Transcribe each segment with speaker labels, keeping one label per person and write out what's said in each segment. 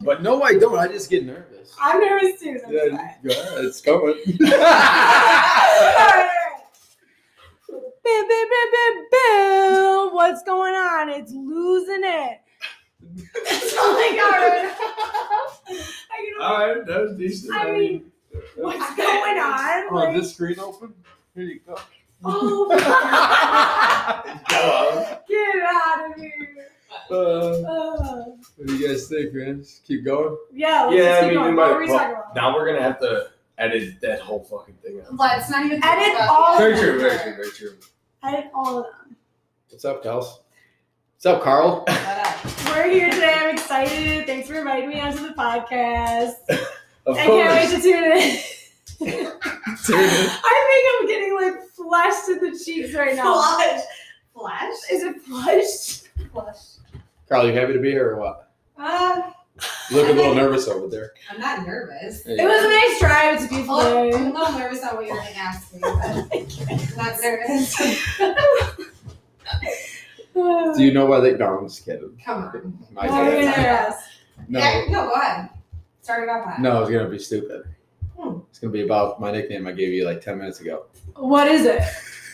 Speaker 1: But no, I don't. I just get nervous.
Speaker 2: I'm nervous too. So I'm
Speaker 1: Yeah, yeah, it's coming.
Speaker 2: sorry. Bam, bam, bam, bam, bam. What's going on? It's losing it. That's all I got right now. I, can
Speaker 1: All right, that was decent.
Speaker 2: I mean, what's going on?
Speaker 1: Oh,
Speaker 2: Like,
Speaker 1: this screen open? Here you go.
Speaker 2: oh, my-
Speaker 1: Uh,
Speaker 2: get out of here. Oh.
Speaker 1: what do you guys think, man? Just keep going.
Speaker 2: yeah, let's
Speaker 3: Yeah,
Speaker 2: just
Speaker 3: I
Speaker 2: keep
Speaker 3: mean, we
Speaker 2: going.
Speaker 3: might-
Speaker 2: What were we
Speaker 3: well,
Speaker 2: talking about?
Speaker 3: Now we're gonna have to edit that whole fucking thing out.
Speaker 4: Let's not even.
Speaker 2: Edit
Speaker 4: think about
Speaker 2: all-
Speaker 4: it.
Speaker 1: Very true, very true, very true.
Speaker 2: I did all of them.
Speaker 1: What's up, Kels? What's up, Carl?
Speaker 4: Shut up.
Speaker 2: We're here today. I'm excited. Thanks for inviting me onto the podcast.
Speaker 3: Of
Speaker 2: I can't wait to
Speaker 3: course.
Speaker 2: tune in. I think I'm getting like flushed in the cheeks right now.
Speaker 4: Flush. Flash?
Speaker 2: Is it flushed?
Speaker 4: Flush.
Speaker 1: Carl, you happy to be here or what?
Speaker 2: Uh,
Speaker 1: You look a little nervous over there.
Speaker 4: I'm not nervous.
Speaker 2: it was a nice drive. It's a beautiful
Speaker 4: Well, I'm a
Speaker 2: day.
Speaker 4: little nervous on what you're gonna ask me, but I'm not nervous.
Speaker 1: Do you know why they? No, I'm just kidding.
Speaker 4: Come on.
Speaker 1: My
Speaker 2: Why are you
Speaker 1: bad.
Speaker 2: gonna ask?
Speaker 1: No,
Speaker 4: Yeah, no, go ahead. Start it off hot.
Speaker 1: no, it's gonna be stupid.
Speaker 4: Hmm.
Speaker 1: It's gonna be about my nickname I gave you like ten minutes ago.
Speaker 2: What is it?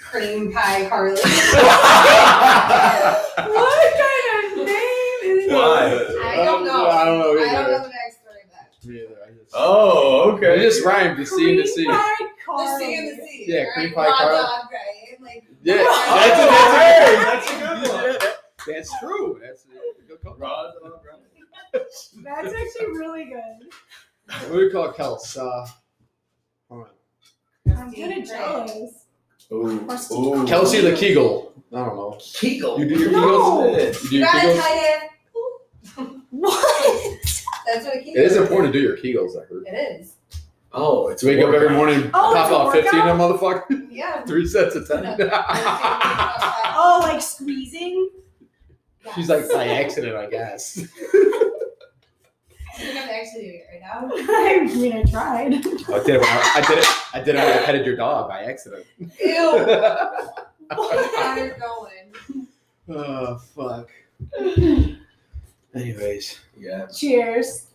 Speaker 4: Cream pie
Speaker 1: Oh,
Speaker 4: Carly.
Speaker 1: Why?
Speaker 2: What kind of name is it?
Speaker 4: I don't know.
Speaker 1: I don't know
Speaker 4: I don't
Speaker 1: either.
Speaker 4: know the next story of that.
Speaker 1: Me either, I just-
Speaker 3: Oh, okay.
Speaker 1: It just rhymed to see to see.
Speaker 2: Cream pie
Speaker 4: The
Speaker 2: Carly.
Speaker 4: C and the C.
Speaker 1: Yeah,
Speaker 4: right?
Speaker 1: cream pie
Speaker 4: Raw
Speaker 1: Carly.
Speaker 4: dog, right? Like,
Speaker 1: Yeah,
Speaker 4: Oh,
Speaker 3: that's a- that's a good one.
Speaker 1: Yeah, that- That's true. That's a good call.
Speaker 3: Rod,
Speaker 2: That's actually really good.
Speaker 1: What do we call Kels? Uh, hold
Speaker 2: I'm
Speaker 4: Steve,
Speaker 2: kind of
Speaker 4: right?
Speaker 2: jealous.
Speaker 3: Ooh,
Speaker 1: on. Kelsey the Kegel. I don't know.
Speaker 3: Kegel.
Speaker 1: You do your
Speaker 2: No.
Speaker 1: You do
Speaker 4: You
Speaker 1: your
Speaker 4: gotta
Speaker 1: Kegels.
Speaker 4: tie it.
Speaker 2: What?
Speaker 4: That's what it keeps.
Speaker 1: It is important to do your Kegels. I heard.
Speaker 4: It is.
Speaker 3: Oh, it's
Speaker 1: So wake up
Speaker 3: workout.
Speaker 1: every morning,
Speaker 2: Oh,
Speaker 1: pop
Speaker 2: it's a
Speaker 1: out fifteen, a motherfucker.
Speaker 4: Yeah.
Speaker 1: Three sets of ten.
Speaker 2: Oh, like squeezing?
Speaker 1: She's like by accident, I guess.
Speaker 4: I think I'm actually doing it right now.
Speaker 2: I mean, I tried.
Speaker 1: I did it. When I, I did it. I did it when I petted your dog by accident.
Speaker 4: Ew.
Speaker 1: oh
Speaker 4: How you're going.
Speaker 1: fuck. Anyways,
Speaker 3: Yeah.
Speaker 2: Cheers.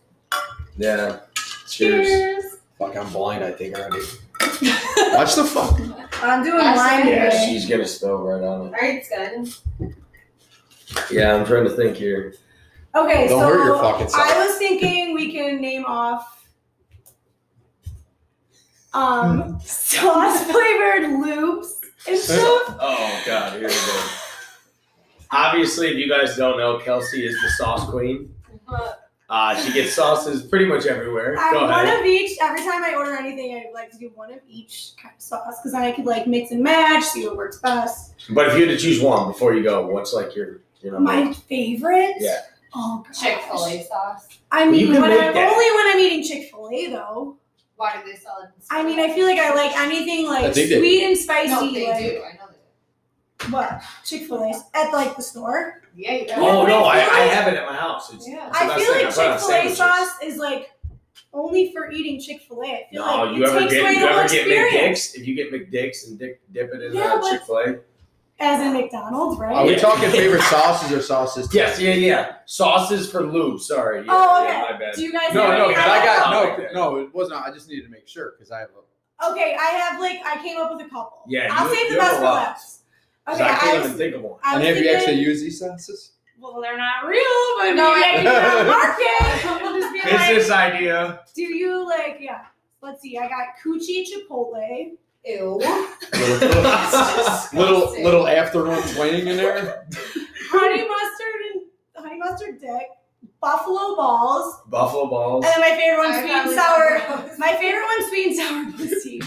Speaker 3: Yeah. Cheers.
Speaker 1: fuck. I'm blind. I think already. Watch the fuck.
Speaker 2: I'm doing
Speaker 4: Actually,
Speaker 2: mine
Speaker 3: Yeah,
Speaker 2: today.
Speaker 3: she's gonna spill right on
Speaker 4: Alright, it's done.
Speaker 3: it. Yeah, I'm trying to think here.
Speaker 2: Okay,
Speaker 1: Don't
Speaker 2: so
Speaker 1: hurt your fucking self.
Speaker 2: I was thinking we can name off
Speaker 3: Hmm.
Speaker 2: um sauce flavored loops and stuff.
Speaker 3: Oh God, here we go. Obviously, if you guys don't know, Kelsey is the sauce queen. Uh, she gets sauces pretty much everywhere.
Speaker 2: I
Speaker 3: Go
Speaker 2: one
Speaker 3: ahead.
Speaker 2: of each. Every time I order anything, I like to do one of each kind of sauce because then I could like mix and match, see what works best.
Speaker 3: But if you had to choose one before you go, what's like your your number?
Speaker 2: My favorite.
Speaker 3: Yeah.
Speaker 2: Oh gosh.
Speaker 4: Chick fil A sauce.
Speaker 2: I
Speaker 3: Well, you
Speaker 2: mean,
Speaker 3: can
Speaker 2: when
Speaker 3: make
Speaker 2: I'm,
Speaker 3: that.
Speaker 2: only when I'm eating Chick Fil A though.
Speaker 4: Why do they sell it? in
Speaker 2: I mean, I feel like I like anything like
Speaker 1: I think they-
Speaker 2: sweet and
Speaker 4: I
Speaker 2: spicy.
Speaker 4: no, they
Speaker 2: like,
Speaker 4: do. I know they
Speaker 2: What Chick Fil A at like the store?
Speaker 4: do. Yeah, you
Speaker 2: Yeah,
Speaker 3: oh
Speaker 2: but
Speaker 3: no,
Speaker 2: I
Speaker 3: I, I
Speaker 2: feel like-
Speaker 3: have it at my house. It's,
Speaker 4: Yeah.
Speaker 3: the
Speaker 2: I
Speaker 3: best
Speaker 2: feel
Speaker 3: thing.
Speaker 2: like
Speaker 3: put it on
Speaker 2: Chick Fil A
Speaker 3: sandwiches.
Speaker 2: sauce is like only for eating Chick Fil A. I feel
Speaker 3: No,
Speaker 2: like
Speaker 3: you
Speaker 2: it
Speaker 3: ever
Speaker 2: takes
Speaker 3: get
Speaker 2: away
Speaker 3: you
Speaker 2: the whole
Speaker 3: ever get
Speaker 2: experience.
Speaker 3: McDicks? If you get McDicks and dip, dip it in
Speaker 2: Yeah,
Speaker 3: uh,
Speaker 2: but-
Speaker 3: Chick Fil A.
Speaker 2: As in McDonald's, right?
Speaker 1: Are we
Speaker 3: Yeah.
Speaker 1: talking favorite sauces or sauces?
Speaker 3: Yes, yeah, yeah. Sauces for lube. Sorry. Yeah,
Speaker 2: Oh,
Speaker 3: yeah,
Speaker 2: okay.
Speaker 3: my bad.
Speaker 2: Do you guys
Speaker 1: No,
Speaker 2: have
Speaker 1: no,
Speaker 2: any-
Speaker 1: because I got
Speaker 3: Yeah.
Speaker 1: no, no. It wasn't. I just needed to make sure because I have. A,
Speaker 2: Okay, I have like I came up with a couple.
Speaker 3: Yeah,
Speaker 2: I'll
Speaker 3: you-
Speaker 2: save the
Speaker 3: you have
Speaker 2: best
Speaker 3: a
Speaker 2: for
Speaker 3: lot.
Speaker 2: last.
Speaker 3: 'Cause
Speaker 2: Okay,
Speaker 3: I can't
Speaker 2: I
Speaker 3: even
Speaker 2: was,
Speaker 3: think of one.
Speaker 2: I
Speaker 1: and
Speaker 2: was
Speaker 1: have
Speaker 2: thinking,
Speaker 1: you actually used these sauces?
Speaker 2: well, they're not real, but
Speaker 4: No,
Speaker 2: maybe I
Speaker 4: I-
Speaker 2: can market. We'll just be like,
Speaker 3: Business idea.
Speaker 2: do you like? Yeah, let's see. I got coochie chipotle.
Speaker 4: Ew.
Speaker 1: little little afternoon playing in there.
Speaker 2: honey mustard and honey mustard dick, buffalo balls,
Speaker 3: Buffalo
Speaker 2: and
Speaker 3: balls.
Speaker 2: then my favorite one,
Speaker 4: I
Speaker 2: sweet and
Speaker 4: probably
Speaker 2: sour.
Speaker 4: don't know.
Speaker 2: My favorite one's sweet and sour pussy,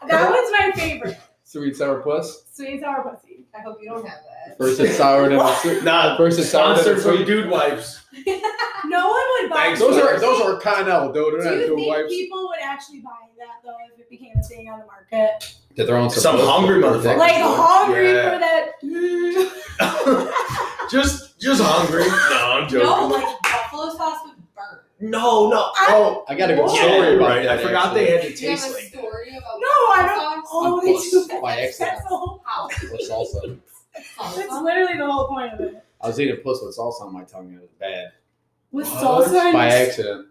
Speaker 2: but that one's my favorite.
Speaker 1: Sweet sour puss
Speaker 2: Sweet and sour pussy.
Speaker 4: I hope you don't have that.
Speaker 1: versus sour and sweet.
Speaker 3: Nah,
Speaker 1: Versus sour
Speaker 3: sponsored
Speaker 1: and
Speaker 3: from
Speaker 1: sweet.
Speaker 3: Dude Wipes.
Speaker 2: No one would buy.
Speaker 3: Thanks,
Speaker 1: Those are those are Connell. Dude,
Speaker 2: Do
Speaker 1: they're not
Speaker 2: you
Speaker 1: Dude
Speaker 2: think
Speaker 1: wipes.
Speaker 2: people would actually buy that though if it became a thing on the market?
Speaker 1: They're throwing
Speaker 3: Some hungry motherfucker.
Speaker 2: Like hungry
Speaker 3: Yeah.
Speaker 2: for that? Mm.
Speaker 3: just just hungry. No, I'm joking.
Speaker 4: No, like buffalo sauce would burn.
Speaker 3: no. no.
Speaker 2: I-
Speaker 3: Oh,
Speaker 1: I got a good
Speaker 2: Yeah,
Speaker 1: story about
Speaker 3: right.
Speaker 1: that.
Speaker 3: I forgot
Speaker 1: actually.
Speaker 3: they had to
Speaker 4: Do you have
Speaker 3: taste
Speaker 4: a
Speaker 3: like that.
Speaker 4: story about
Speaker 2: No, I
Speaker 4: buffalo
Speaker 2: don't. Oh,
Speaker 4: sauce?
Speaker 2: they do that.
Speaker 1: By accident.
Speaker 2: That's the whole.
Speaker 4: How?
Speaker 1: With salsa.
Speaker 4: Sauce?
Speaker 2: That's literally the whole point of it.
Speaker 1: I was eating puss with salsa on my tongue. and It was bad.
Speaker 2: With
Speaker 1: What?
Speaker 2: salsa and
Speaker 1: By accident.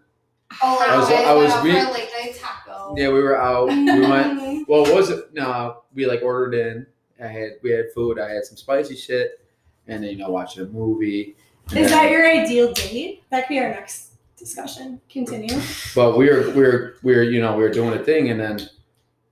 Speaker 4: Oh,
Speaker 1: I was-
Speaker 4: I
Speaker 1: I was
Speaker 4: went out
Speaker 1: re-
Speaker 4: for a late night taco.
Speaker 1: Yeah, we were out. We went.
Speaker 2: Mm.
Speaker 1: Well, what was it? No, we like ordered in. I had we had food. I had some spicy shit, and then you know watching a movie. and
Speaker 2: Is
Speaker 1: then-
Speaker 2: that your ideal date? That could be our next discussion. Continue.
Speaker 1: But we were we were we were you know we were doing a thing, and then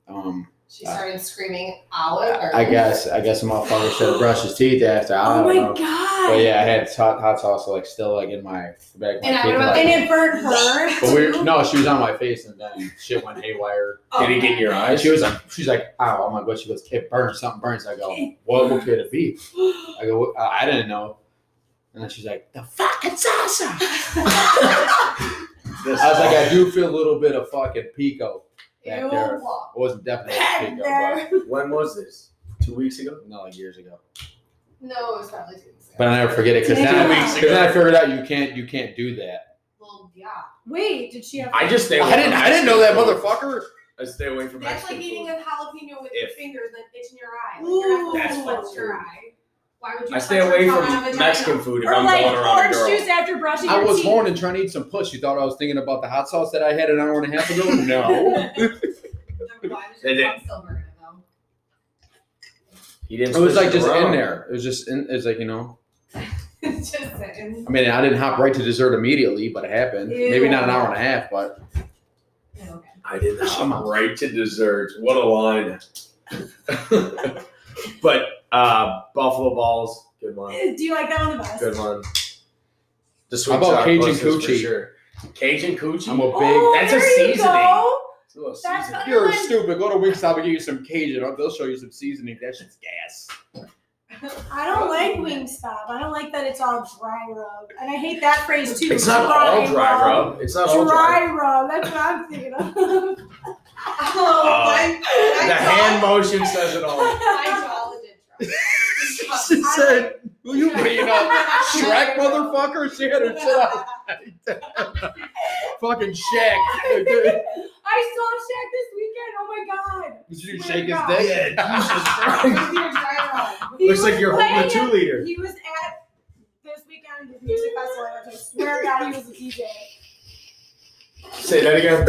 Speaker 1: um
Speaker 4: She started screaming olive. Or
Speaker 1: I guess I guess the motherfucker should have brushed his teeth after. I
Speaker 2: Oh
Speaker 1: don't
Speaker 2: my
Speaker 1: know.
Speaker 2: god.
Speaker 1: But yeah, I had hot hot sauce like still like in my back. Of my
Speaker 4: And I
Speaker 1: teeth,
Speaker 4: would've-
Speaker 1: like-
Speaker 2: And it burnt her.
Speaker 1: But we
Speaker 2: too.
Speaker 1: no, she was on my face, and then shit went haywire.
Speaker 2: Oh.
Speaker 3: Did it get in your
Speaker 1: And
Speaker 3: eyes?
Speaker 1: she was like, she's like, ow! I'm like, what? She goes, it burns, something burns. I go, what? What could it be? I go, "What- I I didn't know. And then she's like, the fucking salsa. I was like, I do feel a little bit of fucking pico. back there.
Speaker 4: Ew.
Speaker 1: It wasn't definitely
Speaker 2: Back
Speaker 1: pico,
Speaker 2: there.
Speaker 3: when was this? Two weeks ago.
Speaker 1: but no, like years ago.
Speaker 4: No, it was probably two weeks ago.
Speaker 1: But I never forget it because
Speaker 2: Two
Speaker 1: then,
Speaker 3: weeks
Speaker 1: I- 'cause
Speaker 3: ago.
Speaker 1: then I figured out you can't you can't do that.
Speaker 4: Well, yeah.
Speaker 2: Wait, did she have?
Speaker 3: I just stay. Away
Speaker 1: I didn't
Speaker 3: from
Speaker 1: I didn't know that
Speaker 3: Mexican food.
Speaker 1: motherfucker.
Speaker 3: I stay away from
Speaker 4: That's
Speaker 3: Mexican
Speaker 4: like eating
Speaker 3: food.
Speaker 4: a jalapeno with your
Speaker 3: If-
Speaker 4: fingers and then itching your eye. Like, you're not
Speaker 3: That's
Speaker 4: supposed
Speaker 3: fucked
Speaker 4: to touch your
Speaker 3: up.
Speaker 4: eye. Why would you
Speaker 3: I stay
Speaker 4: touch
Speaker 3: away
Speaker 4: your vagina?
Speaker 3: from Mexican food if
Speaker 2: or
Speaker 3: I'm
Speaker 2: like
Speaker 3: going around a
Speaker 2: orange
Speaker 3: girl.
Speaker 2: juice after brushing
Speaker 1: I
Speaker 2: your
Speaker 1: was
Speaker 2: teeth.
Speaker 1: horned and trying to eat some puss. You thought I was thinking about the hot sauce that I had an hour and a half ago? No.
Speaker 4: Why does
Speaker 3: They
Speaker 4: your
Speaker 3: did.
Speaker 4: tongue still burn it, though?
Speaker 3: He didn't.
Speaker 1: it was
Speaker 3: switch
Speaker 1: like just
Speaker 3: around.
Speaker 1: in there. It was just in, it was like, you know,
Speaker 4: It's just sitting.
Speaker 1: I mean, I didn't hop right to dessert immediately, but it happened. Maybe not an hour and a half, but
Speaker 4: Okay.
Speaker 3: I did not.
Speaker 1: Come on.
Speaker 3: right to dessert. What a line. but uh, Buffalo Balls, good one.
Speaker 2: Do you like that one the best?
Speaker 3: Good one. The sweet
Speaker 1: How about
Speaker 3: sour
Speaker 1: Cajun
Speaker 3: puss is for
Speaker 1: Coochie?
Speaker 3: sure. Cajun Coochie.
Speaker 1: I'm a big.
Speaker 2: Oh,
Speaker 3: That's a
Speaker 2: there you
Speaker 3: seasoning.
Speaker 2: go.
Speaker 3: It's a little
Speaker 2: That's
Speaker 3: seasoning.
Speaker 1: You're stupid. Go to Wingstop and get you some Cajun. They'll show you some seasoning. That shit's gas.
Speaker 2: I don't like Wingstop. I don't like that it's all dry rub, and I hate that phrase too.
Speaker 3: It's not all dry rub. It's not all dry.
Speaker 2: Dry rub. That's what I'm thinking of.
Speaker 4: Oh, my,
Speaker 3: Uh, The
Speaker 4: my jaw-
Speaker 3: hand motion says it all.
Speaker 4: My jaw did drop.
Speaker 1: She said, "Will you being a Shrek
Speaker 4: Shrek
Speaker 1: motherfucker?" She had her shit out. Fucking Shaq.
Speaker 2: I saw Shaq this weekend. Oh my god.
Speaker 1: Did you shake his
Speaker 2: Yeah,
Speaker 1: dick?
Speaker 2: He
Speaker 3: Looks like
Speaker 2: was
Speaker 3: you're holding
Speaker 2: playing-
Speaker 3: a two liter.
Speaker 2: He was at this weekend with music festival. and I swear to God, he was a DJ.
Speaker 3: Say that again.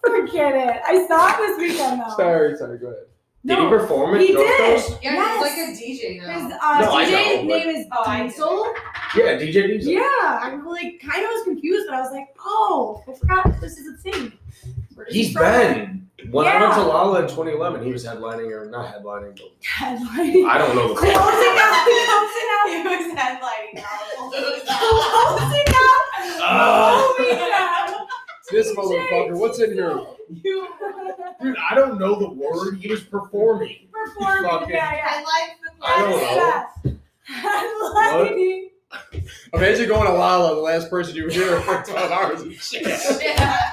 Speaker 2: Forget it. I saw it this weekend though.
Speaker 1: sorry, sorry. Go ahead.
Speaker 3: Did he
Speaker 2: No,
Speaker 3: perform at
Speaker 2: he
Speaker 3: Dorcas?
Speaker 2: did.
Speaker 4: You're
Speaker 2: Yes.
Speaker 4: like a DJ
Speaker 2: His
Speaker 4: now.
Speaker 2: uh,
Speaker 3: No, I
Speaker 2: DJ's
Speaker 3: know, but-
Speaker 2: name is
Speaker 4: Oh, I did.
Speaker 2: Diesel.
Speaker 3: Yeah, DJ Diesel.
Speaker 2: Yeah, I like kind of was confused, but I was like, oh, I forgot this is a thing. Where is he
Speaker 3: He's
Speaker 2: from?
Speaker 3: been. When I went to
Speaker 2: Yeah.
Speaker 3: Lala in 2011, he was headlining or not headlining, but
Speaker 2: Headlining.
Speaker 3: I don't know.
Speaker 2: Close it out. Close it out.
Speaker 4: It was headlighting. all over the-
Speaker 2: Close it out.
Speaker 3: Ah.
Speaker 2: Close it out.
Speaker 1: This motherfucker. What's in here?
Speaker 2: You
Speaker 3: Dude, I don't know the word. He was performing.
Speaker 2: performed.
Speaker 3: Fucking-
Speaker 2: Yeah, yeah.
Speaker 4: I like the
Speaker 3: I don't know.
Speaker 2: Headlining.
Speaker 1: Imagine going to Lala, the last person you were here for 12 hours and shit.
Speaker 4: Yeah.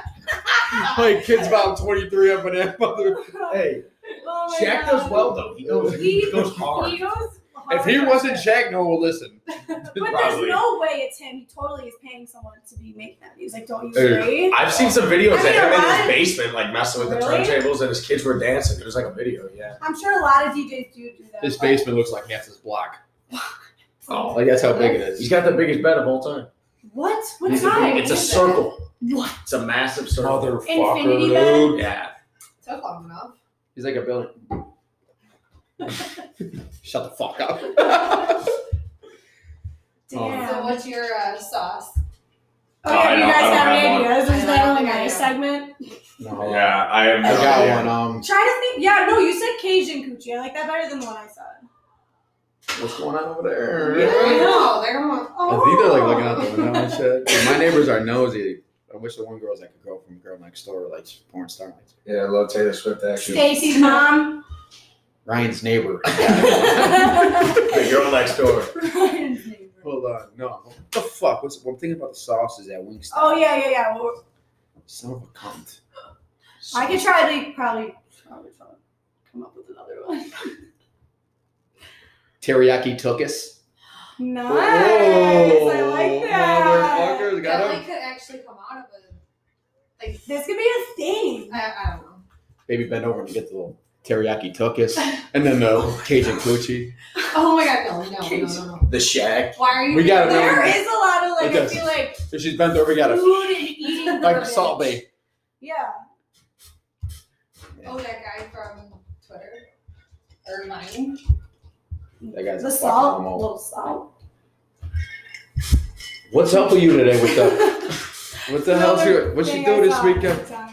Speaker 1: Like kids about 23 up in that mother.
Speaker 3: Hey,
Speaker 2: Oh my
Speaker 3: Shaq
Speaker 2: God.
Speaker 3: does well though. He goes. He
Speaker 2: He-
Speaker 3: goes hard.
Speaker 2: He goes hard.
Speaker 1: If he wasn't Shaq, no one would listen.
Speaker 2: But
Speaker 3: Probably.
Speaker 2: there's no way it's him. He totally is paying someone to be making that music. Don't you
Speaker 1: Hey.
Speaker 2: agree?
Speaker 3: I've seen some videos
Speaker 2: I mean,
Speaker 3: of him in his
Speaker 2: right?
Speaker 3: basement, like messing with the
Speaker 2: Really?
Speaker 3: turntables, and his kids were dancing. It was like a video. Yeah.
Speaker 2: I'm sure a lot of DJs do do that.
Speaker 1: This
Speaker 2: but-
Speaker 1: basement looks like half this block.
Speaker 3: Oh,
Speaker 1: Like that's how big it
Speaker 3: he's
Speaker 1: is.
Speaker 3: got the biggest bed of all time.
Speaker 2: What? What
Speaker 3: It's a-
Speaker 2: time?
Speaker 3: It's a Oh.
Speaker 2: is it?
Speaker 3: circle.
Speaker 2: What?
Speaker 3: It's a massive circle.
Speaker 2: Infinity bed?
Speaker 3: Yeah.
Speaker 4: Took long enough.
Speaker 1: He's like a building. Shut the fuck up.
Speaker 2: Damn.
Speaker 4: So what's your uh, sauce?
Speaker 2: Oh,
Speaker 3: Oh, I
Speaker 2: yeah, you
Speaker 3: don't- I
Speaker 2: guys
Speaker 3: don't
Speaker 2: have
Speaker 3: have
Speaker 2: any
Speaker 3: one.
Speaker 2: ideas? Is
Speaker 4: I
Speaker 2: that
Speaker 4: don't
Speaker 2: only
Speaker 4: think I
Speaker 2: my
Speaker 4: do.
Speaker 2: segment?
Speaker 1: No.
Speaker 3: I am.
Speaker 1: I got one. Um,
Speaker 2: Try to think. Yeah, no, you said Cajun coochie. I like that better than the one I said.
Speaker 1: what's going on over there?
Speaker 2: Yeah,
Speaker 4: I
Speaker 2: I
Speaker 4: know. They're going.
Speaker 1: I
Speaker 2: Oh.
Speaker 1: think they're like looking out the window and shit. Dude, my neighbors are nosy. I wish the one girl's like a girl from girl next door, like she's a porn star. Like,
Speaker 3: Yeah, I love Taylor Swift actually.
Speaker 2: Stacy's mom.
Speaker 1: Ryan's neighbor.
Speaker 3: The girl next door.
Speaker 1: Hold on, no. What the fuck? What's, what I'm thinking about the sauces at Wingstop.
Speaker 2: oh yeah, yeah, yeah. Well,
Speaker 1: Son of a cunt.
Speaker 2: I could try to probably probably try to come up with another one.
Speaker 1: Teriyaki tukus.
Speaker 2: Nice.
Speaker 1: Whoa,
Speaker 2: I like that.
Speaker 1: Motherfuckers
Speaker 4: That
Speaker 1: got
Speaker 4: like
Speaker 1: him.
Speaker 4: could actually come out of it. Like
Speaker 2: This could be a thing.
Speaker 4: I, I don't know.
Speaker 1: Baby, bend over and get the little teriyaki tuckus, and then the Cajun coochie.
Speaker 4: Oh my god, no, no, no, no, no.
Speaker 3: The shack.
Speaker 4: Why are you?
Speaker 1: We gotta
Speaker 4: there
Speaker 1: remember-
Speaker 4: is a lot of
Speaker 1: It
Speaker 4: like. I
Speaker 1: does.
Speaker 4: feel like
Speaker 1: So she's bent over, got a
Speaker 2: Food and eating.
Speaker 1: like
Speaker 2: garbage.
Speaker 1: salt bay.
Speaker 2: Yeah.
Speaker 4: oh that guy from Twitter or mine.
Speaker 1: That guy's
Speaker 2: the
Speaker 1: a fucking
Speaker 2: salt.
Speaker 1: animal.
Speaker 2: Little salt.
Speaker 1: What's up with you today? What's up? What the hell's
Speaker 2: Another
Speaker 1: your? What's she
Speaker 2: thing
Speaker 1: do
Speaker 2: I
Speaker 1: this
Speaker 2: saw on
Speaker 1: weekend?
Speaker 2: TikTok.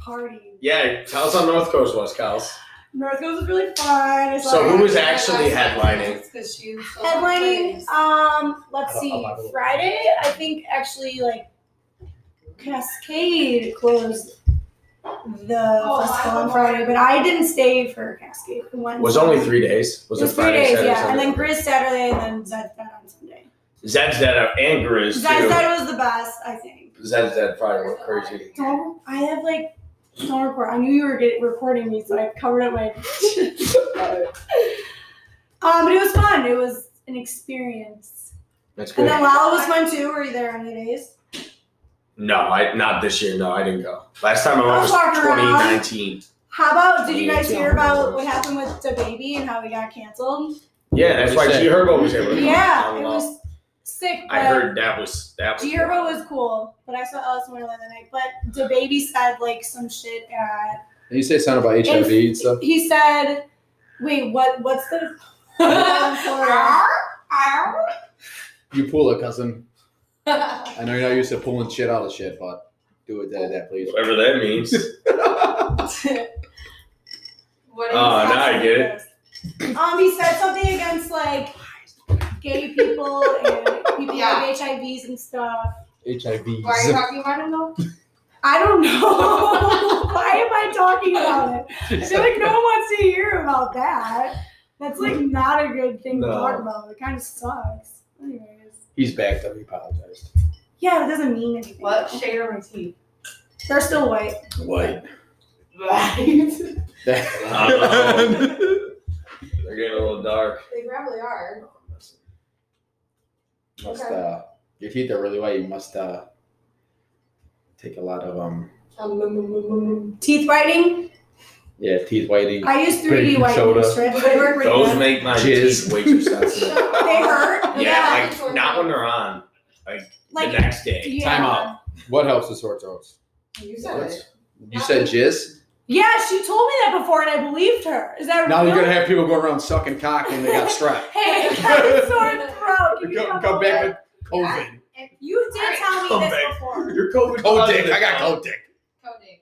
Speaker 2: Party.
Speaker 3: Yeah, tell us how North Coast was, Kyle's.
Speaker 2: North Coast was really fun. It's
Speaker 3: So
Speaker 2: like-
Speaker 3: who was actually headlining?
Speaker 4: Because she was so
Speaker 2: headlining
Speaker 4: famous.
Speaker 2: um let's
Speaker 1: I'll-
Speaker 2: see
Speaker 1: I'll have a look.
Speaker 2: friday i think actually like cascade closed the
Speaker 4: Oh,
Speaker 2: festival
Speaker 4: I
Speaker 2: on
Speaker 4: know.
Speaker 2: friday but i didn't stay for cascade for one
Speaker 3: Was only three days. Was it,
Speaker 2: was three
Speaker 3: Friday,
Speaker 2: days
Speaker 3: Saturday,
Speaker 2: yeah
Speaker 3: Sunday?
Speaker 2: and then grizz saturday and then zed Fed on sunday
Speaker 3: Zed's dead out and Grizz
Speaker 2: zed
Speaker 3: too.
Speaker 2: Fed was the best i think
Speaker 3: Zed's dead Friday went crazy.
Speaker 2: don't i have like don't record i knew you were get, recording me so i covered up my um but it was fun it was an experience
Speaker 3: That's good.
Speaker 2: and then lala was fun too were you there any days
Speaker 3: No, I not this year. No, I didn't go. Last time I went was
Speaker 2: I'll walk around.
Speaker 3: 2019.
Speaker 2: How about did you guys
Speaker 3: Yeah.
Speaker 2: hear about what happened with the baby and how he got canceled?
Speaker 3: Yeah, that's why
Speaker 1: What'd you
Speaker 3: G
Speaker 1: say?
Speaker 3: Herbo was able to come.
Speaker 2: Yeah,
Speaker 3: I
Speaker 2: it
Speaker 3: don't know.
Speaker 2: was sick. But
Speaker 3: I heard that was that was.
Speaker 2: G Herbo was cool, but I saw Alice in Wonderland that night. But the baby said like some shit at.
Speaker 1: Did you say something about HIV and stuff?
Speaker 2: He said, "Wait, what? What's the?" Florida.
Speaker 1: You pull it, cousin. I know you're not used to pulling shit out of shit, but do it that, that please.
Speaker 3: whatever that means.
Speaker 4: What
Speaker 3: Oh, now I get it.
Speaker 2: Um, he said something against like gay people and people
Speaker 4: Yeah.
Speaker 2: with HIVs and stuff.
Speaker 4: Why are you
Speaker 1: HIVs.
Speaker 4: talking about him though?
Speaker 2: I don't know. Why am I talking about it? I feel like no one wants to hear about that. That's like not a good thing to
Speaker 3: No.
Speaker 2: talk about. It kind of sucks. Anyways.
Speaker 1: He's back though. He apologized.
Speaker 2: Yeah, it doesn't mean anything.
Speaker 4: shade are my teeth?
Speaker 2: They're still white.
Speaker 1: What?
Speaker 4: Right.
Speaker 3: Oh. They're getting a little dark.
Speaker 4: They probably are.
Speaker 1: must uh, your teeth are really white. You must uh, take a lot of um,
Speaker 4: Um,
Speaker 2: Teeth whitening.
Speaker 1: yeah, teeth whitening.
Speaker 2: I use 3D
Speaker 1: Baking
Speaker 2: whitening
Speaker 1: soda.
Speaker 2: strips. They work pretty
Speaker 3: Those
Speaker 2: good.
Speaker 3: make my
Speaker 1: Jizz.
Speaker 3: teeth way too sensitive.
Speaker 2: They hurt.
Speaker 3: yeah, like not when they're on. the
Speaker 2: Like,
Speaker 3: next day.
Speaker 2: yeah.
Speaker 1: Time out. What helps with sore throats?
Speaker 4: You said it.
Speaker 1: You said jizz.
Speaker 2: Yeah, she told me that before and I believed her. Is that
Speaker 1: Now
Speaker 2: real?
Speaker 1: you're gonna have people go around sucking cock and they got strep.
Speaker 2: Hey, I'm so proud. Can you
Speaker 1: Come,
Speaker 2: come
Speaker 1: come back
Speaker 2: over?
Speaker 1: with COVID.
Speaker 2: You did tell me
Speaker 3: Come
Speaker 2: this
Speaker 3: back.
Speaker 2: before.
Speaker 3: You're COVID.
Speaker 1: Cold dick. I got cold dick.
Speaker 4: Coding.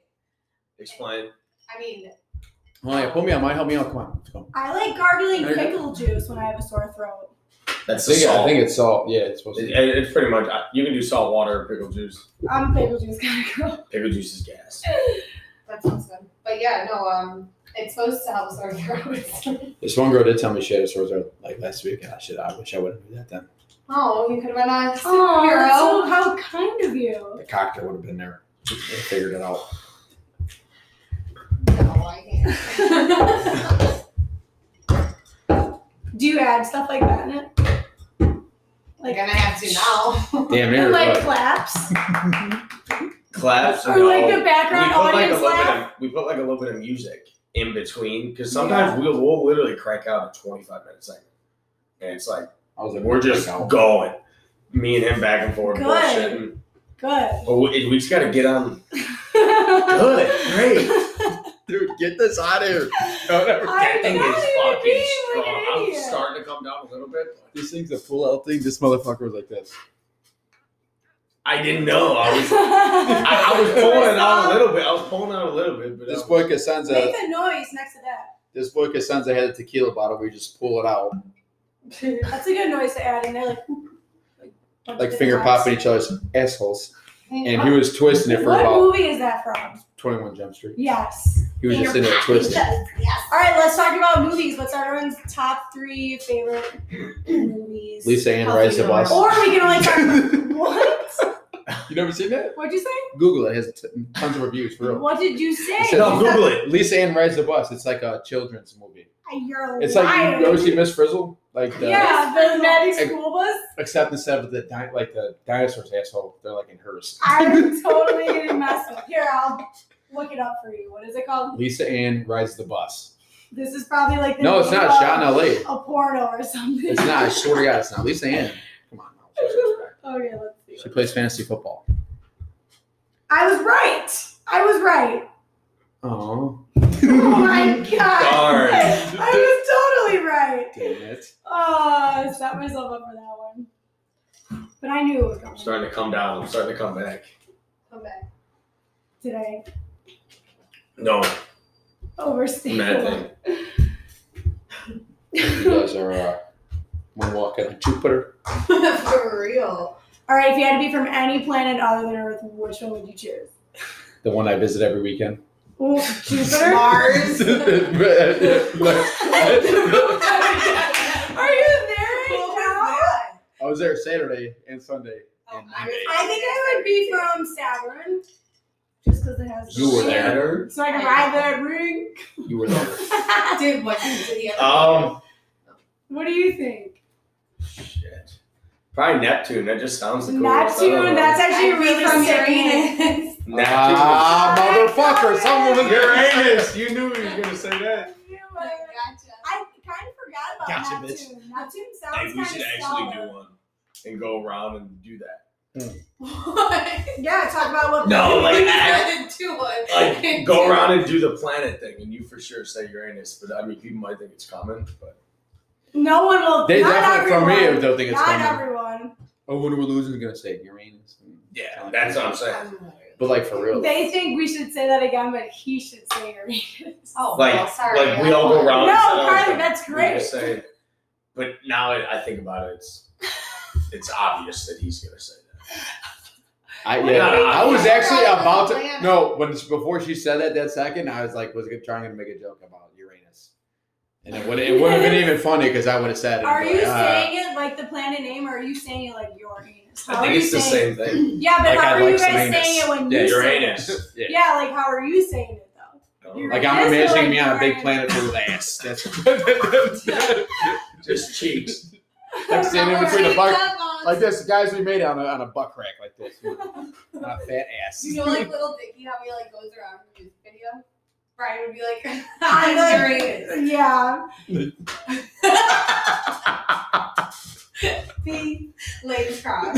Speaker 3: Explain.
Speaker 4: I mean,
Speaker 1: Oh yeah, pull me out. Mine help me out. Come on. Let's go.
Speaker 2: I like gargling
Speaker 1: There you go.
Speaker 2: pickle juice when I have a sore throat.
Speaker 3: That's
Speaker 1: I
Speaker 3: the
Speaker 1: think,
Speaker 3: salt.
Speaker 1: I think it's salt. Yeah, it's supposed to.
Speaker 3: It-
Speaker 1: Be.
Speaker 3: it- it's pretty much. I- You can do salt water, pickle juice.
Speaker 2: I'm a pickle juice kind of girl.
Speaker 3: Pickle juice is gas.
Speaker 4: that sounds good. But yeah, no, um, it's supposed to help sore throats.
Speaker 1: This one girl did tell me she had a sore throat like last week, and I should. I wish I would have knew that then.
Speaker 4: oh, you could have been a
Speaker 2: Oh,
Speaker 4: superhero.
Speaker 2: how kind of you.
Speaker 1: The cocktail would have been there. They figured it out.
Speaker 4: no, I can't.
Speaker 2: Do you add stuff like that in it?
Speaker 4: Like,
Speaker 2: Like,
Speaker 4: gonna have to now.
Speaker 1: Damn near.
Speaker 2: and like
Speaker 1: but-
Speaker 2: claps?
Speaker 3: Claps.
Speaker 2: or
Speaker 3: no.
Speaker 2: like the
Speaker 3: uh, we
Speaker 2: background
Speaker 3: put like a
Speaker 2: audience
Speaker 3: little bit
Speaker 2: laugh?
Speaker 3: of we put like a little bit of music in between because sometimes we'll we'll literally crank out a twenty five minute segment, and it's like
Speaker 1: I was like,
Speaker 3: we're just
Speaker 1: out.
Speaker 3: going, me and him back and forth
Speaker 2: Good.
Speaker 3: bullshitting.
Speaker 2: Good.
Speaker 3: But we, we just got to get on. Good, great.
Speaker 1: Dude, get this out of here. No, never.
Speaker 2: I'm
Speaker 3: that thing
Speaker 2: not
Speaker 3: is
Speaker 2: even
Speaker 3: fucking
Speaker 2: being like
Speaker 3: strong.
Speaker 2: an
Speaker 3: I'm
Speaker 2: idiot.
Speaker 3: starting to come down a little bit.
Speaker 1: This thing's a full out thing. This motherfucker was like this.
Speaker 3: I didn't know. I was I, I was pulling it out a little bit. I was pulling out a little bit, but um,
Speaker 1: This
Speaker 3: I
Speaker 1: boy Casanza,
Speaker 2: Make a noise next to that.
Speaker 1: this boy Casanza had a tequila bottle. We just pull it out,
Speaker 2: That's a good noise to add in there. Like, bunch
Speaker 1: like
Speaker 2: of
Speaker 1: finger
Speaker 2: different times.
Speaker 1: popping each other's assholes. And he was twisting it for
Speaker 2: What
Speaker 1: about
Speaker 2: movie is that from?
Speaker 1: 21 Jump Street.
Speaker 2: Yes.
Speaker 1: He was just in there twisting.
Speaker 2: Yes.
Speaker 4: yes.
Speaker 2: All right, let's talk about movies. What's everyone's top three favorite movies?
Speaker 1: Lisa Ann rides the bus.
Speaker 2: Or we can only talk about what?
Speaker 1: You never seen that?
Speaker 2: What'd you say?
Speaker 1: Google it. It has t- tons of reviews for real.
Speaker 2: What did you say?
Speaker 1: It says-
Speaker 3: no, Google it.
Speaker 1: Lisa Ann rides the bus. It's like a children's movie.
Speaker 2: You're
Speaker 1: It's like you ever
Speaker 2: lying.
Speaker 1: see Miss Frizzle, like the
Speaker 2: Yeah, the magic school bus.
Speaker 1: except instead of the di- like the dinosaur's asshole, they're like in hers.
Speaker 2: I'm totally gonna mess with. Here, I'll look it up for you. What is it called?
Speaker 1: Lisa Ann rides the bus.
Speaker 2: This is probably like the
Speaker 1: No, it's
Speaker 2: name
Speaker 1: not.
Speaker 2: of
Speaker 1: Shot in L.A.
Speaker 2: a porno or something.
Speaker 1: It's not. I swear to God, it's not. Lisa Ann. Come on. now. She goes back.
Speaker 2: okay, let's see.
Speaker 1: She plays fantasy football.
Speaker 2: I was right. I was right.
Speaker 1: Oh,
Speaker 2: Oh my god.
Speaker 3: Darn.
Speaker 2: I was totally right.
Speaker 1: damn it.
Speaker 2: Oh, I set myself up for that one. But I knew it was
Speaker 3: I'm
Speaker 2: coming
Speaker 3: starting to come down. I'm starting to come back.
Speaker 4: Come back.
Speaker 2: today.
Speaker 3: No,
Speaker 2: Overstay.
Speaker 3: mad thing.
Speaker 1: You guys are uh, one walk out of Jupiter.
Speaker 4: For real.
Speaker 2: All right, if you had to be from any planet other than Earth, which one would you choose?
Speaker 1: The one I visit every weekend.
Speaker 2: Ooh, Jupiter.
Speaker 4: Mars.
Speaker 2: Are you there right now?
Speaker 1: I was there Saturday and Sunday.
Speaker 4: Oh
Speaker 1: And Monday.
Speaker 2: I think I would be from Saturn, just because it has. the
Speaker 1: You were
Speaker 2: shit.
Speaker 1: there.
Speaker 2: So I can ride that ring.
Speaker 1: You were there.
Speaker 4: Dude, what did the other
Speaker 3: Um,
Speaker 2: what do you think?
Speaker 3: shit. Probably Neptune. That just sounds the coolest. I don't
Speaker 2: Neptune.
Speaker 3: know.
Speaker 2: That's actually
Speaker 4: I'd be
Speaker 2: really
Speaker 4: from
Speaker 2: scary.
Speaker 4: Uranus.
Speaker 3: Neptune.
Speaker 1: Ah, motherfucker! Someone was there.
Speaker 3: Uranus. You knew he was gonna say that.
Speaker 4: Gotcha.
Speaker 2: I kind of forgot about
Speaker 1: Gotcha,
Speaker 2: Neptune. Neptune sounds
Speaker 3: Hey, we
Speaker 2: kind
Speaker 3: should
Speaker 2: of
Speaker 3: actually do one and go around and do that.
Speaker 4: What?
Speaker 2: Yeah, talk about what.
Speaker 3: No, like,
Speaker 4: two one.
Speaker 3: Like, go around and do the planet thing, and you for sure say Uranus. But I mean, people might think it's common, but
Speaker 2: No one will.
Speaker 1: They
Speaker 2: not
Speaker 1: definitely, for
Speaker 2: everyone,
Speaker 1: me, don't think it's
Speaker 2: Not
Speaker 1: coming.
Speaker 2: everyone.
Speaker 1: Oh, when we're losing, gonna say Uranus.
Speaker 3: yeah, that's what I'm saying.
Speaker 1: But like for real,
Speaker 2: They think we should say that again, but he should say Uranus.
Speaker 4: Oh,
Speaker 3: Like-
Speaker 4: well, sorry.
Speaker 3: Like we all go
Speaker 2: No,
Speaker 3: around. and say,
Speaker 2: Carly,
Speaker 3: oh,
Speaker 2: that's
Speaker 3: we
Speaker 2: great.
Speaker 3: just say- but now I I think about it, it's it's obvious that he's gonna say that.
Speaker 1: I
Speaker 3: Yeah,
Speaker 1: yeah, I was actually
Speaker 4: Yeah.
Speaker 1: about to. No, when before she said that that second, I was like, was gonna- trying to make a joke about Uranus, and it would it would have been even funny because I would have said it.
Speaker 2: Are
Speaker 1: but,
Speaker 2: you
Speaker 1: uh,
Speaker 2: saying it like the planet name, or are you saying it like Uranus? How
Speaker 3: I
Speaker 2: are
Speaker 3: think
Speaker 2: you
Speaker 3: it's the
Speaker 2: saying?
Speaker 3: same thing.
Speaker 2: Yeah, but
Speaker 1: Like,
Speaker 2: how
Speaker 1: I
Speaker 2: are
Speaker 1: like
Speaker 2: you guys
Speaker 1: Uranus.
Speaker 2: saying it when
Speaker 3: Yeah,
Speaker 2: you say it?
Speaker 3: Uranus.
Speaker 1: Yeah.
Speaker 2: Yeah, like how are you saying it though?
Speaker 1: Like I'm
Speaker 2: Uranus or
Speaker 1: imagining
Speaker 2: like
Speaker 1: me on a big
Speaker 2: Uranus?
Speaker 1: planet full of ass. That's
Speaker 3: Just cheeks.
Speaker 1: like standing in between a
Speaker 4: Keep
Speaker 1: buck,
Speaker 4: up on-
Speaker 1: like this. Guys, we made it on a, on a butt crack like this, on a fat ass.
Speaker 4: You know, like little Dicky, how he like goes around in his video. Brian would be like,
Speaker 2: I'm
Speaker 4: "I'm
Speaker 2: like-
Speaker 4: Uranus."
Speaker 2: Yeah. See?
Speaker 4: Lady Croc.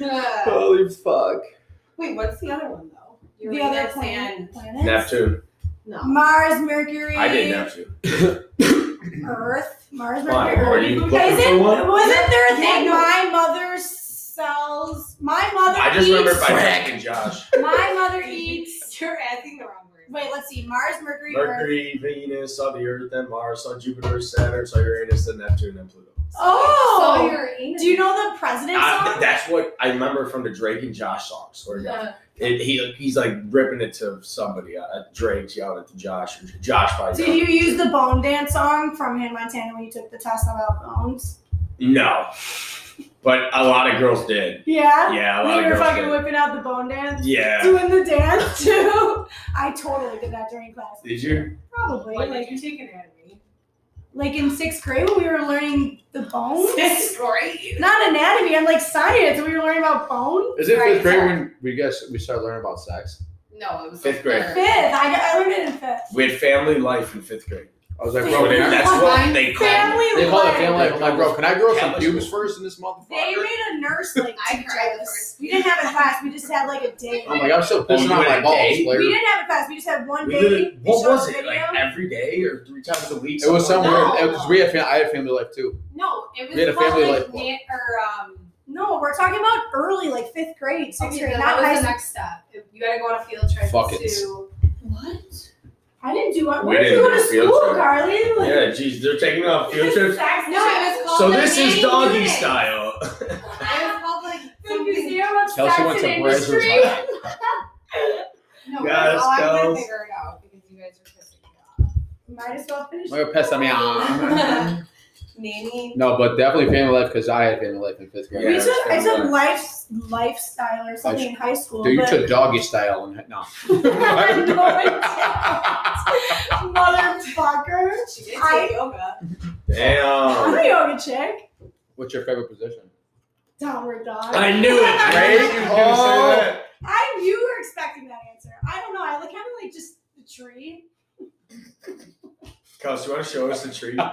Speaker 4: Uh,
Speaker 1: Holy fuck!
Speaker 4: Wait, what's the other one though?
Speaker 2: the other planet. planets?
Speaker 3: Neptune.
Speaker 4: No.
Speaker 2: Mars, Mercury,
Speaker 3: I did Neptune.
Speaker 2: Earth, Mars,
Speaker 3: Why?
Speaker 2: Mercury.
Speaker 3: Are you
Speaker 2: Is
Speaker 3: looking
Speaker 2: it-
Speaker 3: for one?
Speaker 2: Wasn't there a
Speaker 4: Yeah,
Speaker 2: thing?
Speaker 4: no.
Speaker 2: My mother sells. My mother.
Speaker 3: I just
Speaker 2: eats,
Speaker 3: remember by Jack and Josh.
Speaker 2: My mother eats.
Speaker 4: You're asking the wrong word.
Speaker 2: Wait, let's see. Mars, Mercury, Earth.
Speaker 3: Mercury, Venus, saw the Earth, then Mars, saw Jupiter, Saturn, saw Uranus, then Neptune, then Pluto.
Speaker 4: So
Speaker 2: Oh.
Speaker 4: you're Uranus.
Speaker 2: Do you know the president
Speaker 3: I,
Speaker 2: song?
Speaker 3: that's what I remember from the Drake and Josh song. Swear to God.
Speaker 4: Uh,
Speaker 3: It, he, he's like ripping it to somebody. Uh, Drake's yelling at Josh. Josh probably.
Speaker 2: Did you use the bone dance song from Hannah Montana when you took the test about bones?
Speaker 3: No. But a lot of girls did.
Speaker 2: Yeah.
Speaker 3: Yeah, a lot
Speaker 2: We
Speaker 3: of
Speaker 2: were
Speaker 3: girls
Speaker 2: fucking
Speaker 3: did.
Speaker 2: whipping out the bone dance,
Speaker 3: Yeah.
Speaker 2: doing the dance too. I totally did that during class.
Speaker 3: Did you?
Speaker 2: Probably
Speaker 4: what did
Speaker 2: like
Speaker 4: you take anatomy?
Speaker 2: like in sixth grade when we were learning the bones.
Speaker 4: Sixth grade.
Speaker 2: Not anatomy. I'm like science. and We were learning about bone.
Speaker 1: Is it
Speaker 4: Right,
Speaker 1: fifth grade
Speaker 4: sorry.
Speaker 1: when we guess we start learning about sex?
Speaker 4: No, it was
Speaker 3: Fifth grade.
Speaker 2: Fifth. I, I learned it in fifth.
Speaker 3: We had family life in fifth grade.
Speaker 1: I was like,
Speaker 2: Fifth
Speaker 1: bro,
Speaker 3: But
Speaker 1: can I-
Speaker 2: grade.
Speaker 3: that's what they called it.
Speaker 2: Family
Speaker 1: They call it
Speaker 2: life.
Speaker 1: family life. I'm like, bro, can I grow some
Speaker 3: Catholic
Speaker 1: pubes
Speaker 3: school.
Speaker 1: first in this
Speaker 2: They
Speaker 1: motherfucker?
Speaker 2: made a nurse like
Speaker 4: I
Speaker 2: teach
Speaker 4: cried the
Speaker 2: us.
Speaker 4: first
Speaker 2: We didn't have a class. We just had like a day.
Speaker 1: I'm like, I'm still pissing
Speaker 3: you
Speaker 1: on
Speaker 3: went
Speaker 1: my
Speaker 3: a
Speaker 1: balls,
Speaker 3: day?
Speaker 2: we
Speaker 1: Blair.
Speaker 2: didn't have a class. We just had one
Speaker 3: Oh We
Speaker 2: day.
Speaker 3: literally-
Speaker 2: they
Speaker 3: what
Speaker 2: showed
Speaker 3: was
Speaker 2: us
Speaker 3: it?
Speaker 2: video.
Speaker 3: Like every day or three times a week?
Speaker 1: It was some
Speaker 3: something
Speaker 1: weird
Speaker 3: like that?
Speaker 1: because we had fam- I had family life too.
Speaker 4: No, it was
Speaker 1: We had a
Speaker 4: called,
Speaker 1: family
Speaker 4: like
Speaker 1: life club.
Speaker 4: nan- or um.
Speaker 2: No, we're talking about early, like fifth grade, sixth
Speaker 4: Okay,
Speaker 2: grade,
Speaker 4: no,
Speaker 2: not
Speaker 4: that was
Speaker 2: high
Speaker 4: the
Speaker 2: school.
Speaker 4: next step. If You gotta go on a field trip
Speaker 1: Fuck
Speaker 4: to.
Speaker 1: it.
Speaker 4: What?
Speaker 2: I didn't do it.
Speaker 3: We
Speaker 2: Where did you go
Speaker 3: didn't do
Speaker 2: to
Speaker 3: a field
Speaker 2: school,
Speaker 3: trip.
Speaker 2: Carly? Like,
Speaker 3: Yeah, geez, they're taking off field trips.
Speaker 2: Sex
Speaker 4: No, it was called.
Speaker 3: So
Speaker 4: the
Speaker 3: this is
Speaker 4: nanny
Speaker 3: doggy
Speaker 4: unit.
Speaker 3: style.
Speaker 4: It was called like
Speaker 2: The
Speaker 4: something.
Speaker 2: Museum of
Speaker 1: Kelsey
Speaker 2: Sex
Speaker 1: went to
Speaker 2: and
Speaker 1: Brazzers
Speaker 2: Industry.
Speaker 1: High. School.
Speaker 4: No,
Speaker 3: Guys,
Speaker 4: oh, I'm gonna
Speaker 3: girls.
Speaker 4: figure it out because you guys are pissing me off.
Speaker 2: Might as well finish.
Speaker 1: I'm gonna piss on me. ah.
Speaker 4: Nanny.
Speaker 1: No, but definitely family life because I had family life in fifth
Speaker 2: We
Speaker 1: grade.
Speaker 3: Yeah.
Speaker 2: took, I
Speaker 3: it's
Speaker 2: took
Speaker 3: kinda
Speaker 2: life, lifestyle or something in high school.
Speaker 1: Dude, you
Speaker 2: but-
Speaker 1: took doggy style and no.
Speaker 2: No, I didn't. Motherfucker.
Speaker 4: She did
Speaker 2: I-
Speaker 4: take yoga.
Speaker 2: I'm
Speaker 3: Damn.
Speaker 2: a yoga chick.
Speaker 1: What's your favorite position?
Speaker 2: Downward dog.
Speaker 3: I knew it, Drake. You was gonna say that.
Speaker 2: I, you were expecting that answer. I
Speaker 3: Kelsey, you want to show us the tree?
Speaker 2: The band,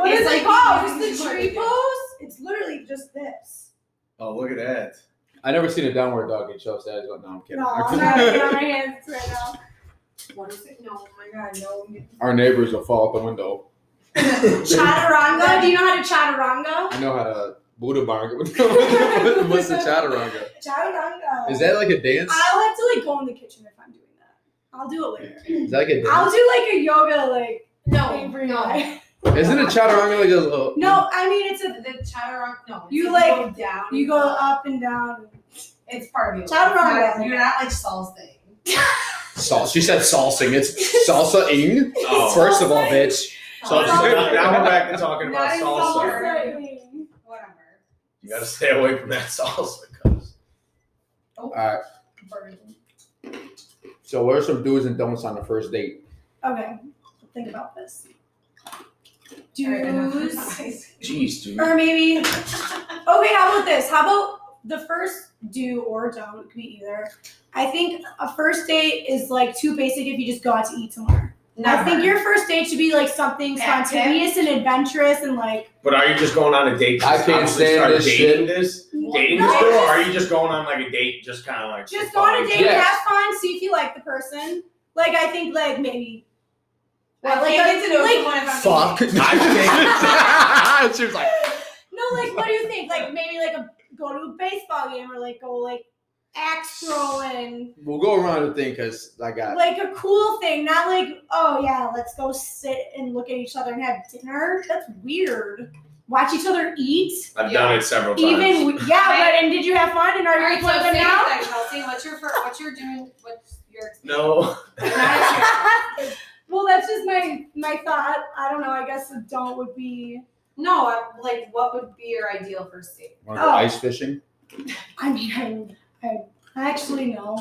Speaker 2: what
Speaker 4: It's
Speaker 2: is
Speaker 4: like-
Speaker 2: it called? Just the
Speaker 4: Yeah.
Speaker 2: tree pose? It's literally just this.
Speaker 3: Oh, look at that.
Speaker 1: I never seen a downward dog get shoved sideways. No, I'm kidding.
Speaker 2: No, I'm not getting on
Speaker 1: Our,
Speaker 2: my hands right now.
Speaker 4: What is it? No, oh my god, no.
Speaker 1: neighbors will fall out the window.
Speaker 2: Chaturanga? Do you know how to chaturanga?
Speaker 1: I know how to Buddha market. What's the chaturanga?
Speaker 2: Chaturanga.
Speaker 1: Is that like a dance?
Speaker 2: I'll have to like go in the kitchen if I'm doing that. I'll do it later.
Speaker 1: Is that like a
Speaker 2: I'll
Speaker 1: dance?
Speaker 2: do like a yoga like
Speaker 4: No,
Speaker 2: thing for you.
Speaker 4: no.
Speaker 1: Isn't a chaturanga like a little?
Speaker 2: No, I mean it's
Speaker 4: The,
Speaker 2: a
Speaker 4: the chaturanga, no.
Speaker 2: You
Speaker 4: it's
Speaker 2: like-
Speaker 4: go down.
Speaker 2: you go up and down.
Speaker 4: It's part of you.
Speaker 2: Chaturanga.
Speaker 4: You're not like Saul's thing.
Speaker 1: Salsa. She said salsing. It's salsa ing.
Speaker 3: Oh.
Speaker 1: First of all, bitch.
Speaker 2: Oh,
Speaker 3: So
Speaker 1: Salsa.
Speaker 3: now we're back to talking about
Speaker 4: Nice
Speaker 3: salsa.
Speaker 4: salsa.
Speaker 2: Salsa.
Speaker 4: Whatever.
Speaker 3: You gotta stay away from that salsa, cuz.
Speaker 1: All right.
Speaker 4: Burn.
Speaker 1: So what are some do's and don'ts on the first date?
Speaker 2: Okay, think about this.
Speaker 4: Alright, enough.
Speaker 2: Do's,
Speaker 3: Jeez, dude.
Speaker 2: or maybe, okay, how about this? How about the first do or don't, it could be either. I think a first date is like too basic if you just go out to eat somewhere. I think your first date should be like something
Speaker 4: Active.
Speaker 2: spontaneous and adventurous and like.
Speaker 3: But are you just going on a date? to
Speaker 1: I can't
Speaker 3: obviously
Speaker 1: stand
Speaker 3: start
Speaker 1: this
Speaker 3: dating this? Dating
Speaker 2: No,
Speaker 3: this girl? Or
Speaker 2: just-
Speaker 3: are you just going on like a date just kind of like.
Speaker 2: Just go on a date,
Speaker 1: Yes.
Speaker 2: have fun, see if you like the person. Like I think like maybe.
Speaker 4: I
Speaker 2: like,
Speaker 4: can't get to know
Speaker 2: like-
Speaker 4: someone if I'm
Speaker 1: Fuck.
Speaker 3: I
Speaker 1: she was like,
Speaker 2: No, like what do you think? Like maybe like a go to a baseball game or like go like axe throwing.
Speaker 1: we'll go around the thing because I got.
Speaker 2: like a cool thing, not like, oh yeah, let's go sit and look at each other and have dinner. That's weird. Watch each other eat.
Speaker 3: I've done it several times.
Speaker 2: Even yeah, but and did you have fun? And
Speaker 4: All
Speaker 2: are
Speaker 4: right,
Speaker 2: you
Speaker 4: so
Speaker 2: living
Speaker 4: say
Speaker 2: now?
Speaker 4: that, Kelsey. What's your fir- what's your doing? What's your
Speaker 3: no.
Speaker 2: well, that's just my my thought. I don't know. I guess the don't would be.
Speaker 4: no? I, like, what would be your ideal first date?
Speaker 1: Want to go
Speaker 2: Oh.
Speaker 1: ice fishing?
Speaker 2: I mean, I I, I actually know.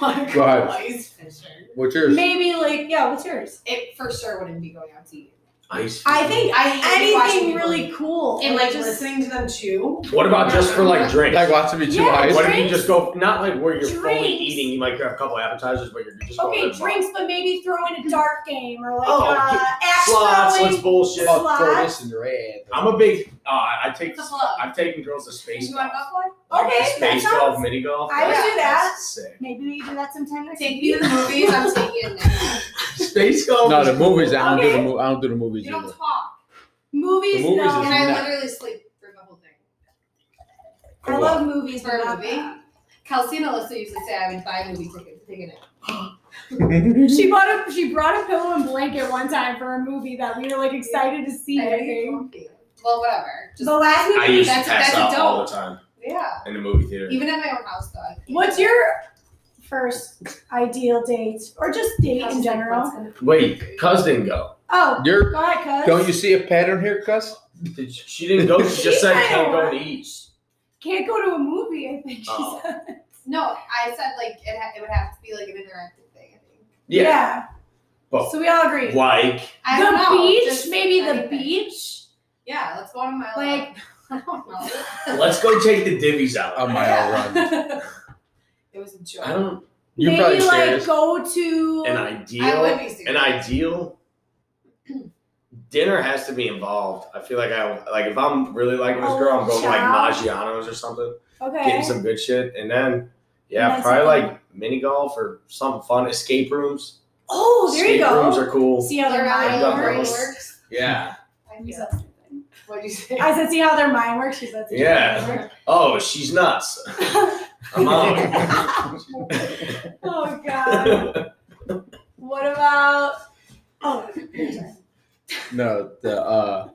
Speaker 1: Go ahead.
Speaker 4: Ice fishing.
Speaker 1: What's yours?
Speaker 2: Maybe like yeah. What's yours?
Speaker 4: It for sure wouldn't be going out to eat.
Speaker 3: Ice.
Speaker 2: I think
Speaker 4: I hate watching
Speaker 2: anything
Speaker 4: people
Speaker 2: really
Speaker 4: eat.
Speaker 2: cool
Speaker 4: and like just listening to them chew.
Speaker 3: What about just for like drinks?
Speaker 1: Like watching me chew
Speaker 2: Yeah,
Speaker 1: ice.
Speaker 3: What if you just go not like where you're fully
Speaker 2: Drinks.
Speaker 3: eating? You might grab a couple appetizers, but you're just going
Speaker 2: Okay,
Speaker 3: to the
Speaker 2: drinks, but maybe throw in a dart game or like
Speaker 3: Oh,
Speaker 2: uh,
Speaker 3: yeah.
Speaker 2: axe
Speaker 3: slots.
Speaker 2: throwing.
Speaker 3: Let's bullshit.
Speaker 2: Slots.
Speaker 1: I'll throw this in your head.
Speaker 3: I'm a big. Uh, I take.
Speaker 4: It's a blow.
Speaker 3: I've taken girls to space
Speaker 4: You want
Speaker 3: golf.
Speaker 4: to go
Speaker 2: Okay, that
Speaker 3: Space golf,
Speaker 2: sounds.
Speaker 3: mini golf.
Speaker 2: I would
Speaker 3: that's-
Speaker 2: do that.
Speaker 3: that's Sick.
Speaker 2: Maybe we do that sometime next
Speaker 4: Take me
Speaker 2: week.
Speaker 4: to the movies. I'm taking it now.
Speaker 3: Space golf.
Speaker 1: No,
Speaker 3: is
Speaker 1: the
Speaker 3: cool.
Speaker 1: movies. I don't do the
Speaker 2: Okay.
Speaker 1: mo- I don't do the movies
Speaker 4: You
Speaker 1: either.
Speaker 4: don't talk,
Speaker 2: Movies,
Speaker 1: The movies
Speaker 2: no.
Speaker 1: is
Speaker 4: and I
Speaker 1: not-
Speaker 4: literally sleep through the whole thing.
Speaker 2: I love movies.
Speaker 4: For a
Speaker 2: but not
Speaker 4: movie? Kelsey and Alyssa used to say I would buy movie tickets to take a nap.
Speaker 2: that. She bought a she brought a pillow and blanket one time for a movie that we were like excited to see. I
Speaker 4: I get
Speaker 2: think.
Speaker 4: comfy. Well, whatever. Just
Speaker 2: The last
Speaker 3: I
Speaker 2: movie.
Speaker 3: used to
Speaker 4: That's-
Speaker 3: pass
Speaker 4: that's
Speaker 3: out
Speaker 4: dope.
Speaker 3: all the time
Speaker 4: yeah.
Speaker 3: in the movie theater.
Speaker 4: Even at my own house, though. I can't.
Speaker 2: What's your first ideal date or just date
Speaker 4: Kelsey's
Speaker 2: in
Speaker 4: like,
Speaker 2: general?
Speaker 4: what's gonna-
Speaker 3: Wait, cuz didn't go.
Speaker 2: Oh,
Speaker 1: You're.
Speaker 2: go ahead, cuz.
Speaker 1: Don't you see a pattern here, cuss?
Speaker 3: Did, she didn't go. She
Speaker 2: She
Speaker 3: just said
Speaker 2: said
Speaker 3: can't go
Speaker 2: what?
Speaker 3: to eat.
Speaker 2: Can't go to a movie. I think she
Speaker 3: Oh.
Speaker 2: said.
Speaker 4: No, I said like it, ha- it would have to be like an interactive thing. I think.
Speaker 3: Yeah. Well,
Speaker 2: So we all agree.
Speaker 3: Like
Speaker 4: I
Speaker 2: the
Speaker 4: don't know,
Speaker 2: beach,
Speaker 4: just
Speaker 2: maybe the
Speaker 4: anything.
Speaker 2: beach.
Speaker 4: Yeah, let's go on a mile.
Speaker 2: Like-
Speaker 4: I don't know.
Speaker 3: Let's go take the divvies out.
Speaker 1: A mile
Speaker 4: Yeah.
Speaker 1: run.
Speaker 4: It was a joke.
Speaker 3: I don't.
Speaker 1: You're
Speaker 2: maybe
Speaker 1: probably
Speaker 2: like
Speaker 1: serious.
Speaker 2: go to
Speaker 3: An ideal.
Speaker 4: I would be serious.
Speaker 3: An ideal. Dinner has to be involved. I feel like I like if I'm really liking this
Speaker 2: A
Speaker 3: girl, I'm going to like
Speaker 2: chow.
Speaker 3: Maggiano's or something,
Speaker 2: okay.
Speaker 3: getting some good shit, and then yeah,
Speaker 2: And that's
Speaker 3: probably
Speaker 2: it.
Speaker 3: like mini golf or something fun. Escape rooms.
Speaker 2: oh, there you
Speaker 3: Escape
Speaker 2: go.
Speaker 3: rooms are cool.
Speaker 2: See how their
Speaker 4: Your mind
Speaker 2: mind
Speaker 3: Dumbbells.
Speaker 2: works.
Speaker 4: works.
Speaker 3: Yeah.
Speaker 4: I feel- What'd you say?
Speaker 2: I said, see how their mind works. She said, see
Speaker 3: Yeah.
Speaker 2: How their mind works.
Speaker 3: Oh, she's nuts. I'm out.
Speaker 2: oh god. What about? Oh,
Speaker 1: No, the uh,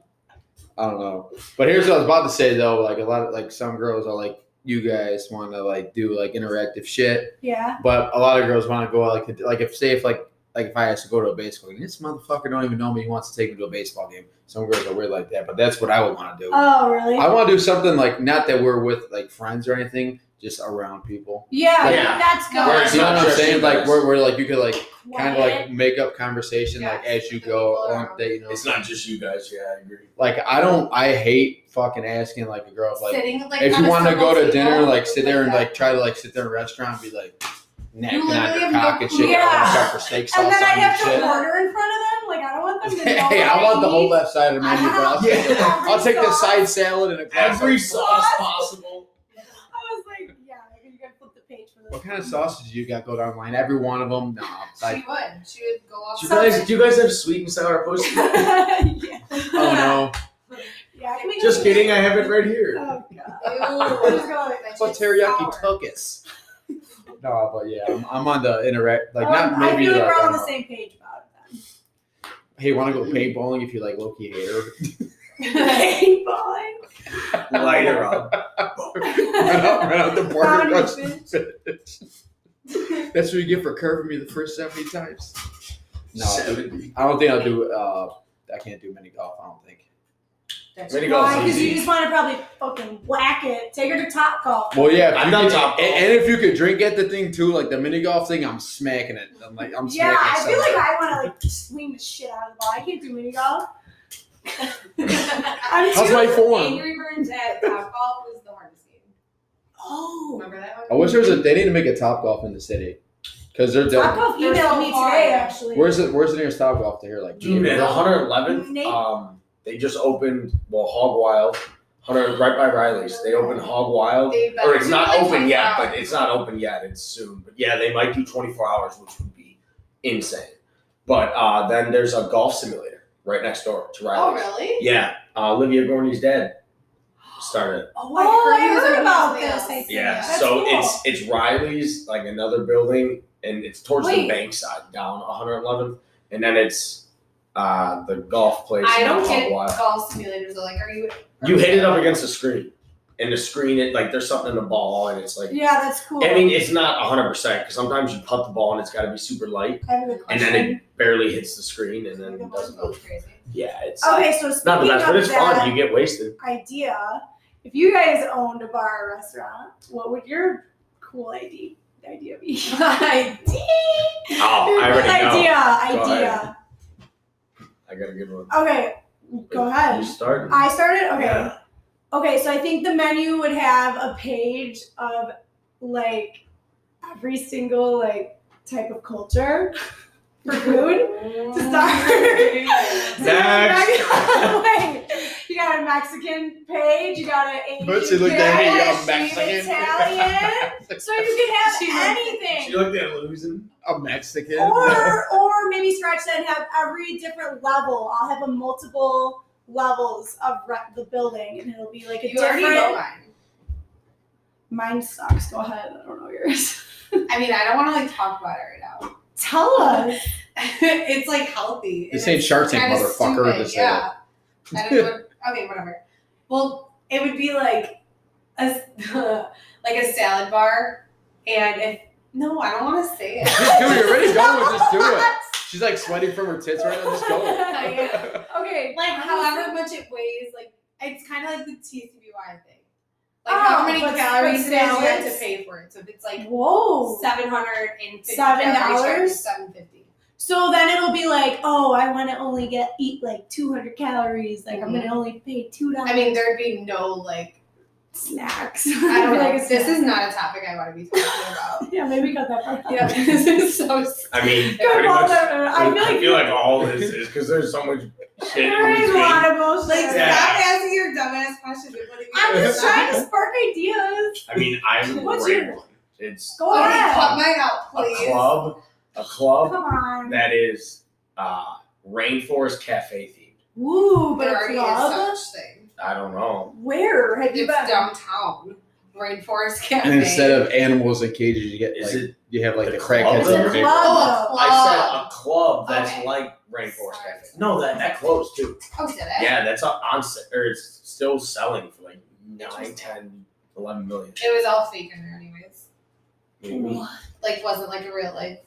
Speaker 1: I don't know. But here's what I was about to say though. Like a lot of like some girls are like you guys want to like do like interactive shit,
Speaker 2: yeah.
Speaker 1: but a lot of girls want to go out, like to- like if say if like like if I asked to go to a baseball game, this motherfucker don't even know me. He wants to take me to a baseball game. Some girls are weird like that, but that's what I would want to do.
Speaker 2: Oh, really?
Speaker 1: I want to do something like not that we're with like friends or anything, just around people.
Speaker 2: yeah,
Speaker 3: Yeah.
Speaker 2: that's good.
Speaker 4: No,
Speaker 1: Where-
Speaker 4: it's
Speaker 1: you know
Speaker 4: not
Speaker 1: what I'm
Speaker 4: just
Speaker 1: saying?
Speaker 3: you
Speaker 1: Like
Speaker 3: guys.
Speaker 1: we're, we're like you could like kind of
Speaker 2: Quiet.
Speaker 1: like make up conversation like
Speaker 4: Yeah.
Speaker 1: as you go
Speaker 4: People
Speaker 1: along.
Speaker 4: around.
Speaker 1: That you know,
Speaker 3: it's not just you guys. Yeah, I agree.
Speaker 1: like I don't I hate fucking asking like a girl if like
Speaker 4: Sitting like
Speaker 1: if
Speaker 4: on
Speaker 1: you
Speaker 4: a
Speaker 1: want to
Speaker 4: circle
Speaker 1: go to dinner
Speaker 4: table,
Speaker 1: like sit there and
Speaker 4: that.
Speaker 1: like try to like sit there in a restaurant and be like neck and on
Speaker 4: You literally
Speaker 1: your
Speaker 4: have
Speaker 1: cock
Speaker 4: no
Speaker 1: and shit. I want to
Speaker 2: clue.
Speaker 1: shop for snake sauce
Speaker 2: And then I
Speaker 1: on your
Speaker 2: have
Speaker 1: shit.
Speaker 2: to order in front of them. Like I don't want them to. know
Speaker 1: Hey, I
Speaker 2: what
Speaker 1: want the whole
Speaker 2: eat.
Speaker 1: left side of the
Speaker 2: I
Speaker 1: menu,
Speaker 2: want
Speaker 1: bro. I'll take,
Speaker 3: every
Speaker 1: the, I'll take the
Speaker 2: sauce.
Speaker 1: side salad and a glass
Speaker 3: Every
Speaker 1: of-
Speaker 3: sauce possible.
Speaker 2: I was like, yeah, you gotta flip the page for this.
Speaker 1: What kind of sausages you got going online? Every one of them? Nah,
Speaker 4: she
Speaker 1: like,
Speaker 4: would. She would go off.
Speaker 3: Do you guys do you guys have sweet and sour pussy?
Speaker 2: yeah.
Speaker 1: oh no.
Speaker 2: Yeah, I can make
Speaker 3: Just
Speaker 2: it-
Speaker 3: kidding, I have it right here.
Speaker 2: Oh
Speaker 4: Ew.
Speaker 2: god.
Speaker 1: That's what teriyaki tuckus. No, but yeah, I'm, I'm on the interact. Like, not
Speaker 2: Um, I
Speaker 1: maybe.
Speaker 2: feel like
Speaker 1: like,
Speaker 2: we're all
Speaker 1: I'm-
Speaker 2: on the same page about it
Speaker 1: Hey, want to go paintballing if you like Loki hater?
Speaker 2: then. Paintballing.
Speaker 3: Lighter up.
Speaker 1: Run out, run out the border.
Speaker 2: Found you,
Speaker 1: across the bitch. That's what you get for curving me the first seventy times. No,
Speaker 3: Seventy.
Speaker 1: I don't think I'll do. Uh, I can't do mini golf. I don't think.
Speaker 3: Ready goes.
Speaker 2: Why? Because you
Speaker 3: easy.
Speaker 2: just want to probably fucking whack it. Take her to Top Golf.
Speaker 1: Well, yeah, if
Speaker 3: I've
Speaker 1: you
Speaker 3: done
Speaker 1: could-
Speaker 3: top golf.
Speaker 1: and, and if you could drink at the thing too, like the mini golf thing, I'm smacking it. I'm like, I'm
Speaker 2: yeah, I
Speaker 1: smacking
Speaker 2: feel like
Speaker 1: something.
Speaker 2: I want to like swing the shit out of the ball. I can't do mini golf. I'm
Speaker 1: How's
Speaker 2: too.
Speaker 1: my form?
Speaker 4: Angry Birds at Top Golf was the hardest game.
Speaker 2: oh,
Speaker 4: Remember that one?
Speaker 1: I wish there was a. They need to make a top golf in the city, because they're.
Speaker 2: Top
Speaker 1: Del-
Speaker 2: Golf
Speaker 4: They're
Speaker 2: emailed
Speaker 4: so
Speaker 2: me
Speaker 4: hard.
Speaker 2: today actually.
Speaker 1: where's it? Where's the nearest top golf to here? Like,
Speaker 3: Dude, and
Speaker 1: Jacksonville?
Speaker 3: 111th, um, they just opened well Hog Wild, 100 right by Riley's. They opened Hog Wild,
Speaker 4: They better
Speaker 3: or it's
Speaker 4: do
Speaker 3: not
Speaker 4: like
Speaker 3: open yet,
Speaker 4: 24
Speaker 3: but it's not open yet. It's soon, but yeah, they might do 24 hours, which would be insane. But uh, then there's a golf simulator right next door to
Speaker 4: Oh
Speaker 3: Riley's.
Speaker 4: really?
Speaker 3: Yeah, uh, Olivia Gorney's dead. Started.
Speaker 4: Oh,
Speaker 2: Oh, I
Speaker 4: he was
Speaker 2: heard
Speaker 4: on
Speaker 2: about
Speaker 4: something
Speaker 2: this.
Speaker 4: else.
Speaker 2: I think.
Speaker 3: Yeah,
Speaker 2: That's
Speaker 3: so
Speaker 2: cool.
Speaker 3: it's it's Riley's like another building, and it's towards the
Speaker 2: Wait.
Speaker 3: bank side down 111th, and then it's uh the golf place.
Speaker 4: I
Speaker 3: in
Speaker 4: don't
Speaker 3: Hog
Speaker 4: get
Speaker 3: Wild.
Speaker 4: golf simulators. Though. Like, are you?
Speaker 3: You hit it up against the screen, and the screen, it like there's something in the ball, and it's like
Speaker 2: yeah, that's cool.
Speaker 3: I mean, it's not 100 percent because sometimes you putt the ball and it's got to be super light,
Speaker 2: I have a
Speaker 3: and
Speaker 2: question.
Speaker 3: then it barely hits the screen,
Speaker 4: Oh
Speaker 3: and then it doesn't.
Speaker 4: Goes crazy.
Speaker 3: Yeah, it's
Speaker 2: okay, so
Speaker 3: not
Speaker 2: speaking
Speaker 3: the best, but
Speaker 2: of
Speaker 3: it's fun.
Speaker 2: Oh, that
Speaker 3: You get wasted.
Speaker 2: idea, if you guys owned a bar or restaurant, what would your cool ID idea be?
Speaker 4: I
Speaker 3: Oh, I already know.
Speaker 2: idea,
Speaker 3: Go
Speaker 2: idea.
Speaker 3: I got a good one.
Speaker 2: Okay, go ahead.
Speaker 3: You start.
Speaker 2: I started. Okay.
Speaker 3: Yeah.
Speaker 2: Okay, so I think the menu would have a page of like every single like type of culture for food.
Speaker 4: to
Speaker 2: To start. So you got a
Speaker 3: Next.
Speaker 2: Mex- Wait, you got a Mexican page. You got an Asian
Speaker 1: But she looked at me,
Speaker 2: page,
Speaker 1: I'm Mexican.
Speaker 2: Italian. So you could have
Speaker 4: She looked-
Speaker 2: anything.
Speaker 3: She looked at losing.
Speaker 1: I'm Mexican.
Speaker 2: or or maybe stretch that and have every different level. I'll have a multiple levels of re- the building, and it'll be like a
Speaker 4: you already know
Speaker 2: different.
Speaker 4: mine.
Speaker 2: Mine sucks. Go ahead. I don't know yours.
Speaker 4: I mean, I don't want to like talk about it right now.
Speaker 2: Tell us.
Speaker 4: it's like healthy.
Speaker 1: This
Speaker 4: and
Speaker 1: ain't
Speaker 4: it's
Speaker 1: Shark Tank,
Speaker 4: kinda
Speaker 1: motherfucker,
Speaker 4: stupid,
Speaker 1: this ain't
Speaker 4: yeah. I don't know. Okay, whatever. Well, it would be like a s- like a salad bar, and if no, I don't want to say
Speaker 1: Just
Speaker 4: it.
Speaker 1: do it. You're already going with just do it. She's like sweating from her tits right now. Just go.
Speaker 4: uh,
Speaker 2: okay.
Speaker 4: like however much it weighs, like it's kind of like the TCBY thing. Like
Speaker 2: Oh,
Speaker 4: how many
Speaker 2: but- but
Speaker 4: calories it is you have to
Speaker 2: salads?
Speaker 4: pay for it. So if it's like
Speaker 2: Whoa.
Speaker 4: seven hundred and fifty
Speaker 2: Seven dollars?
Speaker 4: seven fifty.
Speaker 2: So then it'll be like, oh, I want to only get eat like 200 calories. Like I'm gonna only pay two dollars.
Speaker 4: Mm-hmm. I mean, there'd be no like.
Speaker 2: snacks.
Speaker 4: I don't
Speaker 2: Like
Speaker 4: know.
Speaker 2: a
Speaker 4: This
Speaker 2: snack.
Speaker 4: is not a topic I want to be talking about.
Speaker 2: yeah. Maybe cut that part. out.
Speaker 4: yeah, this is so. s-
Speaker 3: I mean,
Speaker 2: Good
Speaker 3: pretty
Speaker 2: ball,
Speaker 3: much.
Speaker 2: no, no, no. I feel like
Speaker 3: all this is because there's so much shit in
Speaker 2: There is a
Speaker 3: between.
Speaker 2: lot of bullshit.
Speaker 4: Like,
Speaker 3: Yeah.
Speaker 4: stop asking your dumbass questions. You're putting me
Speaker 2: I'm
Speaker 4: on
Speaker 2: just
Speaker 4: the
Speaker 2: trying
Speaker 4: spot.
Speaker 2: to spark ideas.
Speaker 3: I mean, I'm a
Speaker 2: What's
Speaker 3: great
Speaker 2: your-
Speaker 3: one. It's
Speaker 2: Go
Speaker 4: Okay, cut
Speaker 2: ahead.
Speaker 4: mine out,
Speaker 3: a
Speaker 4: please.
Speaker 3: club, a club
Speaker 2: Come on.
Speaker 3: that is uh, rainforest cafe themed.
Speaker 2: Woo, but
Speaker 4: There
Speaker 2: a
Speaker 4: already
Speaker 2: club?
Speaker 4: is such thing.
Speaker 3: I don't know.
Speaker 2: Where have you
Speaker 4: It's
Speaker 2: been?
Speaker 4: downtown, rainforest cafe.
Speaker 1: And instead of animals in cages, you get
Speaker 3: Is
Speaker 1: like
Speaker 3: it?
Speaker 1: you have like
Speaker 3: the
Speaker 1: the crackheads
Speaker 2: It's
Speaker 3: club?
Speaker 1: in your
Speaker 2: a
Speaker 1: neighborhood.
Speaker 2: club.
Speaker 4: Oh,
Speaker 3: I said a club that's
Speaker 4: Okay.
Speaker 3: like rainforest
Speaker 4: Sorry.
Speaker 3: cafe. No, that that closed too.
Speaker 4: oh, did it?
Speaker 3: Yeah, that's on, on s- or it's still selling for like nine, ten, eleven million.
Speaker 4: It was all fake in there, anyways.
Speaker 3: Maybe.
Speaker 2: What?
Speaker 4: Like, wasn't like a real life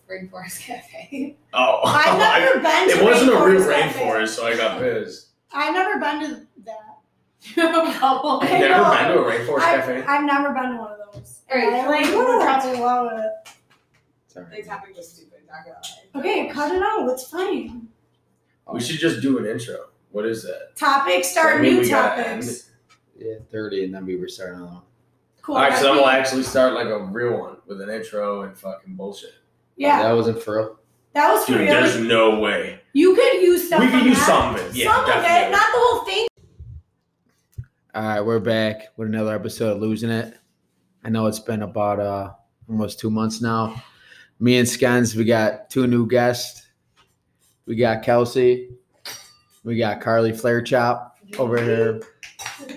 Speaker 4: rainforest cafe.
Speaker 3: Oh,
Speaker 2: I've
Speaker 3: I-
Speaker 2: never been to
Speaker 3: it wasn't a real
Speaker 2: Cafe.
Speaker 3: rainforest, so I got pissed.
Speaker 2: I've never been to that.
Speaker 4: All
Speaker 3: I've
Speaker 2: I
Speaker 3: never
Speaker 2: know.
Speaker 3: been to a rainforest
Speaker 2: I've,
Speaker 3: cafe.
Speaker 2: I've never been to one of those.
Speaker 4: All right,
Speaker 2: I like
Speaker 4: come on.
Speaker 2: would probably love it.
Speaker 1: Sorry.
Speaker 4: The topic was stupid, not gonna lie.
Speaker 2: Okay, cut it out. It's fine.
Speaker 3: We should just do an intro. What is that?
Speaker 2: Topics
Speaker 3: Does that
Speaker 2: start
Speaker 3: mean
Speaker 2: new
Speaker 3: we gotta
Speaker 2: topics.
Speaker 1: Yeah, thirty, and then we were starting on.
Speaker 2: Cool.
Speaker 3: All right,
Speaker 2: that's
Speaker 3: so then
Speaker 2: me.
Speaker 3: we'll actually start like a real one with an intro and fucking bullshit.
Speaker 2: yeah,
Speaker 1: That wasn't for real.
Speaker 2: that was for
Speaker 3: Dude,
Speaker 2: real.
Speaker 3: there's no way.
Speaker 2: You could use stuff.
Speaker 3: we could
Speaker 2: from
Speaker 3: use
Speaker 2: that.
Speaker 3: some of it. Yeah,
Speaker 2: some of it,
Speaker 3: definitely.
Speaker 2: not the whole thing.
Speaker 1: All right, we're back with another episode of Losing It. I know it's been about uh almost two months now. Me and Skins, we got two new guests. We got Kelsey. We got Carly Flair Chop over here.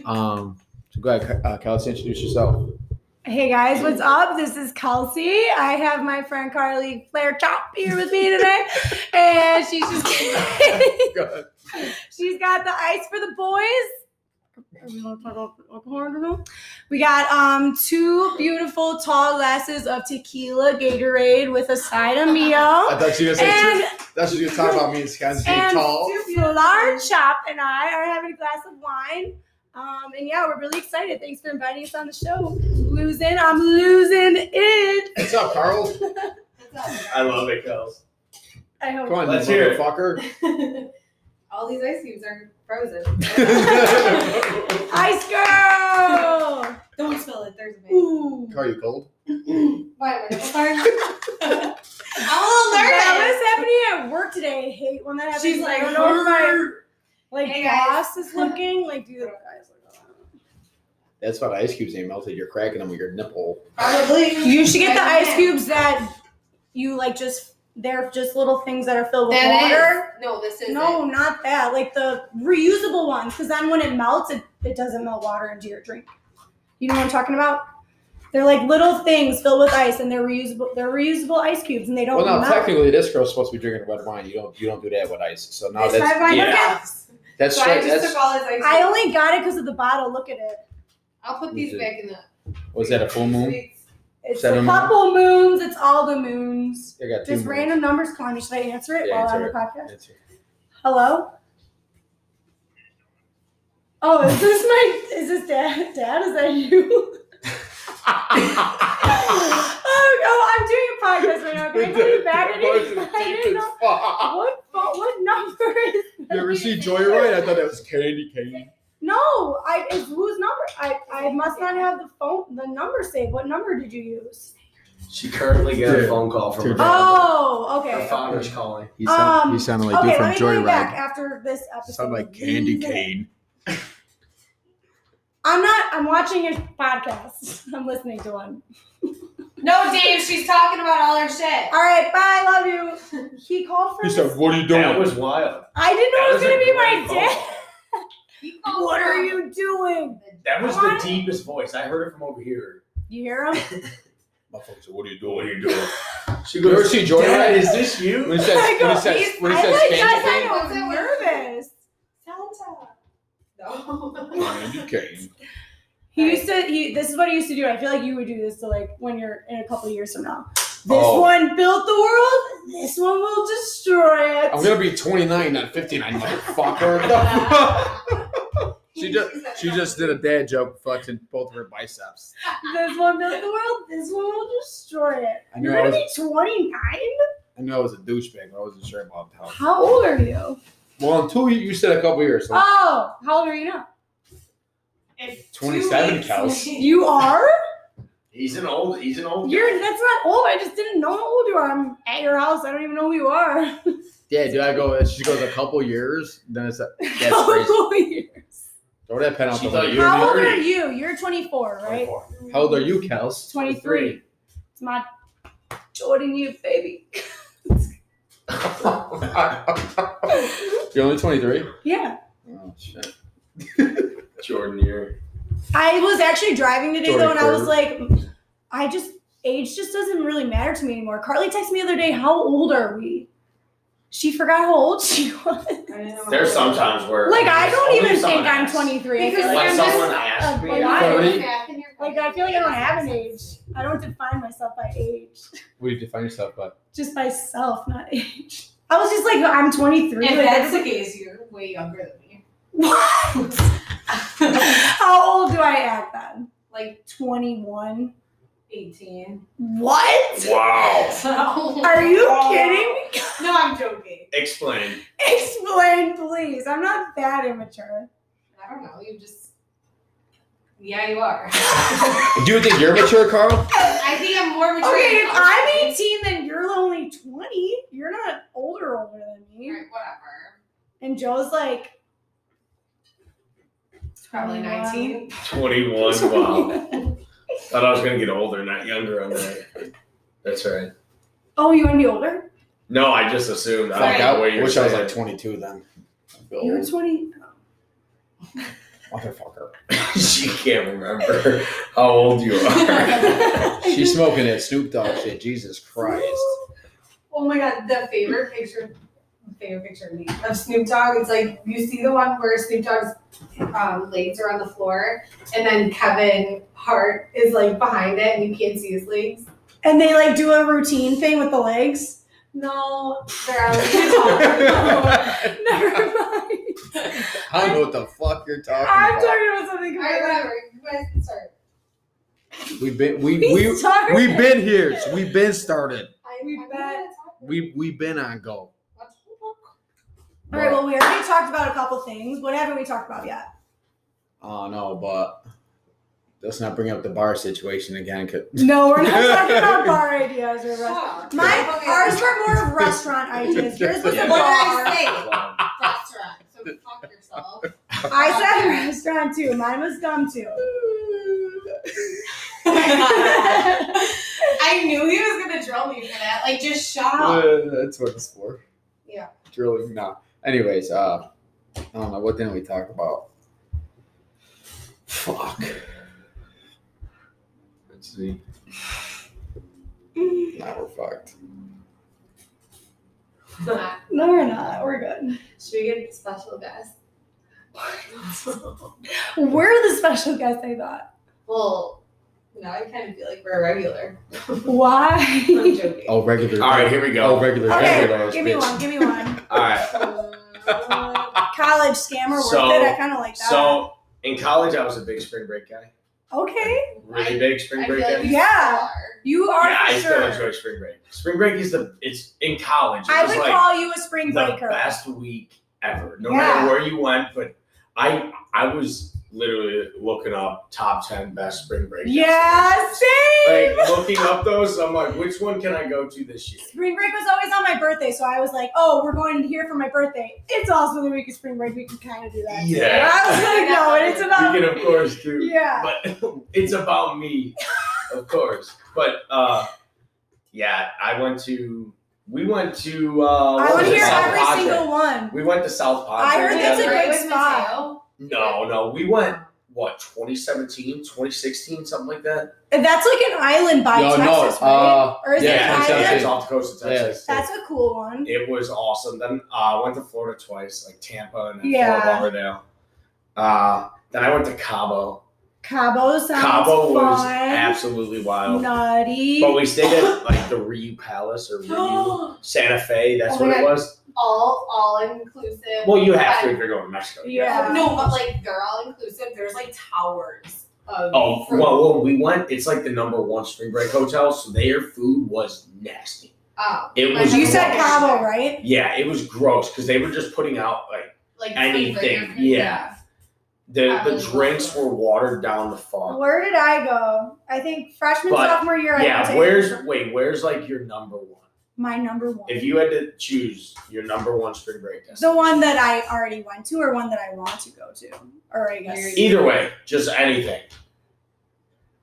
Speaker 1: Um, so go ahead, uh, Kelsey, introduce yourself.
Speaker 2: Hey guys, what's up? This is Kelsey. I have my friend Carly Flair Chop here with me today, and she's just she's got the ice for the boys. Are we allowed to talk about alcohol in the room? We got um two beautiful tall glasses of tequila Gatorade with a side of Mio.
Speaker 1: I thought you were gonna say
Speaker 2: And
Speaker 1: that's what you were talking about me and Skins being
Speaker 2: and
Speaker 1: tall.
Speaker 2: Flar Chop and I are having a glass of wine. Um, and yeah, we're really excited. Thanks for inviting us on the show. Losing, I'm losing it.
Speaker 1: What's up, Carl?
Speaker 3: I love it, Kels.
Speaker 2: I hope.
Speaker 1: Come on,
Speaker 3: Let's
Speaker 1: you
Speaker 3: hear it.
Speaker 1: motherfucker.
Speaker 4: All these ice cubes are frozen.
Speaker 2: Ice girl.
Speaker 4: Don't spill it. There's a baby.
Speaker 2: Ooh.
Speaker 1: Carl, you cold?
Speaker 4: Why? am I Sorry. I'm a little nervous.
Speaker 2: That was happening at work today. I hate when that happens.
Speaker 4: She's like,
Speaker 2: I don't know if my like
Speaker 4: Hey, guys.
Speaker 2: boss is looking. Like, do the guys look
Speaker 1: That's why the ice cubes ain't melted. You're cracking them with your nipple.
Speaker 4: Probably.
Speaker 2: You should get the ice cubes that you like. Just they're just little things that are filled with water.
Speaker 4: That is. No, this is.
Speaker 2: No, not that. Like the reusable ones, because then when it melts, it, it doesn't melt water into your drink. You know what I'm talking about? They're like little things filled with ice, and they're reusable. They're reusable ice cubes, and they don't
Speaker 1: Well, now
Speaker 2: melt.
Speaker 1: technically, this girl's supposed to be drinking red wine. You don't, you don't do that with ice. So now
Speaker 2: It's
Speaker 1: that's
Speaker 2: my wine.
Speaker 3: yeah.
Speaker 2: Look at-
Speaker 1: that's
Speaker 4: So I
Speaker 1: straight.
Speaker 4: just
Speaker 1: That's
Speaker 4: took all his ice.
Speaker 2: I only got it because of the bottle. Look at it.
Speaker 4: I'll put these
Speaker 1: Is it-
Speaker 4: back in the.
Speaker 1: was that a full moon?
Speaker 4: Sweets.
Speaker 2: It's
Speaker 1: Seven
Speaker 2: a couple moons. It's all the moons.
Speaker 1: I got two.
Speaker 2: Just
Speaker 1: moons.
Speaker 2: random numbers calling me. Should I answer it
Speaker 1: Yeah,
Speaker 2: while I'm on
Speaker 1: answer
Speaker 2: the podcast?
Speaker 1: That's it.
Speaker 2: Hello. Oh, is this my? Is this dad? Dad, is that you? oh, oh, I'm doing a podcast right now. Can I call you back? I didn't, I didn't know what phone- what number is.
Speaker 1: You ever see Joyride? I thought that was candy cane.
Speaker 2: No, I it's whose number? I I must not have the phone the number saved. What number did you use?
Speaker 3: She currently got a
Speaker 1: Dude.
Speaker 3: phone call from her
Speaker 1: Dude.
Speaker 3: father.
Speaker 2: Oh,
Speaker 3: Her
Speaker 2: okay.
Speaker 3: father's calling.
Speaker 1: He
Speaker 2: sound- Um,
Speaker 1: you
Speaker 2: he
Speaker 1: sound like
Speaker 2: Okay,
Speaker 1: dude from
Speaker 2: let me call you back
Speaker 1: Joyride.
Speaker 2: after this episode.
Speaker 1: Sound like candy
Speaker 2: Leave it.
Speaker 1: cane.
Speaker 2: I'm not. I'm watching a podcast. I'm listening to one.
Speaker 4: No, Dave. She's talking about all her shit.
Speaker 2: All right, bye. Love you. He called for.
Speaker 1: He
Speaker 2: his-
Speaker 1: said, "What are you
Speaker 3: That
Speaker 1: doing?"
Speaker 3: was wild.
Speaker 2: I didn't know
Speaker 3: That
Speaker 2: it was
Speaker 3: was a
Speaker 2: gonna be
Speaker 3: great
Speaker 2: my
Speaker 3: phone
Speaker 2: dad.
Speaker 3: call.
Speaker 2: What are you doing?
Speaker 3: That was
Speaker 2: What?
Speaker 3: the deepest voice. I heard it from over here.
Speaker 2: You hear him?
Speaker 1: Motherfucker said, "What are you
Speaker 3: What
Speaker 1: doing?"
Speaker 3: are you doing? She
Speaker 1: You ever see Joyride?
Speaker 3: Dad, is this
Speaker 1: When
Speaker 3: you?
Speaker 1: he says,
Speaker 2: I
Speaker 1: when
Speaker 2: go,
Speaker 1: he says, when he
Speaker 2: I
Speaker 1: says
Speaker 2: like
Speaker 1: candy cane,
Speaker 2: that. I know. I'm nervous.
Speaker 4: Santa.
Speaker 1: candy cane.
Speaker 2: He used to. He. This is what he used to do. I feel like you would do this to like when you're in a couple of years from now. This
Speaker 1: Oh.
Speaker 2: one built the world. This one will destroy it.
Speaker 1: I'm gonna be 29, not 59, motherfucker. She just she just did a dad joke flexing both of her biceps.
Speaker 2: This one built the world. This one will destroy it.
Speaker 1: I knew
Speaker 2: You're
Speaker 1: I
Speaker 2: gonna
Speaker 1: was
Speaker 2: be 29.
Speaker 1: I knew I was a douchebag, but I wasn't sure about how.
Speaker 2: How old are you?
Speaker 1: Well, until you, you said a couple years. So
Speaker 2: Oh, how old are you now?
Speaker 4: If
Speaker 1: 27
Speaker 4: two weeks
Speaker 1: cows.
Speaker 4: later-
Speaker 2: You are.
Speaker 3: He's an old. He's an old.
Speaker 2: You're. That's not old. I just didn't know how old you are. I'm at your house. I don't even know who you are.
Speaker 1: yeah, dude, I go. She goes a couple years. Then it's a, that's crazy.
Speaker 2: Couple years.
Speaker 1: Throw that pen out
Speaker 3: She
Speaker 1: the
Speaker 3: thought
Speaker 1: window.
Speaker 3: you were
Speaker 2: How old are
Speaker 3: 30.
Speaker 2: you? You're 24, right?
Speaker 1: How old are you, Kels?
Speaker 2: 23. It's my Jordan you baby.
Speaker 1: You're only 23.
Speaker 2: Yeah.
Speaker 1: Oh shit.
Speaker 3: Jordan, you're.
Speaker 2: I was actually driving today though, and I was
Speaker 1: 24.
Speaker 2: like, I just age just doesn't really matter to me anymore. Carly texted me the other day, how old are we? She forgot how old she was.
Speaker 4: I don't know.
Speaker 3: There's sometimes where.
Speaker 2: Like I don't
Speaker 3: Only
Speaker 2: even
Speaker 3: someone
Speaker 2: think I'm
Speaker 3: asks.
Speaker 2: 23. I feel
Speaker 4: Because
Speaker 2: like
Speaker 3: When
Speaker 2: I'm
Speaker 3: someone
Speaker 2: just
Speaker 3: asked
Speaker 2: a-
Speaker 3: me,
Speaker 2: a
Speaker 3: I-
Speaker 2: liar.
Speaker 1: Thirty?
Speaker 2: like I feel like I don't have an age. I don't define myself by age.
Speaker 1: What do you define yourself by?
Speaker 2: Just by self, not age. I was just like, I'm 23.
Speaker 4: If
Speaker 2: like,
Speaker 4: that's the case, you're way younger than me.
Speaker 2: What? How old do I act then?
Speaker 4: Like
Speaker 2: 21.
Speaker 4: 18.
Speaker 2: What?
Speaker 3: Wow.
Speaker 2: Are you kidding me?
Speaker 4: Oh. No, I'm joking.
Speaker 3: Explain.
Speaker 2: Explain, please. I'm not that immature.
Speaker 4: I don't know. You just Yeah, you are.
Speaker 1: Do you think you're mature, Carl?
Speaker 4: I think I'm more mature.
Speaker 2: Okay,
Speaker 4: than-
Speaker 2: if I'm 18, then you're only 20. You're not older older than me.
Speaker 4: Alright, whatever.
Speaker 2: And Joe's like,
Speaker 4: It's probably 19.
Speaker 3: 21. Wow. Thought I was gonna get older, not younger. I'm like, that's right.
Speaker 2: oh, you want to be older?
Speaker 3: No, I just assumed. I
Speaker 4: Fuck,
Speaker 3: don't know what
Speaker 1: I
Speaker 3: you're
Speaker 1: wish I was like
Speaker 3: saying.
Speaker 1: 22 then. I feel
Speaker 2: You're
Speaker 1: old.
Speaker 2: 20.
Speaker 1: Motherfucker.
Speaker 3: she can't remember how old you are.
Speaker 1: She's smoking that Snoop Dogg shit. Jesus Christ.
Speaker 4: Oh my god, the favorite picture, favorite picture of me of Snoop Dogg. It's like you see the one where Snoop Dogg's um, legs are on the floor, and then Kevin Hart is like behind it, and you can't see his legs.
Speaker 2: And they like do a routine thing with the legs.
Speaker 4: No, they're on the top.
Speaker 2: Never mind.
Speaker 1: I don't know what the fuck you're talking
Speaker 2: I'm
Speaker 1: about.
Speaker 2: talking about something
Speaker 4: All right,
Speaker 2: completely
Speaker 4: whatever. You guys can start.
Speaker 1: We've been we
Speaker 2: He's
Speaker 1: we
Speaker 2: started.
Speaker 1: we've been here. So we've been started.
Speaker 4: I,
Speaker 2: We
Speaker 4: I'm
Speaker 2: bet.
Speaker 4: gonna talk.
Speaker 1: We we've been on go.
Speaker 4: What's the book?
Speaker 2: All right, well, we already talked about a couple things. What haven't we talked about yet?
Speaker 1: Oh no, but let's not bring up the bar situation again. 'cause-
Speaker 2: No, we're not talking about bar ideas or restaurant.
Speaker 4: Fuck.
Speaker 2: My
Speaker 4: Okay,
Speaker 2: ours were more of restaurant ideas. Yours was
Speaker 3: Yeah.
Speaker 2: a bar. I
Speaker 4: restaurant. So fuck yourself.
Speaker 2: say? I said restaurant too. Mine was dumb too.
Speaker 4: I knew he was gonna drill me for that. Like, just shut up.
Speaker 1: Uh, that's what it's for.
Speaker 4: Yeah.
Speaker 1: Drilling. No. Anyways, uh, I don't know. What didn't we talk about? Fuck.
Speaker 3: Let's see.
Speaker 1: Now we're fucked.
Speaker 4: Should
Speaker 2: No, we're not. We're good.
Speaker 4: we get special guest?
Speaker 2: We're the special guest. I thought.
Speaker 4: well, now I kind of feel like we're a regular. I'm
Speaker 2: Why?
Speaker 4: joking.
Speaker 1: Oh, regular.
Speaker 3: All right, here we go.
Speaker 1: Oh, regular.
Speaker 2: okay,
Speaker 1: regular
Speaker 2: give me
Speaker 1: bitch.
Speaker 2: one. Give me one.
Speaker 3: All right.
Speaker 4: Uh,
Speaker 2: College scammer.
Speaker 3: So-
Speaker 2: worth it. I kind of like that.
Speaker 3: So in college, I was a big spring break guy.
Speaker 2: okay,
Speaker 3: Really big spring
Speaker 4: I
Speaker 3: break
Speaker 4: feel like
Speaker 3: guy.
Speaker 4: we
Speaker 2: Yeah.
Speaker 4: still are.
Speaker 2: you are
Speaker 3: Yeah, I
Speaker 2: for
Speaker 3: still
Speaker 2: sure.
Speaker 3: enjoy spring break. Spring break is the it's in college. It
Speaker 2: I
Speaker 3: was
Speaker 2: would
Speaker 3: like
Speaker 2: call you a spring
Speaker 3: the
Speaker 2: breaker.
Speaker 3: best week ever. No
Speaker 2: Yeah.
Speaker 3: matter where you went, but I I was literally looking up top ten best spring break.
Speaker 2: Yeah, same.
Speaker 3: destinations. Like looking up those, I'm like, which one can I go to this year?
Speaker 2: Spring break was always on my birthday, so I was like, "Oh, we're going here for my birthday. It's also the week of spring break. We can kind of do that." too."
Speaker 3: Yeah.
Speaker 2: I was like, "No, and it's about
Speaker 3: We can of course do
Speaker 2: yeah."
Speaker 3: but it's about me, of course. But uh, yeah, I went to we went to uh, what
Speaker 2: I
Speaker 3: was
Speaker 2: would
Speaker 3: it,
Speaker 2: hear
Speaker 3: South
Speaker 2: every
Speaker 3: Padre.
Speaker 2: single one.
Speaker 3: We went to South Padre.
Speaker 2: I heard that's a
Speaker 3: together.
Speaker 2: great
Speaker 4: With
Speaker 2: spot.
Speaker 4: Mateo.
Speaker 3: No, no, we went what 2017, 2016, something like that.
Speaker 2: And That's like an island by
Speaker 1: No, no,
Speaker 2: Texas, right?
Speaker 1: uh,
Speaker 2: or is
Speaker 1: yeah,
Speaker 2: it an
Speaker 1: Texas,
Speaker 2: island?
Speaker 1: Texas.
Speaker 3: it's off the coast of Texas.
Speaker 2: That's a cool one.
Speaker 3: It was awesome. Then uh, I went to Florida twice, like Tampa and then
Speaker 2: Yeah.
Speaker 3: Fort Lauderdale. Uh, then I went to Cabo.
Speaker 2: Cabo sounds
Speaker 3: Cabo
Speaker 2: fun.
Speaker 3: was absolutely wild.
Speaker 2: nutty.
Speaker 3: But we stayed at like the Ryu Palace or Ryu Santa Fe. That's
Speaker 4: Oh my
Speaker 3: what it
Speaker 4: God.
Speaker 3: was.
Speaker 4: all all inclusive.
Speaker 3: Well, you have to if you're going to Mexico.
Speaker 2: Yeah.
Speaker 4: No, but like they're all inclusive. There's like towers of
Speaker 3: Oh
Speaker 4: fruit.
Speaker 3: well, when we went, it's like the number one spring break hotel, so their food was nasty.
Speaker 4: Oh,
Speaker 3: It was.
Speaker 2: you said
Speaker 3: gross.
Speaker 2: Cabo, right?
Speaker 3: Yeah, it was gross because they were just putting out like
Speaker 4: like
Speaker 3: Anything,
Speaker 4: spring break,
Speaker 3: yeah. the the
Speaker 4: Probably.
Speaker 3: drinks were watered down the fuck.
Speaker 2: Where did I go? I think freshman
Speaker 3: But,
Speaker 2: sophomore year. I went
Speaker 3: Yeah,
Speaker 2: to-
Speaker 3: where's wait? Where's like your number one?
Speaker 2: my number one?
Speaker 3: If you had to choose your number one spring break
Speaker 2: The
Speaker 3: destination,
Speaker 2: one that I already went to, or one that I want to go to, or I guess.
Speaker 4: You're-
Speaker 3: either way, just anything.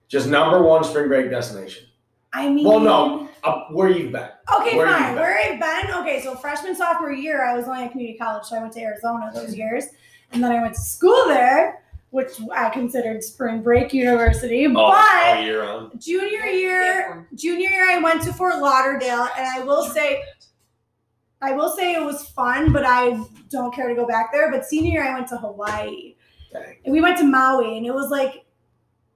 Speaker 3: Just number one spring break destination.
Speaker 2: I mean.
Speaker 3: Well, no. Up where you've been.
Speaker 2: Okay,
Speaker 3: Where you
Speaker 2: fine.
Speaker 3: been?
Speaker 2: Where I've been? Okay, so freshman sophomore year, I was only at community college, so I went to Arizona
Speaker 3: Mm-hmm.
Speaker 2: those years, and then I went to school there, which I considered spring break university.
Speaker 3: all,
Speaker 2: but
Speaker 3: all year round.
Speaker 2: junior year, junior year, I went to Fort Lauderdale, and I will say, I will say it was fun, but I don't care to go back there. But senior year, I went to Hawaii,
Speaker 3: Dang.
Speaker 2: and we went to Maui, and it was like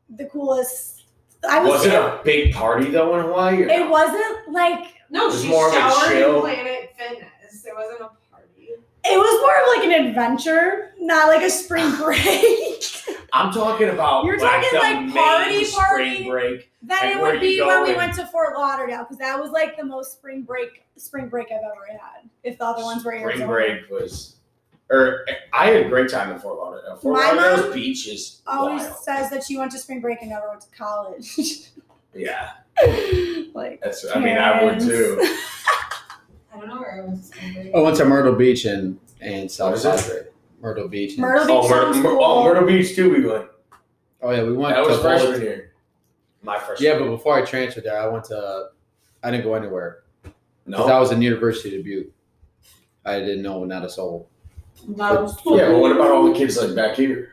Speaker 2: the coolest. I was.
Speaker 3: Was it a big party though in Hawaii? or
Speaker 2: it
Speaker 3: no?
Speaker 2: wasn't like
Speaker 4: No,
Speaker 3: It's
Speaker 4: she
Speaker 3: more of a
Speaker 4: showered in
Speaker 3: chill.
Speaker 4: Planet Fitness. It wasn't a party.
Speaker 2: It was more of like an adventure, not like a spring break.
Speaker 3: I'm talking about
Speaker 2: You're
Speaker 3: like
Speaker 2: talking,
Speaker 3: the
Speaker 2: like,
Speaker 3: main
Speaker 2: party, party.
Speaker 3: spring break.
Speaker 2: then
Speaker 3: Like,
Speaker 2: it
Speaker 3: where
Speaker 2: would
Speaker 3: you
Speaker 2: be when we
Speaker 3: going?
Speaker 2: went to Fort Lauderdale because that was like the most spring break spring break I've ever had. If the other ones were
Speaker 3: spring
Speaker 2: Arizona,
Speaker 3: break was or I had a great time in Fort Lauderdale. Fort
Speaker 2: My
Speaker 3: Lauderdale's
Speaker 2: mom
Speaker 3: beach is
Speaker 2: Always
Speaker 3: wild.
Speaker 2: says that she went to spring break and never went to college.
Speaker 3: Yeah,
Speaker 2: like,
Speaker 3: that's. I mean, I would
Speaker 2: Karen's.
Speaker 3: too.
Speaker 4: I don't know where I was. Thinking.
Speaker 1: I Oh, went to Myrtle Beach and and South
Speaker 3: What is
Speaker 1: Padre. Myrtle Beach. and-
Speaker 2: Myrtle Beach
Speaker 3: Oh, Myrtle,
Speaker 2: sounds
Speaker 3: Myr-
Speaker 2: cool.
Speaker 3: oh, Myrtle Beach too. We went.
Speaker 1: Oh yeah, we went
Speaker 3: That
Speaker 1: to
Speaker 3: was
Speaker 1: Bowling-
Speaker 3: freshman year. My freshman.
Speaker 1: Yeah, but
Speaker 3: year.
Speaker 1: before I transferred there, I went to I didn't go anywhere because I
Speaker 3: no.
Speaker 1: was in University of Butte. I didn't know not a soul.
Speaker 3: Yeah, but what about all the kids like back here?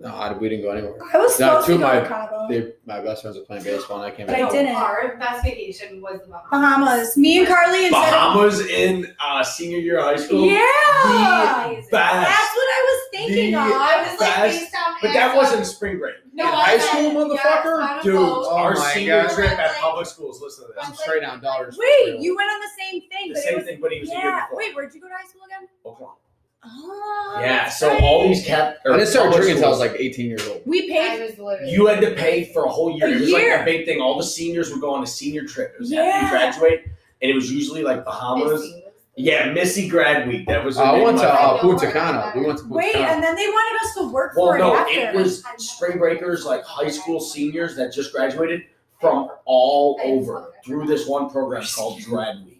Speaker 1: No, I, we didn't go anywhere.
Speaker 2: I was
Speaker 1: Now,
Speaker 2: supposed
Speaker 1: two
Speaker 2: to
Speaker 1: of
Speaker 2: go
Speaker 1: my-
Speaker 2: to Cabo.
Speaker 1: They, my best friends were playing baseball, and I came.
Speaker 2: But I
Speaker 1: back.
Speaker 2: didn't.
Speaker 4: Our best vacation was the Bahamas.
Speaker 2: Bahamas. Me and Carly instead of
Speaker 3: Bahamas in uh, senior year of high school.
Speaker 2: Yeah.
Speaker 4: Amazing.
Speaker 2: That's
Speaker 3: Best.
Speaker 2: what I was thinking
Speaker 3: The
Speaker 2: of.
Speaker 4: I was like
Speaker 3: Best.
Speaker 4: based on
Speaker 3: But that
Speaker 4: Amazon.
Speaker 3: wasn't spring break.
Speaker 4: no
Speaker 1: In
Speaker 4: I
Speaker 1: high
Speaker 4: said,
Speaker 1: school,
Speaker 4: yes,
Speaker 1: motherfucker?
Speaker 4: on a
Speaker 3: Dude,
Speaker 4: boat.
Speaker 1: Oh
Speaker 3: our
Speaker 1: my
Speaker 3: senior
Speaker 1: God.
Speaker 3: trip at public schools. Listen to
Speaker 1: I'm
Speaker 3: this.
Speaker 1: straight on dollars.
Speaker 2: Wait, you went on the same thing,
Speaker 3: The
Speaker 2: but it
Speaker 3: same
Speaker 2: was
Speaker 3: thing, but he was a year
Speaker 2: yeah.
Speaker 3: before.
Speaker 2: Wait, where'd you go to high school again?
Speaker 3: Oklahoma.
Speaker 2: Oh,
Speaker 3: Yeah,
Speaker 2: that's
Speaker 3: so
Speaker 2: right.
Speaker 3: all these cap. or
Speaker 1: I didn't start
Speaker 3: public
Speaker 1: drinking until I was
Speaker 3: schools,
Speaker 1: like 18 years old.
Speaker 2: we
Speaker 4: I
Speaker 2: paid.
Speaker 4: was literally.
Speaker 3: You had to pay for a whole year.
Speaker 2: A
Speaker 3: it was
Speaker 2: year.
Speaker 3: like a big thing. All the seniors would go on a senior trip. It was after
Speaker 2: Yeah.
Speaker 3: you graduate, and it was usually like Bahamas.
Speaker 4: Missy.
Speaker 3: Yeah, Missy grad week. That was. her
Speaker 1: I
Speaker 3: name,
Speaker 1: went to
Speaker 3: like-
Speaker 1: uh,
Speaker 4: I know.
Speaker 1: Punta Cana. We went to Punta
Speaker 2: Wait,
Speaker 1: Cana.
Speaker 2: and then they wanted us to work for
Speaker 3: Well,
Speaker 2: it
Speaker 3: no,
Speaker 2: after.
Speaker 3: it was spring breakers, like high school seniors that just graduated from all over through this one program called Grad Week.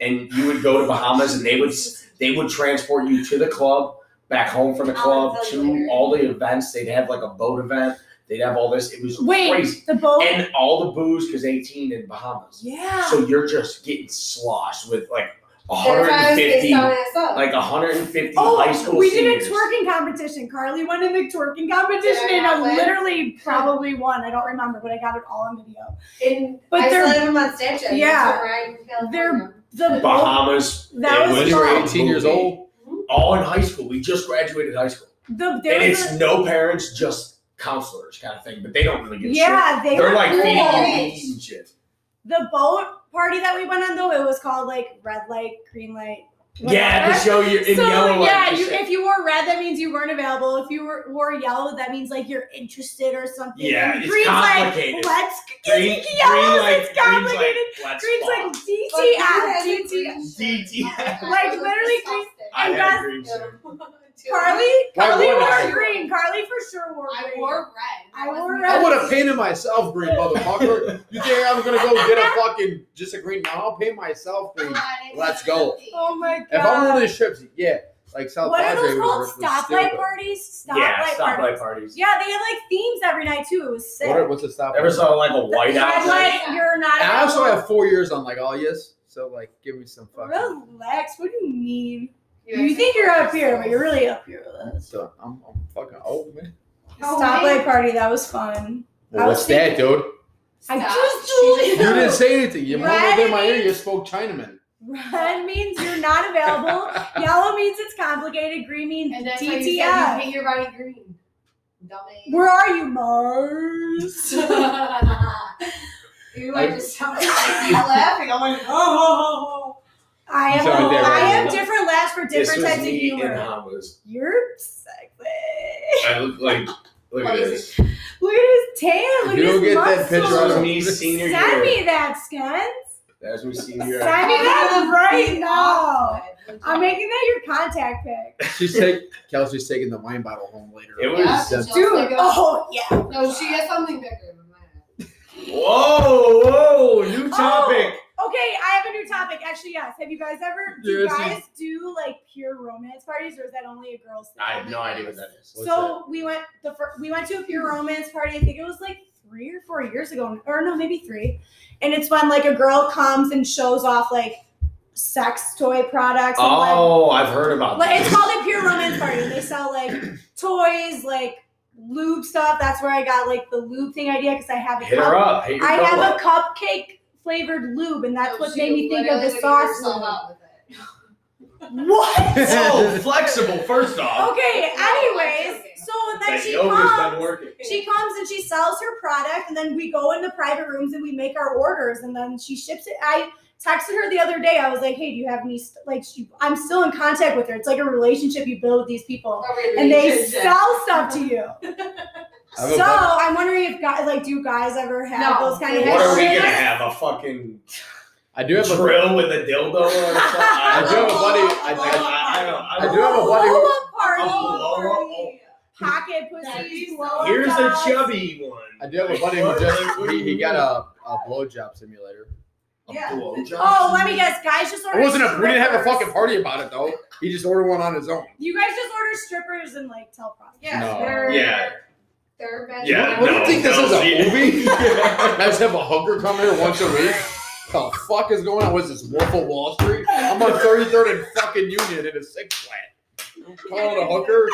Speaker 3: And you would go to Bahamas, and they would they would transport you to the club, back home from the
Speaker 2: Oh,
Speaker 3: club, to all the events. They'd have like a boat event. They'd have all this. It was
Speaker 2: Wait,
Speaker 3: crazy,
Speaker 2: the boat.
Speaker 3: and all the booze because eighteen in Bahamas.
Speaker 2: Oh. yeah.
Speaker 3: So you're just getting sloshed with like
Speaker 4: That's why I was
Speaker 3: 150,
Speaker 4: based on Amazon.
Speaker 3: like 150 high
Speaker 2: Oh,
Speaker 3: school
Speaker 2: we
Speaker 3: seniors.
Speaker 2: did a twerking competition. Carly won in the twerking competition,
Speaker 4: Did I
Speaker 2: and
Speaker 4: not
Speaker 2: I
Speaker 4: win?
Speaker 2: literally probably won. I don't remember, but I got it all on video.
Speaker 4: In,
Speaker 2: But
Speaker 4: I
Speaker 2: they're-
Speaker 4: still have them on Snapchat.
Speaker 2: Yeah.
Speaker 4: That's where I feel
Speaker 2: They're-
Speaker 4: from.
Speaker 2: The boat.
Speaker 3: Bahamas.
Speaker 2: That
Speaker 3: it
Speaker 2: was
Speaker 1: when
Speaker 3: was
Speaker 1: you were
Speaker 2: fun.
Speaker 1: 18 years old,
Speaker 3: all in high school. We just graduated high school.
Speaker 2: The
Speaker 3: and
Speaker 2: there was
Speaker 3: it's
Speaker 2: a-
Speaker 3: no parents, just counselors kind of thing. But they don't really give a shit.
Speaker 2: yeah, they
Speaker 3: They're
Speaker 2: were
Speaker 3: like
Speaker 2: cool.
Speaker 3: feeding you
Speaker 4: Yes.
Speaker 3: meat and shit.
Speaker 2: the boat party that we went on though it was called like red light green light
Speaker 3: Yeah, to
Speaker 2: whatever.
Speaker 3: show you in
Speaker 2: so
Speaker 3: yellow
Speaker 2: yeah
Speaker 3: light.
Speaker 2: you, if you wore red that means you weren't available if you were, wore yellow that means like you're interested or something
Speaker 3: Yeah,
Speaker 2: and
Speaker 3: it's
Speaker 2: green's
Speaker 3: complicated.
Speaker 2: like let's green, yellow it's complicated green's like
Speaker 4: But you had
Speaker 2: dtf
Speaker 4: the
Speaker 2: dtf
Speaker 4: green shirt.
Speaker 3: DTF.
Speaker 2: Like, literally green-
Speaker 3: I
Speaker 2: and
Speaker 3: had
Speaker 2: that's-
Speaker 3: a green shirt.
Speaker 2: carly
Speaker 1: Why
Speaker 2: carly
Speaker 1: wouldn't
Speaker 2: wore
Speaker 1: I?
Speaker 2: green carly for sure wore
Speaker 4: I
Speaker 2: green
Speaker 4: wore red.
Speaker 2: I wore
Speaker 4: wasn't-
Speaker 1: I
Speaker 2: red.
Speaker 1: would have painted myself green, motherfucker. You think I'm gonna go get a fucking just a green? No, I'll paint myself green. Let's go.
Speaker 2: oh my
Speaker 1: If I'm one of
Speaker 2: god
Speaker 1: these trips, yeah, like South
Speaker 2: what are
Speaker 1: Padre
Speaker 2: those
Speaker 1: was-
Speaker 2: called
Speaker 1: was
Speaker 2: stoplight
Speaker 1: stupid.
Speaker 2: parties stoplight
Speaker 3: yeah,
Speaker 2: parties
Speaker 3: stoplight parties.
Speaker 2: Yeah, they had like themes every night too. It was sick.
Speaker 1: What are, what's a stop?
Speaker 3: Ever saw like a
Speaker 2: The
Speaker 3: white
Speaker 2: red
Speaker 3: outfit?
Speaker 2: light, you're not.
Speaker 1: and I also
Speaker 2: available.
Speaker 1: have four years on like all yes, so like give me some fucking.
Speaker 2: Relax. What do you mean? You think you're up here, but you're really up here with us.
Speaker 1: So I'm, I'm fucking old man.
Speaker 4: Oh,
Speaker 2: Stoplight
Speaker 4: wait.
Speaker 2: party. That was fun. I
Speaker 1: Well,
Speaker 2: was
Speaker 1: what's that, dude?
Speaker 2: I
Speaker 4: Stop.
Speaker 2: just
Speaker 4: She
Speaker 2: told
Speaker 1: You
Speaker 2: you.
Speaker 1: didn't say anything. You
Speaker 2: Right?
Speaker 1: mumbled in my ear. You spoke Chinaman.
Speaker 2: Red means you're not available. Yellow means it's complicated. Green means
Speaker 4: And that's why you said you
Speaker 2: DTF.
Speaker 4: paint your body green. Dumbass.
Speaker 2: Where are you, Mars?
Speaker 4: you
Speaker 1: I-
Speaker 4: are just sounding like you're laughing. I'm like, oh.
Speaker 2: I
Speaker 1: You
Speaker 2: have,
Speaker 1: sound like that
Speaker 2: I
Speaker 1: right
Speaker 2: have
Speaker 1: now.
Speaker 2: different laughs for
Speaker 3: This
Speaker 2: different
Speaker 3: was
Speaker 2: types of
Speaker 3: me uh, in
Speaker 2: humor.
Speaker 3: Bahamas.
Speaker 2: You're sexy.
Speaker 3: I look like look at
Speaker 4: What is
Speaker 3: this.
Speaker 2: Look at his tan. Look
Speaker 1: If you
Speaker 2: at
Speaker 1: don't
Speaker 2: his
Speaker 1: get that
Speaker 2: muscles.
Speaker 1: picture
Speaker 3: That was
Speaker 1: out of
Speaker 3: me senior
Speaker 2: Send
Speaker 3: year.
Speaker 2: me that, Skins.
Speaker 3: That was me senior
Speaker 2: Send me
Speaker 3: year.
Speaker 2: that right now.
Speaker 4: Legit.
Speaker 2: I'm making that your contact pic.
Speaker 1: She's taking Kelsey's taking the wine bottle home later.
Speaker 3: It was-
Speaker 4: Yeah,
Speaker 1: Dude,
Speaker 4: just
Speaker 2: Dude,
Speaker 4: like a-
Speaker 2: oh, yeah.
Speaker 4: No, she has something bigger than that.
Speaker 3: Whoa, whoa,
Speaker 2: Oh.
Speaker 3: new topic.
Speaker 2: Okay, I have a new topic. Actually, yes. Have you guys ever, do you
Speaker 1: Yes, yes.
Speaker 2: guys do like pure romance parties or is that only a girl's thing?
Speaker 3: I have no idea what that is.
Speaker 1: What's
Speaker 2: so we went the fir- we went to a pure romance party. I think it was like three or four years ago, or no, maybe three. And it's when like a girl comes and shows off like sex toy products. and, like,
Speaker 3: Oh, I've heard about
Speaker 2: Like,
Speaker 3: this.
Speaker 2: it's called a pure romance party. They sell like toys, like lube stuff. That's where I got like the lube thing idea because I have a
Speaker 3: Hit
Speaker 2: cup-
Speaker 3: her up. Hit your
Speaker 2: I
Speaker 3: girl
Speaker 2: have
Speaker 3: up.
Speaker 2: a cupcake flavored lube, and that's
Speaker 4: No,
Speaker 2: what
Speaker 4: Oh, she
Speaker 2: made me think of the
Speaker 4: literally
Speaker 2: sauce
Speaker 4: herself
Speaker 2: lube.
Speaker 4: out with it.
Speaker 2: What?
Speaker 3: so flexible, first off.
Speaker 2: Okay. Anyways, so Oh, then
Speaker 3: Oh. That
Speaker 2: she
Speaker 3: yoga's been
Speaker 2: comes.
Speaker 3: working.
Speaker 2: She comes and she sells her product, and then we go into private rooms and we make our orders, and then she ships it. I texted her the other day. I was like, "Hey, do you have any st-? like?" She, I'm still in contact with her. It's like a relationship you build with these
Speaker 4: Oh,
Speaker 2: people. and they sell stuff to you.
Speaker 1: I have a
Speaker 2: so
Speaker 1: buddy-
Speaker 2: I'm wondering if guys like do you guys ever have
Speaker 4: No.
Speaker 2: those kind of
Speaker 3: What are we
Speaker 2: issues?
Speaker 3: gonna have? A fucking
Speaker 1: I do have a,
Speaker 3: drill with a dildo or something.
Speaker 1: I do have a buddy.
Speaker 3: I,
Speaker 1: I,
Speaker 3: I, I,
Speaker 1: I do have a buddy who-
Speaker 2: Blow-up party.
Speaker 3: Oh,
Speaker 2: Pocket pussies.
Speaker 4: That's-
Speaker 2: blow-up
Speaker 3: Here's a
Speaker 2: dolls.
Speaker 3: chubby one.
Speaker 1: I do have a buddy who just he, he got a, a blowjob simulator.
Speaker 3: A
Speaker 4: Yeah.
Speaker 3: blowjob?
Speaker 2: Oh, let me guess. Guys just ordered.
Speaker 1: It wasn't a, we didn't have a
Speaker 2: strippers.
Speaker 1: fucking party about it though. He just ordered one on his own.
Speaker 2: You guys just order strippers and like tell prostitutes.
Speaker 4: Yes,
Speaker 1: No.
Speaker 4: they're
Speaker 3: Yeah.
Speaker 4: they're bad.
Speaker 3: Yeah,
Speaker 1: What do
Speaker 3: no,
Speaker 1: you think this
Speaker 3: no,
Speaker 1: is a
Speaker 3: see-
Speaker 1: movie? I just have a hooker come here once a week. The fuck is going on? Was this Wolf of Wall Street? I'm on 33rd and fucking Union in a six flat. Calling a hooker?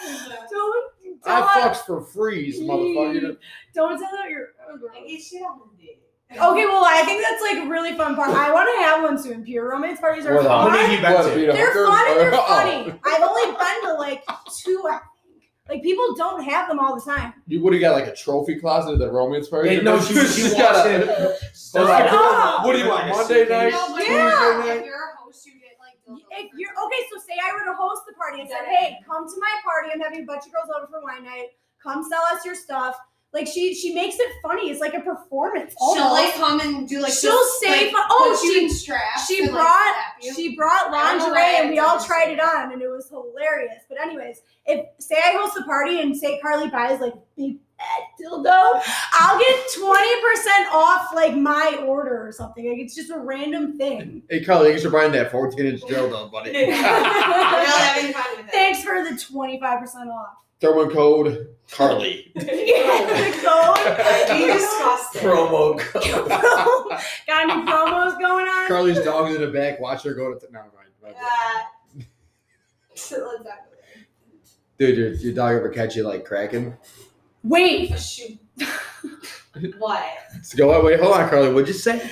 Speaker 2: Don't, don't,
Speaker 1: I fucks for freeze, motherfucker.
Speaker 2: don't tell that you're. oh, gross.
Speaker 4: I get shit on the dick.
Speaker 2: Okay, well, I think that's like a really fun part. I want to have one soon. Pure romance parties are
Speaker 1: Well,
Speaker 3: How
Speaker 2: fun.
Speaker 3: many have you been
Speaker 1: What,
Speaker 3: to?
Speaker 1: beat a
Speaker 2: They're
Speaker 1: hooker?
Speaker 2: fun and they're
Speaker 1: Oh.
Speaker 2: funny. I've only been to like two, I think. Like people don't have them all the time.
Speaker 1: You would have got like a trophy closet at the romance party.
Speaker 3: Hey, no, she, she
Speaker 1: She's
Speaker 3: walks
Speaker 1: got a-
Speaker 3: in.
Speaker 1: Hold on.
Speaker 2: Stop.
Speaker 3: What do you want?
Speaker 1: Monday night?
Speaker 4: No, but
Speaker 2: Yeah.
Speaker 4: if you're- if you're a host, you get
Speaker 2: If
Speaker 4: like. dildos for
Speaker 2: you're
Speaker 4: free.
Speaker 2: okay, so say I were to host the party and said, "Hey, come to my party. I'm having a bunch of girls over for wine night. Come sell us your stuff." Like she she makes it funny. It's like a performance.
Speaker 4: she'll
Speaker 2: almost.
Speaker 4: like come and do like.
Speaker 2: she'll
Speaker 4: this,
Speaker 2: say,
Speaker 4: like,
Speaker 2: fu- "Oh,
Speaker 4: put you
Speaker 2: she
Speaker 4: in straps
Speaker 2: she
Speaker 4: and, like,
Speaker 2: brought-
Speaker 4: slap you.
Speaker 2: She brought
Speaker 4: I don't know
Speaker 2: lingerie
Speaker 4: why
Speaker 2: and we all
Speaker 4: it's
Speaker 2: tried it on and it was hilarious. But anyways, if say I host a party and say Carly buys like big fat dildo, I'll get twenty percent off like my order or something. Like it's just a random thing.
Speaker 1: Hey, Carly, thanks for buying that 14 inch dildo, buddy.
Speaker 4: You're not having fun with it.
Speaker 2: Thanks for the twenty five percent off.
Speaker 1: Thermo code Carly.
Speaker 2: Yeah, the code.
Speaker 4: Be disgusting.
Speaker 3: Promo code.
Speaker 2: Got any promos going on?
Speaker 1: Carly's dog's in the back. Watch her go to. No, never mind.
Speaker 4: Uh, so let's not go there.
Speaker 1: Dude, your, your dog ever catch you like cracking?
Speaker 2: Wait,
Speaker 4: Oh, shoot. what?
Speaker 1: Let's go. Wait, wait, hold on, Carly. What'd you say?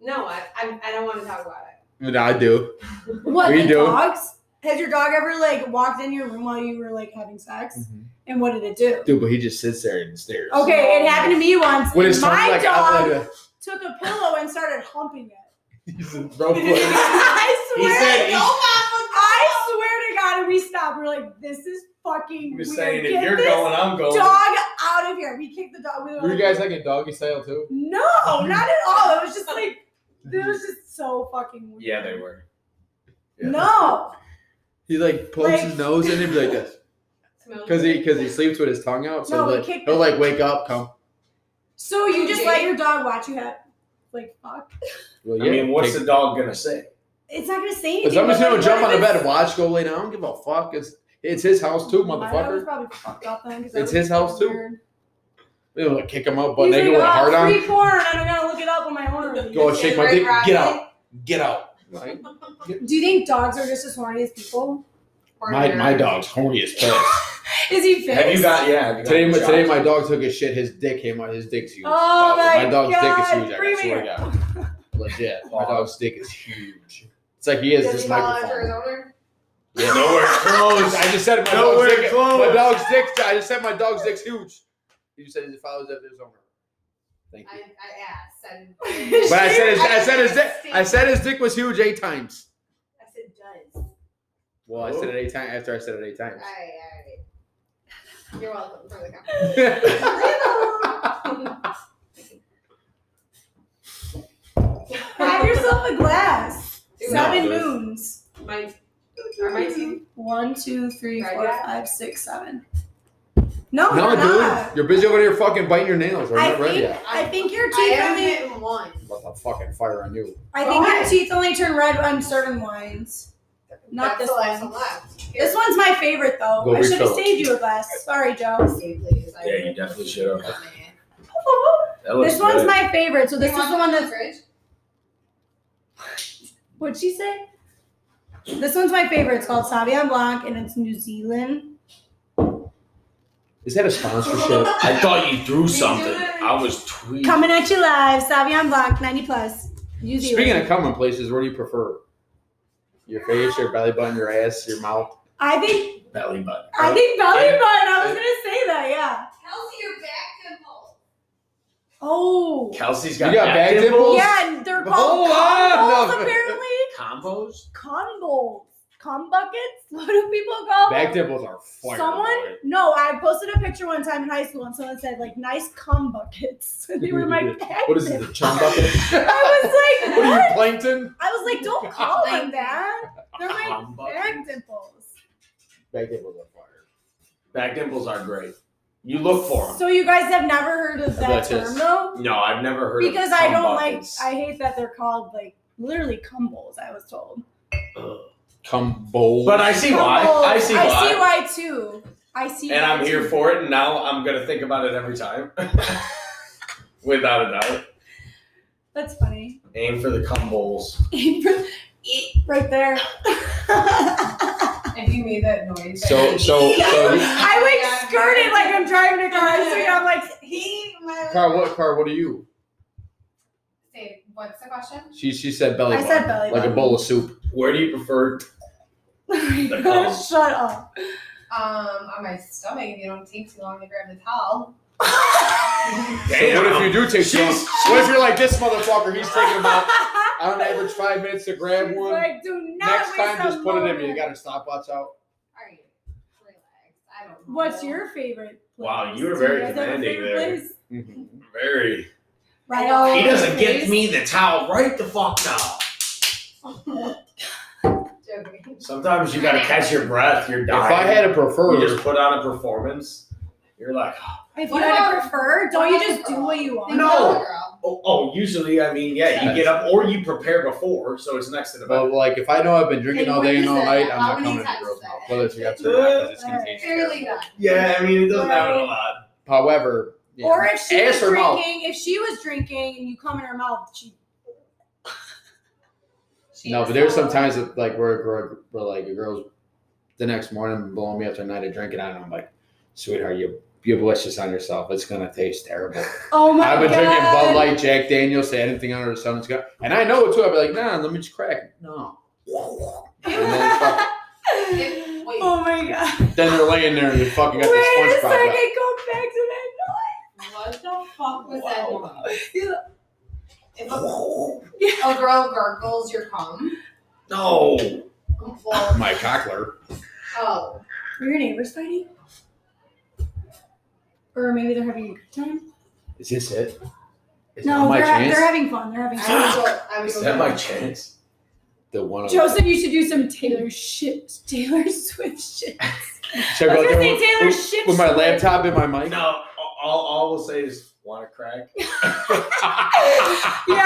Speaker 4: No, I, I, I don't want to talk about it.
Speaker 1: No, I do.
Speaker 2: what
Speaker 1: We
Speaker 2: the
Speaker 1: do.
Speaker 2: dogs? Has your dog ever like walked in your room while you were like having sex?
Speaker 3: Mm-hmm.
Speaker 2: And what did it do?
Speaker 1: Dude, but he just sits there and stares.
Speaker 2: Okay, it happened to me once.
Speaker 1: When it's
Speaker 2: My
Speaker 1: time, like,
Speaker 2: dog
Speaker 1: I'm like,
Speaker 2: took a pillow and started humping it.
Speaker 1: he's in no place.
Speaker 2: I
Speaker 1: He
Speaker 2: swear,
Speaker 1: said he-
Speaker 2: to, I swear to God, and we stopped. We're like, this is fucking
Speaker 3: I'm
Speaker 2: weird.
Speaker 3: just saying, if
Speaker 2: Get
Speaker 3: you're
Speaker 2: this
Speaker 3: going, I'm going.
Speaker 2: dog out of here. We kicked the dog. We were,
Speaker 1: Were you
Speaker 2: like,
Speaker 1: guys like a doggy style too?
Speaker 2: no, not at all. It was just like, it was just so fucking weird.
Speaker 3: Yeah, they were.
Speaker 1: Yeah.
Speaker 2: No,
Speaker 1: He like pokes
Speaker 2: Like-
Speaker 1: his nose in and be like this.
Speaker 4: Smells
Speaker 1: Cause he
Speaker 4: good.
Speaker 1: cause he sleeps with his tongue out. So
Speaker 2: No, he
Speaker 1: like,
Speaker 2: kicked
Speaker 1: he'll
Speaker 2: the-
Speaker 1: like wake up, come.
Speaker 2: so you just
Speaker 4: Okay.
Speaker 2: let your dog watch you have like fuck.
Speaker 1: Well,
Speaker 3: I mean, what's
Speaker 1: take-
Speaker 3: the dog gonna say?
Speaker 2: It's not gonna say anything.
Speaker 1: If somebody's
Speaker 2: but,
Speaker 1: gonna
Speaker 2: like,
Speaker 1: jump
Speaker 2: what
Speaker 1: on
Speaker 2: if
Speaker 1: the bed,
Speaker 2: it's-
Speaker 1: watch, go lay down, give a fuck. It's it's his house too,
Speaker 2: My dog was
Speaker 1: motherfucker.
Speaker 2: probably fucked up then, 'cause that
Speaker 1: It's
Speaker 2: was
Speaker 1: his house too.
Speaker 2: weird.
Speaker 1: You know, like, kick him up, but
Speaker 2: He's
Speaker 1: naked
Speaker 2: like,
Speaker 1: with a
Speaker 2: "Oh,
Speaker 1: hard on.
Speaker 2: free porn. I don't gotta look it up on my own.
Speaker 1: Go and shake my dick.
Speaker 4: Right,
Speaker 1: Get
Speaker 4: Rocket?
Speaker 1: out. Get out. Like,
Speaker 2: Do you think dogs are just as horny as people?
Speaker 4: Or
Speaker 1: my
Speaker 4: your-
Speaker 1: my dog's horny as piss.
Speaker 2: Is he fixed?
Speaker 3: Have you got? Yeah. Have you got
Speaker 1: Today, my,
Speaker 3: shots?
Speaker 1: today my dog took his shit. His dick came out. His dick's huge.
Speaker 2: Oh my,
Speaker 1: my dog's
Speaker 2: god!
Speaker 1: dick is huge. I
Speaker 2: bring
Speaker 1: can swear to
Speaker 2: me-
Speaker 1: God, legit. My dog's dick is huge. It's like he is
Speaker 4: Does
Speaker 1: this
Speaker 4: he fall under his
Speaker 1: microphone.
Speaker 4: owner?
Speaker 1: Yeah, nowhere close. I just said my
Speaker 3: Nowhere
Speaker 1: dog's dick.
Speaker 3: close.
Speaker 1: My dog's dick. I just said my dog's dick's huge. You said it follows after his owner. Thank
Speaker 4: I,
Speaker 1: you.
Speaker 4: I asked. And
Speaker 1: But I said his,
Speaker 4: I
Speaker 1: I said his dick.
Speaker 4: think-
Speaker 1: I said his dick was huge eight times.
Speaker 4: I said, does.
Speaker 1: Well, I said it eight times after I said it eight
Speaker 4: All
Speaker 1: times.
Speaker 4: right, all right. You're welcome for the compliment.
Speaker 2: Have yourself a glass.
Speaker 4: Dude,
Speaker 2: Seven
Speaker 1: No, dude.
Speaker 2: moons.
Speaker 4: my, are my teeth?
Speaker 2: One, two, three,
Speaker 4: Right
Speaker 2: four,
Speaker 4: back.
Speaker 2: five, six, seven. No,
Speaker 1: No,
Speaker 2: you're not.
Speaker 1: dude, you're busy over there fucking biting your nails. We're
Speaker 2: I
Speaker 1: not ready
Speaker 2: think
Speaker 1: yet.
Speaker 2: I think your
Speaker 4: I
Speaker 2: teeth
Speaker 4: am
Speaker 2: only
Speaker 4: hitting one.
Speaker 1: I'm about to fucking fire on you.
Speaker 2: I think
Speaker 4: Why?
Speaker 2: your teeth only turn red on certain wines. Not
Speaker 4: That's
Speaker 2: this
Speaker 4: the last
Speaker 2: one.
Speaker 4: left. Here.
Speaker 2: This one's my favorite though.
Speaker 1: Go
Speaker 2: I should have
Speaker 1: refill.
Speaker 2: saved you a glass. Sorry, Joe.
Speaker 4: Save, ladies. I
Speaker 3: Yeah, you
Speaker 4: really
Speaker 3: definitely
Speaker 4: appreciate
Speaker 3: should
Speaker 4: it, man.
Speaker 3: That looks
Speaker 2: This one's
Speaker 3: good.
Speaker 2: my favorite. So this
Speaker 4: You
Speaker 2: is
Speaker 4: want
Speaker 2: the one
Speaker 4: in
Speaker 2: that's
Speaker 4: fridge?
Speaker 2: What'd she say? This one's my favorite. It's called Sauvignon Blanc, and it's New Zealand.
Speaker 1: Is that a sponsorship?
Speaker 3: I thought you threw
Speaker 4: You
Speaker 3: something.
Speaker 4: do it.
Speaker 3: I was tweeting.
Speaker 2: Coming at you live, Sauvignon Blanc, 90 plus. New Zealand.
Speaker 1: Speaking of common places, what do you prefer? Your face, your belly button, your ass, your mouth.
Speaker 2: I think
Speaker 3: belly button.
Speaker 2: I
Speaker 1: Oh,
Speaker 2: think belly button. I was gonna say that. Yeah.
Speaker 4: Kelsey, your back dimple.
Speaker 2: Oh.
Speaker 3: Kelsey's
Speaker 1: You
Speaker 3: got,
Speaker 1: got back dimples? Oh,
Speaker 2: Yeah, and they're called
Speaker 1: Hold on,
Speaker 2: combos
Speaker 1: no.
Speaker 2: apparently.
Speaker 3: Combos.
Speaker 2: Combos. cum buckets? What do people call
Speaker 3: Back
Speaker 2: them?
Speaker 3: nipples are fire.
Speaker 2: Oh. Someone?
Speaker 3: boy.
Speaker 2: No, I posted a picture one time in high school and someone said, like, nice cum buckets. they were my back
Speaker 1: What is
Speaker 2: nipples.
Speaker 1: it? The chum bucket?
Speaker 2: I was like,
Speaker 1: What
Speaker 2: what?
Speaker 1: are you, plankton?
Speaker 2: I was like, don't call them that. They're my
Speaker 3: Cum
Speaker 2: back
Speaker 3: buckets.
Speaker 2: dimples.
Speaker 1: Back nipples are fire.
Speaker 3: Back dimples are great. You look for them.
Speaker 2: So you guys have never heard of
Speaker 1: I bet
Speaker 2: that
Speaker 1: it's-
Speaker 2: term though?
Speaker 3: No, I've never heard
Speaker 2: Because
Speaker 3: of
Speaker 2: I
Speaker 3: cum
Speaker 2: don't
Speaker 3: buckets.
Speaker 2: like I hate that they're called like literally cumbles, I was told.
Speaker 1: Cum bowl.
Speaker 3: But I see why.
Speaker 2: Cumbles.
Speaker 3: I see why.
Speaker 2: I see why too. I see
Speaker 3: and
Speaker 2: why
Speaker 3: I'm here
Speaker 2: too.
Speaker 3: for it. And now I'm gonna think about it every time, without a doubt.
Speaker 2: That's funny.
Speaker 3: Aim for the cum bowls.
Speaker 2: right there.
Speaker 4: If you made that noise.
Speaker 1: So- so- so-
Speaker 2: I like skirted like I'm driving a car so you know, I'm like he
Speaker 1: Car, what car? What are you?
Speaker 4: Say, what's the question?
Speaker 1: She she said belly.
Speaker 2: I
Speaker 1: button,
Speaker 2: said belly
Speaker 1: like a
Speaker 2: button.
Speaker 1: bowl of soup.
Speaker 3: Where do you prefer? The cum.
Speaker 2: Shut up.
Speaker 4: Um, on my stomach. If you don't take too long to grab the towel.
Speaker 1: So what if you do take
Speaker 3: She's-
Speaker 1: some? What if you're like this motherfucker? He's taking about on average five minutes to grab
Speaker 2: She's
Speaker 1: one.
Speaker 2: Like, do not
Speaker 1: Next time,
Speaker 2: waste a
Speaker 1: just put it in. me. You
Speaker 2: moment.
Speaker 1: got a stopwatch out.
Speaker 4: All right, relax. I don't. know.
Speaker 2: What's your favorite?
Speaker 3: Wow,
Speaker 2: place?
Speaker 3: you were
Speaker 2: Do
Speaker 3: very
Speaker 2: guys have a
Speaker 3: demanding
Speaker 2: favorite
Speaker 3: there.
Speaker 2: place?
Speaker 3: Mm-hmm. Very.
Speaker 2: Right
Speaker 4: He
Speaker 2: off
Speaker 3: He
Speaker 2: your
Speaker 3: doesn't
Speaker 2: face.
Speaker 3: get me the towel right the fuck now.
Speaker 4: Joking.
Speaker 3: Sometimes you gotta catch your breath. You're dying.
Speaker 1: If I had a
Speaker 3: you
Speaker 1: preferred,
Speaker 3: just put on a performance. You're like,
Speaker 2: If you
Speaker 4: What
Speaker 2: had a
Speaker 4: about-
Speaker 2: preferred, don't you
Speaker 4: what about
Speaker 2: just do
Speaker 4: girl?
Speaker 2: what you want?
Speaker 4: Think
Speaker 3: No.
Speaker 4: about it, girl.
Speaker 3: oh, oh usually, I mean, yeah, you get up or you prepare before, so it's next to the
Speaker 1: but like if I know I've been drinking
Speaker 4: Hey,
Speaker 1: all
Speaker 4: when
Speaker 1: day and
Speaker 4: is
Speaker 1: all
Speaker 4: it?
Speaker 1: night, I'm
Speaker 4: How
Speaker 1: not
Speaker 4: many
Speaker 1: coming into
Speaker 4: times
Speaker 1: girls'
Speaker 4: is that?
Speaker 1: mouth. Whether it's got some or not, 'cause it's gonna taste
Speaker 4: Clearly
Speaker 1: terrible.
Speaker 4: not.
Speaker 3: Yeah, I mean, it doesn't happen a
Speaker 2: Right.
Speaker 3: lot.
Speaker 1: However, yeah.
Speaker 2: Or if she was
Speaker 1: Ass or mouth?
Speaker 2: drinking, if she was drinking and you come in her mouth, she
Speaker 4: She
Speaker 1: No,
Speaker 4: is
Speaker 1: but there's
Speaker 4: so-
Speaker 1: some times that like where, where, where like a girl's the next morning blowing me up to night of drinking on, and I'm like, sweetheart, you you malicious on yourself. It's gonna taste terrible.
Speaker 2: Oh my
Speaker 1: I've been
Speaker 2: god.
Speaker 1: drinking Bud Light, Jack Daniels, say anything under the sun. It's gonna, and I know it too. I'd be like, nah, let me just crack. No. And then, fuck-
Speaker 4: If- wait.
Speaker 2: oh my god.
Speaker 1: then they're laying there and you fucking
Speaker 2: Wait
Speaker 1: got
Speaker 2: a
Speaker 1: the sponge
Speaker 2: second,
Speaker 1: pop.
Speaker 2: go back to that noise.
Speaker 4: What the fuck was that noise?
Speaker 2: Yeah.
Speaker 4: If a, a girl gargles your cum,
Speaker 3: No.
Speaker 4: well,
Speaker 1: My cockler.
Speaker 4: oh,
Speaker 2: Are your neighbors fighting? Or maybe they're having a good time?
Speaker 1: Is this it? Is
Speaker 2: no,
Speaker 1: that my
Speaker 2: they're, ha-
Speaker 1: chance?
Speaker 2: they're having fun. They're having
Speaker 1: Ah!
Speaker 4: I
Speaker 2: fun.
Speaker 4: would go. I would
Speaker 3: Is
Speaker 4: go.
Speaker 3: that my
Speaker 4: gargle.
Speaker 3: chance?
Speaker 1: the one. of-
Speaker 2: Joseph, you should do some Taylor shit, Taylor Swift shit.
Speaker 1: Should I go
Speaker 2: I
Speaker 1: out
Speaker 2: was gonna
Speaker 1: there
Speaker 2: say
Speaker 1: with-
Speaker 2: Taylor
Speaker 1: with,
Speaker 2: Swift.
Speaker 1: with my laptop and my mic?
Speaker 3: No, all, all we'll say is want to crack.
Speaker 2: yeah,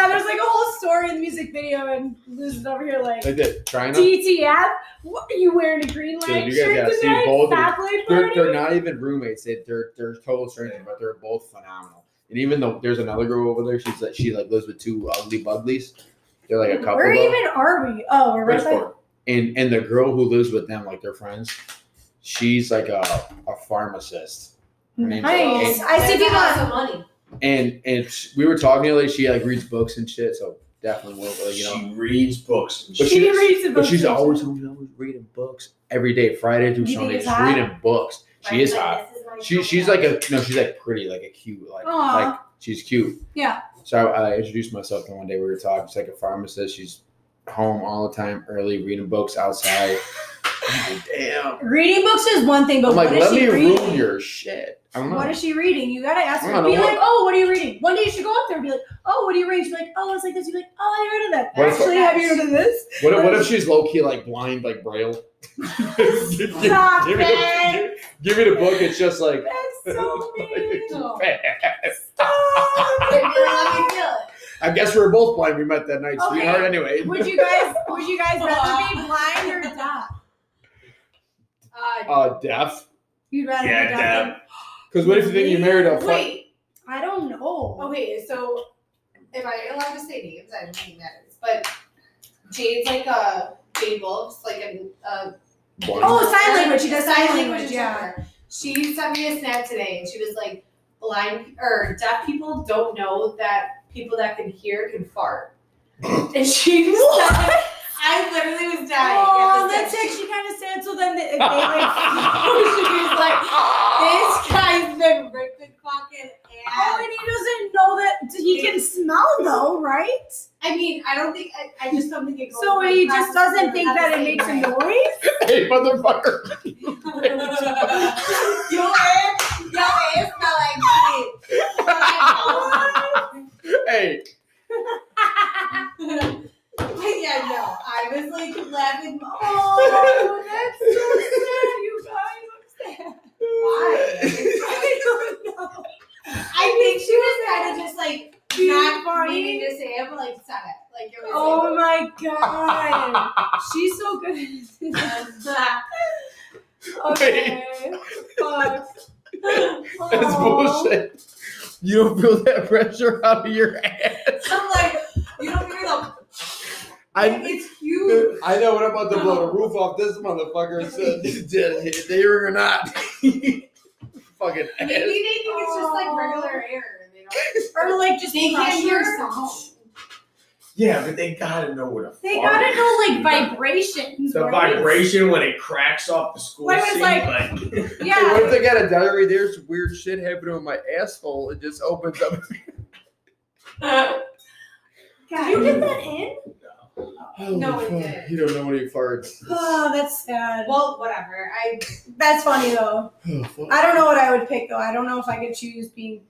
Speaker 2: there's like a whole story in the music video, and Liz is over here like,
Speaker 1: Like that. Trying to.
Speaker 2: DTF? What are you wearing a green
Speaker 1: Dude,
Speaker 2: light
Speaker 1: you guys
Speaker 2: shirt
Speaker 1: gotta see
Speaker 2: tonight?
Speaker 1: both of them.
Speaker 2: Stop late
Speaker 1: They're,
Speaker 2: party?
Speaker 1: they're not even roommates. They, they're they're total strangers, but they're both phenomenal. And even though there's another girl over there, she's like she like lives with two ugly buglies. They're like a couple.
Speaker 2: Where
Speaker 1: though.
Speaker 2: even are we? Oh, we're right by.
Speaker 3: Bridgeport.
Speaker 1: and and the girl who lives with them, like their friends, she's like a, a pharmacist. Her name's
Speaker 2: Nice.
Speaker 1: Ann.
Speaker 2: I see
Speaker 4: There's a
Speaker 2: people.
Speaker 4: lot of money.
Speaker 1: And and sh- we were talking the other day. She like reads books and shit, so definitely will like, you know.
Speaker 3: She reads books. and
Speaker 1: But
Speaker 3: shit.
Speaker 1: she-
Speaker 2: she reads the
Speaker 1: But
Speaker 2: book.
Speaker 1: she's always always always reading books every day, Friday
Speaker 2: You
Speaker 1: through
Speaker 2: think
Speaker 1: Sunday.
Speaker 2: it's
Speaker 1: She's
Speaker 2: hot?
Speaker 1: reading books. She is hot. She she's like a no, she's like pretty, like a cute, like
Speaker 2: Aw.
Speaker 1: like she's cute.
Speaker 2: Yeah.
Speaker 1: So I, I introduced myself and one day we were talking. She's like a pharmacist. She's home all the time, early, reading books outside. Damn.
Speaker 2: reading books is one thing, but
Speaker 1: I'm like,
Speaker 2: what is
Speaker 1: let
Speaker 2: she
Speaker 1: me
Speaker 2: reading?
Speaker 1: ruin your shit. I don't know.
Speaker 2: What is she reading? You gotta ask
Speaker 1: I
Speaker 2: her.
Speaker 1: don't
Speaker 2: Be
Speaker 1: know what-
Speaker 2: like, oh, what are you reading? One day you should go up there and be like, oh, what are you reading? She's like, oh, it's like this. You're like, oh, I heard of that.
Speaker 1: What if-
Speaker 2: Actually, have you heard of this?
Speaker 1: what, if- what if she's low key like blind, like braille? give, give-
Speaker 2: Stop
Speaker 1: give me the, give, give me the book. It's just like
Speaker 2: That's so mean.
Speaker 4: Let me feel
Speaker 1: I guess we were both blind. We met that night,
Speaker 2: Okay.
Speaker 1: sweetheart. Anyway,
Speaker 2: Would you guys? Would you guys rather be blind or deaf?
Speaker 4: it. Uh,
Speaker 1: uh, deaf.
Speaker 2: You'd rather
Speaker 3: Yeah,
Speaker 2: be deaf.
Speaker 3: deaf.
Speaker 2: than-
Speaker 1: Because what if you think you married a fuck?
Speaker 4: wait.
Speaker 2: I don't know.
Speaker 4: Okay, so am I allowed to say names? I don't think it matters. But Jade's like a Jade Wolf's like a, a
Speaker 1: Blind.
Speaker 2: Oh, sign language. She does sign language,
Speaker 4: is
Speaker 2: yeah.
Speaker 4: different. She sent me a snap today, and she was like, "Blind or deaf people don't know that people that can hear can fart." and she was dying. I literally was dying.
Speaker 2: Oh,
Speaker 4: at
Speaker 2: that's
Speaker 4: this
Speaker 2: actually kind of sad. So then they, they like,
Speaker 4: she was like, "This guy's been ripping fucking
Speaker 2: oh,
Speaker 4: ass."
Speaker 2: and he doesn't know that he can smell though, right?
Speaker 4: I mean, I don't think I, I just don't think it goes.
Speaker 2: So he just doesn't think that it makes a noise.
Speaker 1: Hey, motherfucker.
Speaker 4: Your ass, your ass smell eh, like eh, shit.
Speaker 1: Hey,
Speaker 4: But yeah, no, I was like laughing. Oh, that's so sad. You guys, I'm sad. Why? I don't know. I think she was kind of just like not
Speaker 2: funny.
Speaker 4: meaning to say it, but like said it. Like it was.
Speaker 2: Oh my god, she's so good. at this. okay. Fuck. Oh.
Speaker 1: that's
Speaker 2: Aw.
Speaker 1: bullshit. You don't feel that pressure out of your ass.
Speaker 4: I'm like, you don't hear the.
Speaker 1: I
Speaker 4: it's huge.
Speaker 1: I know what I'm about to blow the roof off this motherfucker. So, did they or not? Fucking
Speaker 4: Maybe they
Speaker 1: ass.
Speaker 4: think it's just like
Speaker 2: Oh.
Speaker 4: regular air. and they don't-
Speaker 2: Or like just
Speaker 4: They can't hear
Speaker 2: pressure.
Speaker 4: sound.
Speaker 3: Yeah, but they gotta know what a
Speaker 2: They
Speaker 3: fart
Speaker 2: gotta
Speaker 3: is.
Speaker 2: know like vibrations.
Speaker 3: The
Speaker 2: right?
Speaker 3: vibration when it cracks off the school
Speaker 2: Like, it's
Speaker 3: scene,
Speaker 2: like-
Speaker 3: like
Speaker 1: Hey,
Speaker 2: Yeah.
Speaker 1: what if they got a diary? There's weird shit happening on my asshole. It just opens up.
Speaker 2: Did you get that in?
Speaker 4: No, it
Speaker 1: Holy fuck,
Speaker 4: didn't.
Speaker 1: You don't know when he farts.
Speaker 2: Oh, that's sad.
Speaker 4: Well, whatever. I
Speaker 2: That's funny though.
Speaker 1: Oh, fuck.
Speaker 2: I don't know what I would pick though. I don't know if I could choose being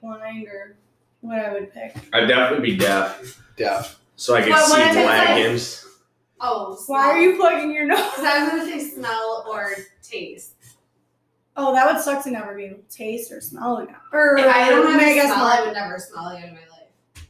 Speaker 2: blind or what I would pick.
Speaker 3: I'd definitely be deaf,
Speaker 1: Yeah.
Speaker 3: so I could
Speaker 4: But when
Speaker 3: see
Speaker 4: it's like-
Speaker 3: wagons.
Speaker 4: oh.
Speaker 2: Why are you plugging your nose?
Speaker 4: Because I was gonna say smell or taste.
Speaker 2: Oh, that would suck to never be able to taste or smell again. Or
Speaker 4: If I don't have
Speaker 2: I
Speaker 4: a
Speaker 2: guess
Speaker 4: smell,
Speaker 2: not.
Speaker 4: I would never smell it in my life.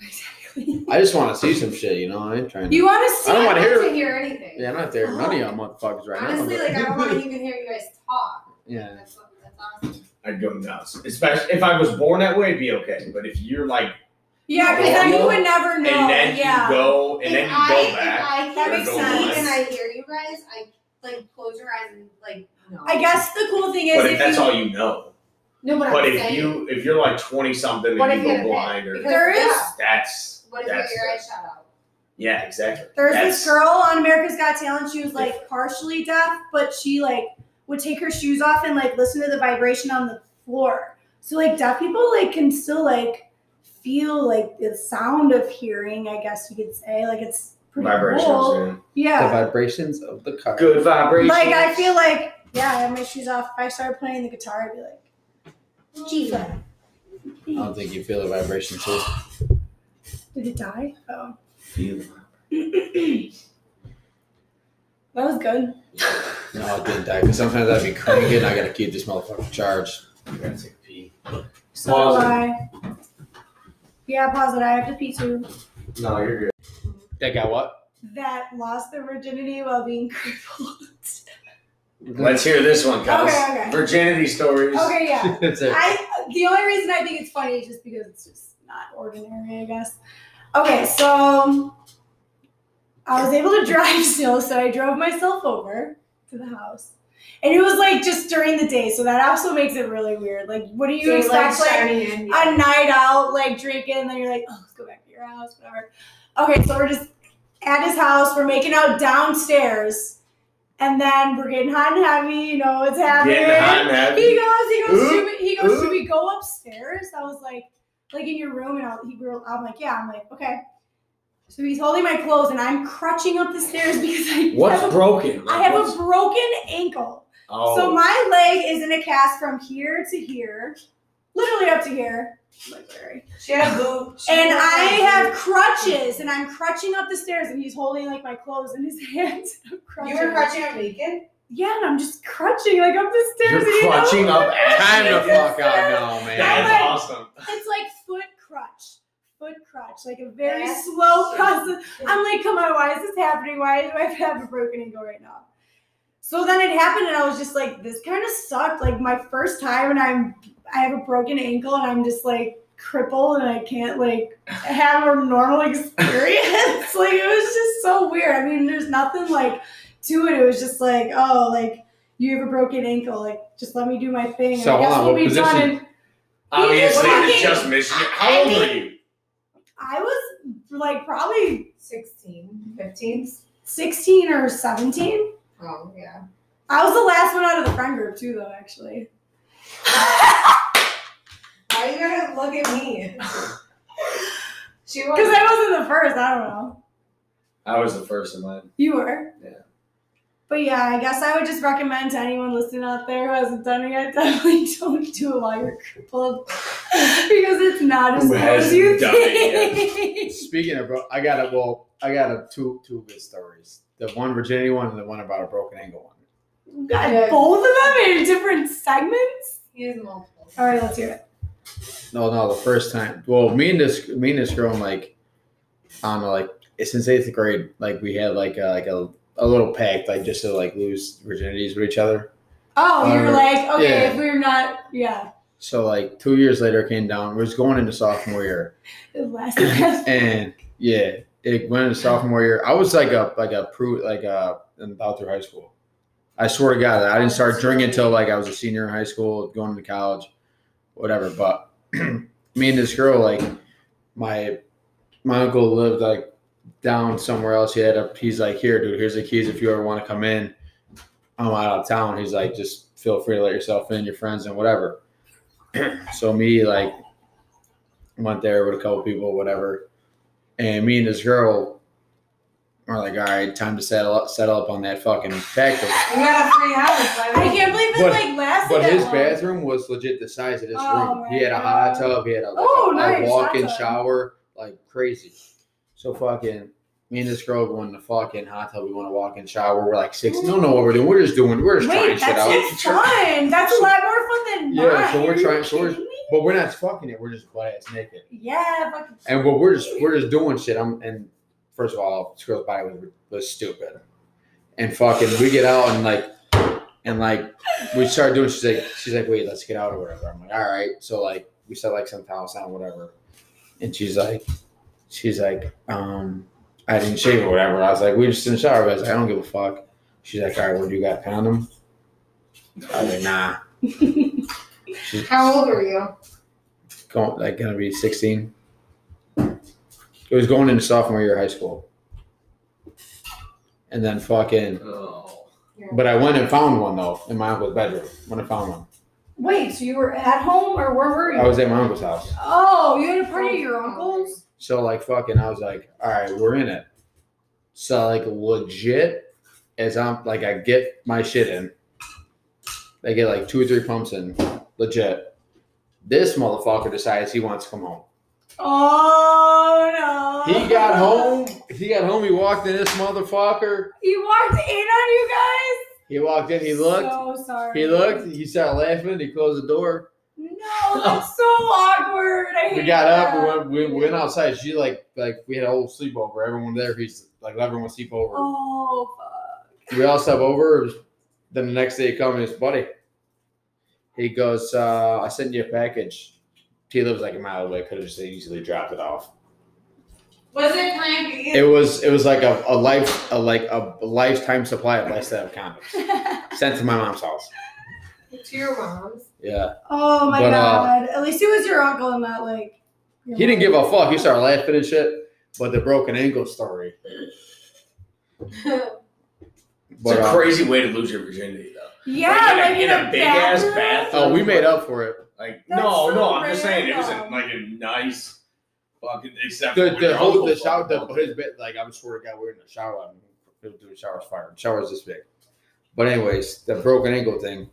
Speaker 2: Exactly.
Speaker 1: I just want to see some shit. You know, I ain't trying. To...
Speaker 2: You want to see?
Speaker 1: I don't wanna
Speaker 4: have
Speaker 1: hear-
Speaker 4: to hear anything.
Speaker 1: Yeah, I'm not there. None of y'all motherfuckers right
Speaker 4: Honestly,
Speaker 1: now.
Speaker 4: like
Speaker 1: but-
Speaker 4: I don't want to even hear you guys talk.
Speaker 1: yeah.
Speaker 4: That's, that's awesome.
Speaker 3: I'd go nuts. Especially if I was born that way, it'd be okay. But if you're like,
Speaker 2: yeah, because then you
Speaker 3: Normal.
Speaker 2: would never
Speaker 3: and
Speaker 2: know.
Speaker 3: then
Speaker 2: yeah.
Speaker 3: you go, and
Speaker 4: if
Speaker 3: then you
Speaker 4: I,
Speaker 3: go back.
Speaker 4: If
Speaker 2: That
Speaker 4: I
Speaker 2: makes
Speaker 4: hear you
Speaker 2: sense.
Speaker 4: and I hear you guys, I like close your eyes and like no.
Speaker 2: I guess the cool thing is
Speaker 3: But
Speaker 2: if
Speaker 3: if that's
Speaker 2: you,
Speaker 3: all you know,
Speaker 4: no, but,
Speaker 3: but
Speaker 4: I'm
Speaker 3: if
Speaker 4: saying,
Speaker 3: you if you're like 20 something
Speaker 4: What
Speaker 3: and
Speaker 4: if
Speaker 3: you
Speaker 4: you
Speaker 3: go
Speaker 4: had a
Speaker 3: blind or
Speaker 4: because,
Speaker 2: There is-
Speaker 4: yeah,
Speaker 3: that's
Speaker 4: What if you
Speaker 3: that's
Speaker 4: get your eyes shut out?
Speaker 3: yeah exactly.
Speaker 2: There's
Speaker 3: that's,
Speaker 2: this girl on America's Got Talent. She was like partially deaf, but she like would take her shoes off and like listen to the vibration on the floor. So like deaf people like can still like feel like the sound of hearing. I guess you could say like it's pretty
Speaker 3: vibrations.
Speaker 2: cool.
Speaker 3: and-
Speaker 1: The
Speaker 2: Yeah,
Speaker 1: vibrations of the car.
Speaker 3: Good vibrations.
Speaker 2: like I feel like yeah, I have my shoes off. If I started playing the guitar, I'd be like, Jiva.
Speaker 1: I don't think you feel the vibration too.
Speaker 2: Did it die? Oh,
Speaker 3: feel.
Speaker 2: that was good.
Speaker 1: No, it didn't die. Because sometimes I'd be cranking. I gotta keep this motherfucker charged.
Speaker 3: I gotta take a pee.
Speaker 2: So
Speaker 3: Pause
Speaker 2: do
Speaker 3: it.
Speaker 2: I. Yeah, pause it. I have to pee too.
Speaker 3: No, you're good.
Speaker 1: That got what?
Speaker 2: that lost their virginity while being crippled.
Speaker 3: Let's hear this one, guys.
Speaker 2: Okay, okay.
Speaker 3: Virginity stories.
Speaker 2: okay, yeah.
Speaker 1: That's it.
Speaker 2: I the only reason I think it's funny is just because it's just not ordinary, I guess. Okay, so I was able to drive still, so I drove myself over to the house. And it was like just during the day, so that also makes it really weird. Like, what do you
Speaker 4: So,
Speaker 2: expect? like,
Speaker 4: shiny and-
Speaker 2: a night out, like drinking, and then you're like, oh, let's go back to your house, whatever. Okay, so we're just at his house, we're making out downstairs, and then we're getting hot and heavy, you know what's happening.
Speaker 3: Getting hot and heavy.
Speaker 2: He goes, he goes,
Speaker 3: Ooh,
Speaker 2: should we, he goes,
Speaker 3: ooh.
Speaker 2: should we go upstairs? I was like, like in your room, and I'll, he, we were- I'm like, yeah, I'm like, okay. So he's holding my clothes, and I'm crutching up the stairs because I
Speaker 3: What's
Speaker 2: have a-
Speaker 3: broken?
Speaker 2: I
Speaker 3: Like,
Speaker 2: have
Speaker 3: what's-
Speaker 2: a broken ankle.
Speaker 3: oh,
Speaker 2: So my leg is in a cast from here to here, literally up to here. Like, sorry.
Speaker 4: She had a boot. She
Speaker 2: And
Speaker 4: had a
Speaker 2: I have
Speaker 4: boot.
Speaker 2: crutches, and I'm crutching up the stairs, and he's holding like my clothes in his hands. I'm crutching.
Speaker 4: You were crutching her naked.
Speaker 2: Yeah, and I'm just crutching like up the
Speaker 3: you're
Speaker 2: stairs. and you know-
Speaker 3: crutching up ass.
Speaker 1: Time to fuck out now,
Speaker 3: That's
Speaker 1: man.
Speaker 2: like-
Speaker 3: awesome.
Speaker 2: It's like foot crutch, foot crutch, like a very
Speaker 4: That's
Speaker 2: slow
Speaker 4: shit.
Speaker 2: process. I'm like, come on, why is this happening? Why do I have a broken ankle right now? So then it happened, and I was just like, this kind of sucked. Like my first time, and I'm I have a broken ankle, and I'm just like crippled, and I can't like have a normal experience. like it was just so weird. I mean, there's nothing like to it. It was just like, oh, like you have a broken ankle. Like just let me do my thing.
Speaker 1: So
Speaker 2: and
Speaker 1: hold
Speaker 2: I guess
Speaker 1: on,
Speaker 2: we'll
Speaker 1: what
Speaker 2: be done.
Speaker 1: position-
Speaker 2: in-
Speaker 3: Obviously,
Speaker 2: He was
Speaker 3: it's
Speaker 2: fucking-
Speaker 3: just Michigan.
Speaker 2: I
Speaker 3: How old were
Speaker 2: mean-
Speaker 3: you?
Speaker 2: I was like probably
Speaker 4: 16, 15.
Speaker 2: 16 or 17.
Speaker 4: Oh yeah.
Speaker 2: I was the last one out of the friend group too, though. Actually,
Speaker 4: I Why you gotta look at me? She was.
Speaker 2: Because I wasn't the first. I don't know.
Speaker 3: I was the first in line.
Speaker 2: You were.
Speaker 3: Yeah.
Speaker 2: But yeah, I guess I would just recommend to anyone listening out there who hasn't done it yet, definitely don't do it while you're crippled because it's not as
Speaker 3: Who
Speaker 2: cool as
Speaker 3: hasn't
Speaker 2: you
Speaker 3: done
Speaker 2: think.
Speaker 1: Speaking of, bro- I got a well, I got a two two good stories. The one virginity one and the one about a broken ankle one.
Speaker 2: You got both of them in different segments.
Speaker 4: He has multiple.
Speaker 2: All right, let's hear it.
Speaker 1: No, no, the first time. Well, me and this, me and this girl, I'm like, I don't know, like since eighth grade, like we had like a, like a, a little pact, like just to like lose virginities with each other.
Speaker 2: Oh, you were
Speaker 1: Uh,
Speaker 2: like, okay,
Speaker 1: yeah.
Speaker 2: if we're not, yeah,
Speaker 1: So like two years later, it came down. We was going into sophomore year,
Speaker 2: it lasted.
Speaker 1: and yeah, it went into sophomore year. I was like a like a pro like a out through high school. I swear to God, I didn't start drinking until like I was a senior in high school, going to college, whatever. But me and this girl, like my my uncle lived like down somewhere else. He had a he's like, here, dude, here's the keys if you ever want to come in. I'm out of town. He's like, just feel free to let yourself in, your friends and whatever. so me like went there with a couple people, whatever. And me and this girl are like, all right, time to settle up, settle up on that fucking back.
Speaker 4: We got a free house. Why
Speaker 2: I
Speaker 4: would-
Speaker 2: can't believe it
Speaker 1: But-
Speaker 2: like lasted
Speaker 1: But
Speaker 2: that
Speaker 1: his
Speaker 2: long.
Speaker 1: bathroom was legit the size of this
Speaker 2: Oh
Speaker 1: room.
Speaker 2: my
Speaker 1: He had a hot
Speaker 2: God.
Speaker 1: tub. He had a, like, a,
Speaker 2: Oh,
Speaker 1: a
Speaker 2: nice,
Speaker 1: walk-in
Speaker 2: hot tub.
Speaker 1: shower, like crazy. So fucking me and this girl go in the fucking hot tub. We want to walk-in shower. We're like six. No, no, what we're doing. We're just doing. We're just trying
Speaker 2: Wait,
Speaker 1: shit
Speaker 2: that's
Speaker 1: out.
Speaker 2: just fun. That's a lot more fun than mine.
Speaker 1: Yeah, so we're
Speaker 2: Are you
Speaker 1: trying- so we're-
Speaker 2: kidding me?
Speaker 1: But we're not fucking it. We're just butt ass naked.
Speaker 2: Yeah, fucking.
Speaker 1: And but we're just we're just doing shit. I'm and first of all, this girl's body was was stupid. And fucking, we get out and like and like we start doing. She's like she's like, wait, let's get out or whatever. I'm like, all right. So like we set like some towel sound whatever. And she's like, she's like, um, I didn't shave or whatever. I was like, we just in the shower. But I was like, I don't give a fuck. She's like, all right, well, you got a condom? I was like, nah. She's
Speaker 4: How old were you?
Speaker 1: going like gonna be 16. It was going into sophomore year of high school. And then fucking
Speaker 3: Oh.
Speaker 1: but I went and found one though in my uncle's bedroom. When I found one.
Speaker 2: Wait, so you were at home or where were you?
Speaker 1: I was at my uncle's house.
Speaker 2: Oh, you had a party at your uncle's?
Speaker 1: So like fucking I was like, all right, we're in it. So like legit as I'm like I get my shit in. I get like two or three pumps in. Legit. This motherfucker decides he wants to come home.
Speaker 2: Oh no.
Speaker 1: He got home. He got home. He walked in this motherfucker.
Speaker 2: He walked in on you guys.
Speaker 1: He walked in. He looked.
Speaker 2: So sorry.
Speaker 1: He looked. He started laughing. He closed the door.
Speaker 2: No, that's so awkward. I
Speaker 1: We
Speaker 2: hate
Speaker 1: got up. We
Speaker 2: that.
Speaker 1: went. We went outside. She like like we had a whole sleepover. Everyone there. He's like let everyone sleep over.
Speaker 2: Oh fuck.
Speaker 1: We all slept over. Then the next day, he comes his buddy. He goes. uh, I sent you a package. He lives like a mile away. Could have just easily dropped it off.
Speaker 4: Was it Plan B?
Speaker 1: It was. It was like a, a life a like a lifetime supply of lifestyle condoms sent to my mom's house.
Speaker 4: to your mom's.
Speaker 1: Yeah.
Speaker 2: oh my
Speaker 1: But, uh,
Speaker 2: god. At least it was your uncle and not like your
Speaker 1: He didn't
Speaker 2: mom.
Speaker 1: give a fuck. He started laughing and shit. But the broken ankle story.
Speaker 3: It's
Speaker 1: But,
Speaker 3: a
Speaker 1: uh,
Speaker 3: crazy way to lose your virginity, though.
Speaker 2: Yeah,
Speaker 3: Like, in a-
Speaker 2: like in,
Speaker 3: in a big ass bathroom.
Speaker 1: Oh, we made up for it.
Speaker 3: Like,
Speaker 2: That's
Speaker 3: no,
Speaker 2: so
Speaker 3: no, I'm just saying it
Speaker 2: random.
Speaker 3: wasn't like a nice fucking except
Speaker 1: The,
Speaker 3: for
Speaker 1: the
Speaker 3: your
Speaker 1: whole
Speaker 3: uncle
Speaker 1: the shower, the,
Speaker 3: fucking-
Speaker 1: his bed, like I was swear to God, we we're in the shower. I mean, people do the showers fire. The shower's this big. But anyways, the broken ankle thing.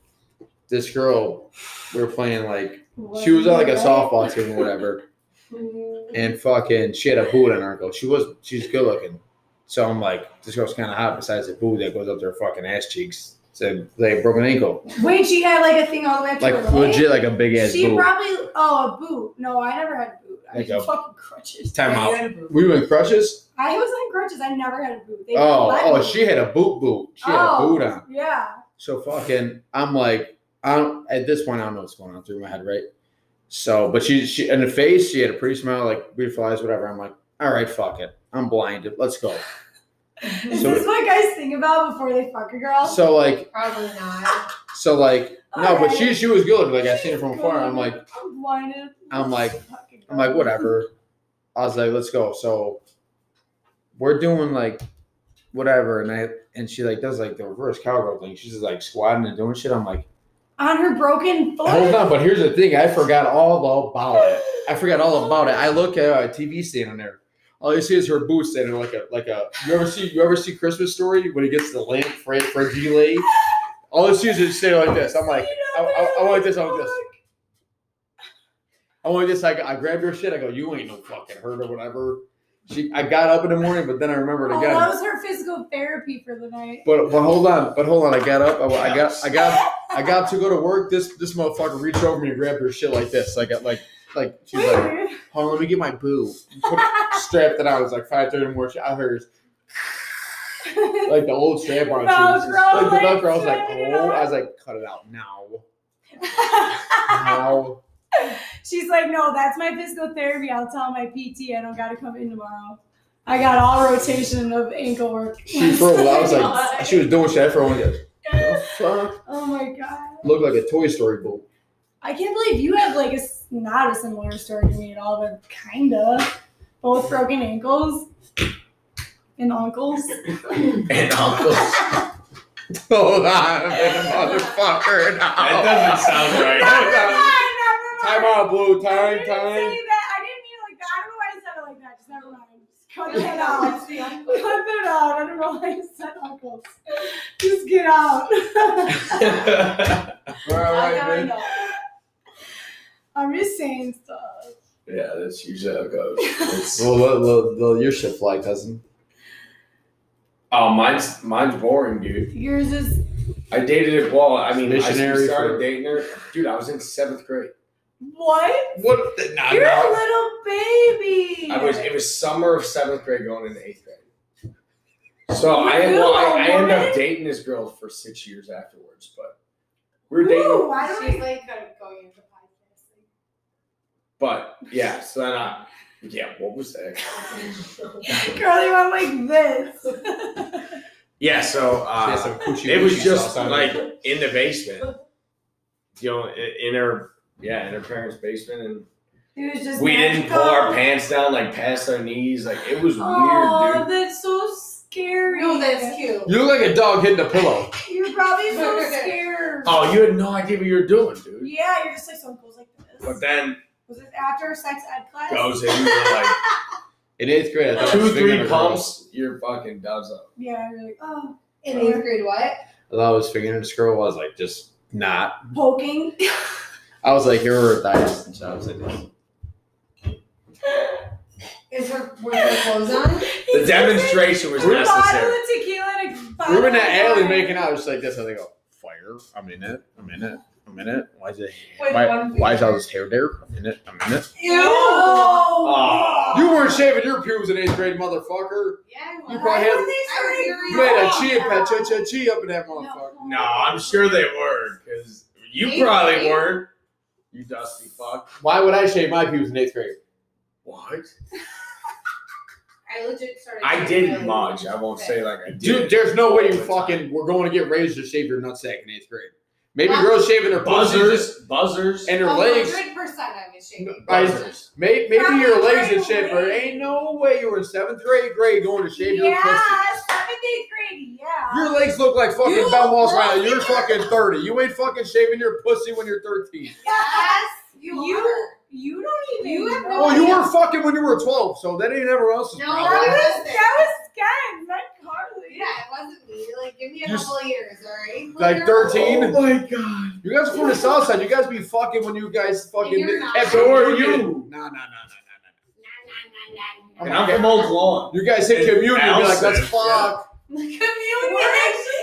Speaker 1: This girl, we were playing like she was on like a softball team or whatever, and fucking she had a boot on her ankle. She was she's good looking, so I'm like, this girl's kind of hot. Besides the boot that goes up to her fucking ass cheeks, so they had broken ankle,
Speaker 2: Wait, she had like a thing all the way up to
Speaker 1: like
Speaker 2: her leg?
Speaker 1: legit, like a big ass
Speaker 2: She
Speaker 1: boot.
Speaker 2: probably oh a boot. No, I never had a boot. I
Speaker 1: Like
Speaker 2: had
Speaker 1: a-
Speaker 2: fucking crutches.
Speaker 1: Time out. We were in crushes.
Speaker 2: I was on crutches. I never had a boot. They didn't
Speaker 1: Oh,
Speaker 2: let
Speaker 1: oh,
Speaker 2: me.
Speaker 1: she had a boot boot. She had a
Speaker 2: Oh,
Speaker 1: boot on.
Speaker 2: Yeah.
Speaker 1: So fucking, I'm like, I don't. At this point, I don't know what's going on through my head, right? So, but she, she in the face, she had a pretty smile, like beautiful eyes, whatever. I'm like, all right, fuck it, I'm blinded. Let's go.
Speaker 2: Is
Speaker 1: So-
Speaker 2: this what guys think about before they fuck a girl?
Speaker 1: So like,
Speaker 4: Probably not.
Speaker 1: so like, no, but she,
Speaker 2: Alright.
Speaker 1: she was good. Like I seen her from afar. I'm like,
Speaker 2: I'm blinded.
Speaker 1: I'm like-
Speaker 2: Fuck a girl.
Speaker 1: I'm like, whatever. I was like, let's go. So we're doing like whatever, and I and she like does like the reverse cowgirl thing. She's just like squatting and doing shit. I'm like,
Speaker 2: on her broken foot.
Speaker 1: Hold on, but here's the thing. I forgot all about it. I forgot all about it. I look at a TV stand on there. All you see is her boot standing like a like a. You ever see you ever see Christmas Story when he gets the lamp for for Gile? All you see is her standing like this. I'm like, I, I, I want this. I want this. Oh, I want this. I, I grabbed her shit. I go, you ain't no fucking hurt or whatever. She, I got up in the morning, but then I remembered
Speaker 2: Oh,
Speaker 1: again.
Speaker 2: that was her physical therapy for the night.
Speaker 1: But but hold on, but hold on. I got up. I, I got I got I got to go to work. This this motherfucker reached over me and grabbed her shit like this. I got like like she's like,
Speaker 2: Weird.
Speaker 1: hold on, let me get my boo. Put, strapped it out. It was like five thirty in the morning. I heard like the old strap on. She was just- Like the Velcro. I was like, oh, I was like, cut it out now, now.
Speaker 2: She's like, no, that's my physical therapy. I'll tell my PT I don't got to come in tomorrow. I got all rotation of ankle work.
Speaker 1: She froze. I was like, she was doing shit. I froze. and goes, "The fuck?"
Speaker 2: oh my god,
Speaker 1: Looked like a Toy Story boot.
Speaker 2: I can't believe you have like a s- not a similar story to me at all, but kind of both broken ankles and uncles.
Speaker 3: and uncles.
Speaker 1: Hold on, motherfucker.
Speaker 3: That doesn't sound
Speaker 2: Never
Speaker 3: right.
Speaker 2: mind, never
Speaker 1: Time
Speaker 2: mind.
Speaker 1: out, blue.
Speaker 2: I
Speaker 1: Time,
Speaker 2: didn't
Speaker 1: time.
Speaker 2: say that. I didn't mean it like that. I don't know why I said it like that. Just never mind. Just cut that out. Cut that out. I don't know why I said uncles. Just get out.
Speaker 1: All right, man.
Speaker 2: I'm just saying stuff.
Speaker 3: yeah, that's usually how it goes. It's-
Speaker 1: Well, well, well, well, your shit fly, cousin.
Speaker 3: oh, mine's mine's boring, dude.
Speaker 2: Yours is
Speaker 3: I dated it. Well, I mean, I
Speaker 1: Missionary
Speaker 3: started
Speaker 1: for-
Speaker 3: dating her. Dude, I was in seventh grade.
Speaker 2: what?
Speaker 1: What? The, nah,
Speaker 2: You're a little baby.
Speaker 3: I was. It was summer of seventh grade, going into eighth grade. So
Speaker 2: You
Speaker 3: I, well, I, I
Speaker 2: little
Speaker 3: ended
Speaker 2: woman.
Speaker 3: up dating this girl for six years afterwards, but we were dating.
Speaker 2: Ooh, I don't
Speaker 4: She's
Speaker 2: even-
Speaker 4: like gonna go into podcasting.
Speaker 3: But yeah, so then I, yeah, what was that?
Speaker 2: Girl, you went like this.
Speaker 3: Yeah, so uh, it was just like in the basement, you know, in, in her yeah, in her parents' basement, and
Speaker 2: it was just
Speaker 3: we didn't pull our
Speaker 2: magical.
Speaker 3: pants down like past our knees, like it was weird,
Speaker 2: Oh,
Speaker 3: dude.
Speaker 2: that's so scary.
Speaker 4: No, that's cute.
Speaker 1: You look like a dog hitting a pillow.
Speaker 2: You're probably so scared.
Speaker 3: Oh, you had no idea what you were doing, dude.
Speaker 2: Yeah, you're just like some goes like
Speaker 3: But
Speaker 2: this.
Speaker 3: then
Speaker 2: Was this after sex ed class?
Speaker 3: goes in you were like
Speaker 1: In eighth grade, I thought I
Speaker 3: two,
Speaker 1: was bigger than
Speaker 3: three
Speaker 1: a
Speaker 3: pumps, you're fucking doves up.
Speaker 2: Yeah, you're like, oh,
Speaker 4: In eighth grade, what?
Speaker 1: girl. I thought I was figuring this girl was like just not.
Speaker 2: poking.
Speaker 1: I was like, here were her thighs. And so I was like, this.
Speaker 4: Is her were her clothes on?
Speaker 3: The demonstration was
Speaker 1: We're
Speaker 2: A bottle
Speaker 3: necessary.
Speaker 2: of tequila and a
Speaker 1: we were in
Speaker 2: bottle
Speaker 1: that
Speaker 2: of
Speaker 1: alley
Speaker 2: wine.
Speaker 1: making out just like this. And they go, fire. I'm in it. I'm in it. I'm in it. Why is it?
Speaker 4: With
Speaker 1: Why,
Speaker 4: one
Speaker 1: why is
Speaker 4: finger.
Speaker 1: all this hair there? I'm in it. I'm in it.
Speaker 2: Ew.
Speaker 3: Oh.
Speaker 1: You weren't shaving your pubes in eighth grade, motherfucker.
Speaker 4: Yeah, I
Speaker 1: Ah. You
Speaker 4: was.
Speaker 1: probably had- You had a chia
Speaker 2: Yeah.
Speaker 1: pet, cha cha chi up in that motherfucker.
Speaker 3: No, I'm sure they were, because you
Speaker 4: Maybe.
Speaker 3: probably weren't. You dusty fuck.
Speaker 1: Why would I shave my pubes in eighth grade?
Speaker 3: What?
Speaker 4: I legit started.
Speaker 3: I didn't much. I won't say like I did.
Speaker 1: Dude, there's no way you fucking were going to get raised to shave your nutsack in eighth grade. Maybe
Speaker 4: Wow. Oh,
Speaker 1: girls shaving their buzzers
Speaker 3: buzzers, buzzers,
Speaker 1: and their legs.
Speaker 4: Hundred percent, I was shaking.
Speaker 1: Right.
Speaker 3: buzzers.
Speaker 1: May, maybe your
Speaker 2: Probably
Speaker 1: legs and
Speaker 2: right
Speaker 1: shit, but
Speaker 2: away.
Speaker 1: ain't no way you were in seventh grade grade going to shave your pussy.
Speaker 2: Yeah, seventh, eighth grade, yeah.
Speaker 1: Your legs look like fucking
Speaker 2: You
Speaker 1: Ben Walsh
Speaker 2: look-
Speaker 1: right now. You're fucking 30. You ain't fucking shaving your pussy when you're 13.
Speaker 2: Yes.
Speaker 4: You,
Speaker 2: You-
Speaker 4: are.
Speaker 2: You don't even
Speaker 4: You have
Speaker 2: know.
Speaker 1: Oh, you
Speaker 4: yeah.
Speaker 1: were fucking when you were 12, so that ain't everyone else's
Speaker 4: No,
Speaker 1: problem.
Speaker 4: I
Speaker 2: That was,
Speaker 4: wasn't.
Speaker 2: that was Ken, not Carly.
Speaker 4: Yeah, it wasn't me. Like, give me a
Speaker 1: You
Speaker 4: couple of years, alright?
Speaker 1: Like 13?
Speaker 3: Oh my god.
Speaker 1: You guys from the south side. You guys be fucking when you guys fucking.
Speaker 4: You're not.
Speaker 1: after-
Speaker 3: So are you.
Speaker 1: Nah, nah, nah, nah, nah,
Speaker 4: Nah, nah, nah, nah,
Speaker 3: And
Speaker 4: nah.
Speaker 3: I'm from Oak Lawn.
Speaker 1: nah. You guys hit
Speaker 3: And
Speaker 1: communion and be like,
Speaker 3: Allison.
Speaker 1: let's fuck.
Speaker 2: Community.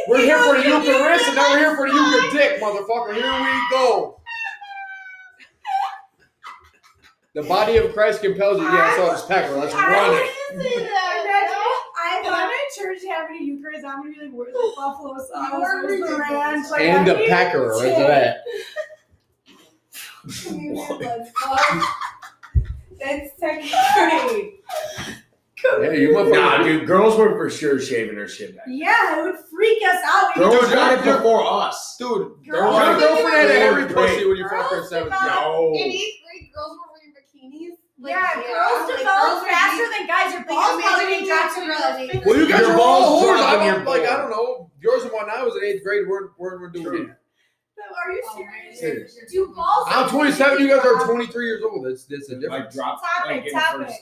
Speaker 1: We're here for the
Speaker 2: Communion.
Speaker 1: Eucharist and now we're here for the Euchar dick, motherfucker. Here we go. The body of Christ compels you. Yeah, I saw this pecker. Let's run it.
Speaker 2: Imagine if I'm at church having a Eucharist. I'm gonna be like, where's the buffalo sauce?
Speaker 4: are
Speaker 2: Where's the
Speaker 4: ridiculous.
Speaker 2: ranch? Like,
Speaker 1: And the
Speaker 2: I need
Speaker 1: pecker. Where's
Speaker 2: to-
Speaker 1: that?
Speaker 4: That's second grade.
Speaker 1: Yeah, you motherfuckers.
Speaker 3: Nah, dude, girls were for sure shaving their shit back.
Speaker 2: Yeah, it would freak us out. We
Speaker 3: Girls
Speaker 2: could-
Speaker 3: got it before us.
Speaker 1: Dude,
Speaker 2: Girls
Speaker 1: your
Speaker 3: are
Speaker 1: girlfriend had
Speaker 3: doing
Speaker 1: every
Speaker 3: great.
Speaker 1: pussy when you fucked her in
Speaker 2: Girls
Speaker 1: seventh
Speaker 2: do
Speaker 1: grade.
Speaker 2: not-
Speaker 3: No.
Speaker 4: In eighth grade, girls were wearing bikinis. Like,
Speaker 2: yeah, girls
Speaker 4: like,
Speaker 2: develop
Speaker 4: girls would
Speaker 2: faster
Speaker 4: be-
Speaker 2: than guys. Your
Speaker 4: like,
Speaker 2: balls
Speaker 4: imagine
Speaker 2: probably
Speaker 4: you
Speaker 2: drop
Speaker 4: dropped
Speaker 2: to
Speaker 4: it
Speaker 2: your
Speaker 4: early.
Speaker 2: fingers.
Speaker 1: Well, you guys
Speaker 3: Your
Speaker 1: were all
Speaker 3: balls
Speaker 1: whores.
Speaker 3: drop
Speaker 1: I
Speaker 3: in
Speaker 1: don't
Speaker 3: your
Speaker 1: like. I
Speaker 3: bowl.
Speaker 1: don't know. Yours and when I was in eighth grade weren't weren't doing
Speaker 3: True.
Speaker 1: it.
Speaker 2: Are you
Speaker 4: Oh, my
Speaker 2: serious?
Speaker 4: goodness.
Speaker 2: Do balls?
Speaker 1: I'm 27. You guys are 23 years old. That's that's a
Speaker 3: I
Speaker 1: difference.
Speaker 3: dropped like,
Speaker 2: Topic.
Speaker 3: in
Speaker 2: Topic.
Speaker 3: first-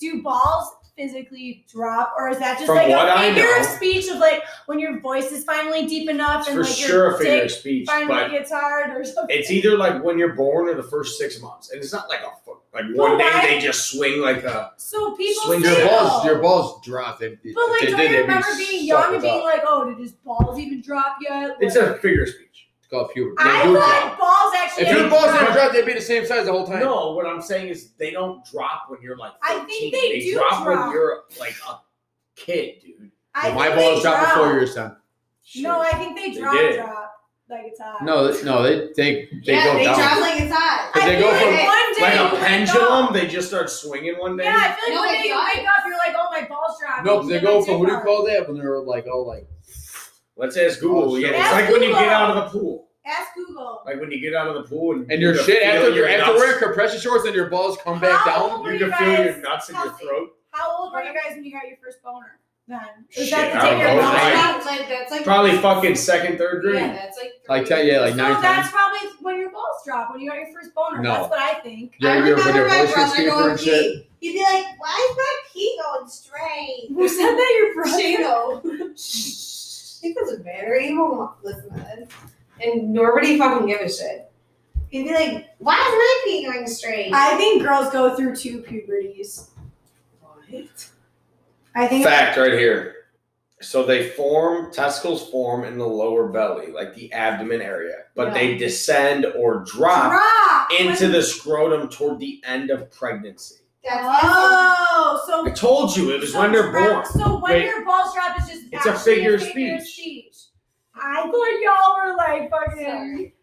Speaker 2: Do balls physically drop, or is that just
Speaker 3: From
Speaker 2: like
Speaker 3: what
Speaker 2: a
Speaker 3: I
Speaker 2: figure of
Speaker 3: know-
Speaker 2: speech of like when your voice is finally deep enough
Speaker 3: It's
Speaker 2: and
Speaker 3: for
Speaker 2: like
Speaker 3: sure
Speaker 2: your
Speaker 3: a figure
Speaker 2: dick
Speaker 3: of speech,
Speaker 2: finally
Speaker 3: but
Speaker 2: gets hard or something?
Speaker 3: it's e- either like when you're born or the first six months, and it's not like a fu- like one day
Speaker 2: why-
Speaker 3: they just swing like a.
Speaker 2: so people
Speaker 3: Swing
Speaker 2: say
Speaker 1: Your balls,
Speaker 2: though.
Speaker 1: your balls drop. If, if
Speaker 2: But like,
Speaker 1: they
Speaker 2: don't
Speaker 1: did,
Speaker 2: you
Speaker 1: it'd be
Speaker 2: remember being young and
Speaker 1: sucked
Speaker 2: being
Speaker 1: up.
Speaker 2: like, "Oh, did his balls even drop yet?"
Speaker 3: It's
Speaker 2: Like,
Speaker 3: a figure of speech.
Speaker 1: It's called puberty.
Speaker 2: I
Speaker 1: They do
Speaker 2: thought
Speaker 1: drop.
Speaker 2: balls actually.
Speaker 1: If your
Speaker 2: had
Speaker 1: balls
Speaker 2: dropped.
Speaker 1: didn't drop, they'd be the same size the whole time.
Speaker 3: No, what I'm saying is they don't drop when you're like.
Speaker 2: I think
Speaker 3: 13.
Speaker 2: they do
Speaker 3: drop,
Speaker 2: drop.
Speaker 3: when you're like a kid, dude.
Speaker 2: I
Speaker 1: my
Speaker 2: think
Speaker 1: balls
Speaker 2: they
Speaker 1: dropped
Speaker 2: drop.
Speaker 1: before yours, son.
Speaker 2: No, I think they
Speaker 3: They
Speaker 2: drop,
Speaker 3: did.
Speaker 2: drop like it's hot.
Speaker 1: No, th- no, they they they
Speaker 4: yeah,
Speaker 1: go
Speaker 4: they
Speaker 1: down.
Speaker 4: drop like it's hot.
Speaker 1: But
Speaker 2: I
Speaker 1: they
Speaker 2: feel
Speaker 1: go
Speaker 2: like
Speaker 1: from-
Speaker 2: one day
Speaker 3: like
Speaker 2: you
Speaker 3: a
Speaker 2: wake
Speaker 3: pendulum.
Speaker 2: up-
Speaker 3: They just start swinging one day.
Speaker 2: Yeah, I feel like
Speaker 4: No,
Speaker 2: one
Speaker 4: they
Speaker 2: day you
Speaker 4: got
Speaker 2: wake up, you're like, "Oh, my balls dropped."
Speaker 1: no, 'cause they
Speaker 2: Even
Speaker 1: go
Speaker 2: my
Speaker 1: from
Speaker 2: dick
Speaker 1: what do you
Speaker 2: hard.
Speaker 1: call that when they're like all like
Speaker 3: Let's ask Google.
Speaker 1: Oh,
Speaker 3: yeah,
Speaker 1: shit.
Speaker 3: it's
Speaker 2: Ask
Speaker 3: like when you get
Speaker 2: Google.
Speaker 3: out of the pool.
Speaker 2: Ask Google.
Speaker 3: Like when you get out of the pool and
Speaker 1: and your
Speaker 3: you can
Speaker 1: shit
Speaker 3: feel
Speaker 1: after you're
Speaker 3: your
Speaker 1: after
Speaker 3: nuts-
Speaker 1: wearing compression shorts and your balls come back
Speaker 2: How
Speaker 1: down.
Speaker 2: old were
Speaker 3: You
Speaker 2: you
Speaker 3: can feel your
Speaker 2: guys
Speaker 3: nuts in your
Speaker 2: healthy?
Speaker 3: throat.
Speaker 2: How old were you guys when you got your first boner? Then was
Speaker 3: Shit,
Speaker 2: that
Speaker 3: I
Speaker 2: the day
Speaker 3: don't
Speaker 2: your
Speaker 3: know.
Speaker 2: balls
Speaker 3: Like-
Speaker 2: dropped?
Speaker 4: like that's like
Speaker 3: Probably fucking second, third grade.
Speaker 4: Yeah, that's like
Speaker 1: Like
Speaker 4: three.
Speaker 1: ten, yeah, like
Speaker 2: so
Speaker 1: nine times.
Speaker 2: that's probably when your balls dropped. When you got your first boner.
Speaker 1: No.
Speaker 2: That's what I think.
Speaker 1: Yeah,
Speaker 4: I
Speaker 1: you ever been
Speaker 4: remember
Speaker 1: your
Speaker 4: my
Speaker 1: voice
Speaker 4: brother
Speaker 1: escaper
Speaker 4: going
Speaker 1: and shit?
Speaker 4: pee. He'd be like, "Why is my pee going straight?"
Speaker 2: Who said that? Your
Speaker 4: Shado. It doesn't matter. He won't listen to this. And nobody fucking give a shit. He'd be like, why is my pee going straight?
Speaker 2: I think girls go through two puberties.
Speaker 4: What?
Speaker 2: I think.
Speaker 3: Fact right here. So they form testicles form in the lower belly, like the abdomen area, but
Speaker 2: Yeah.
Speaker 3: they descend or drop
Speaker 2: Drop.
Speaker 3: into the scrotum toward the end of pregnancy.
Speaker 4: That's awesome.
Speaker 2: Oh, so
Speaker 3: I told you it was when they're born.
Speaker 2: So when
Speaker 3: Wait.
Speaker 2: your balls drop is just
Speaker 3: It's a
Speaker 2: actually
Speaker 3: figure of
Speaker 2: figure of speech. I thought y'all were like fucking
Speaker 4: Sorry.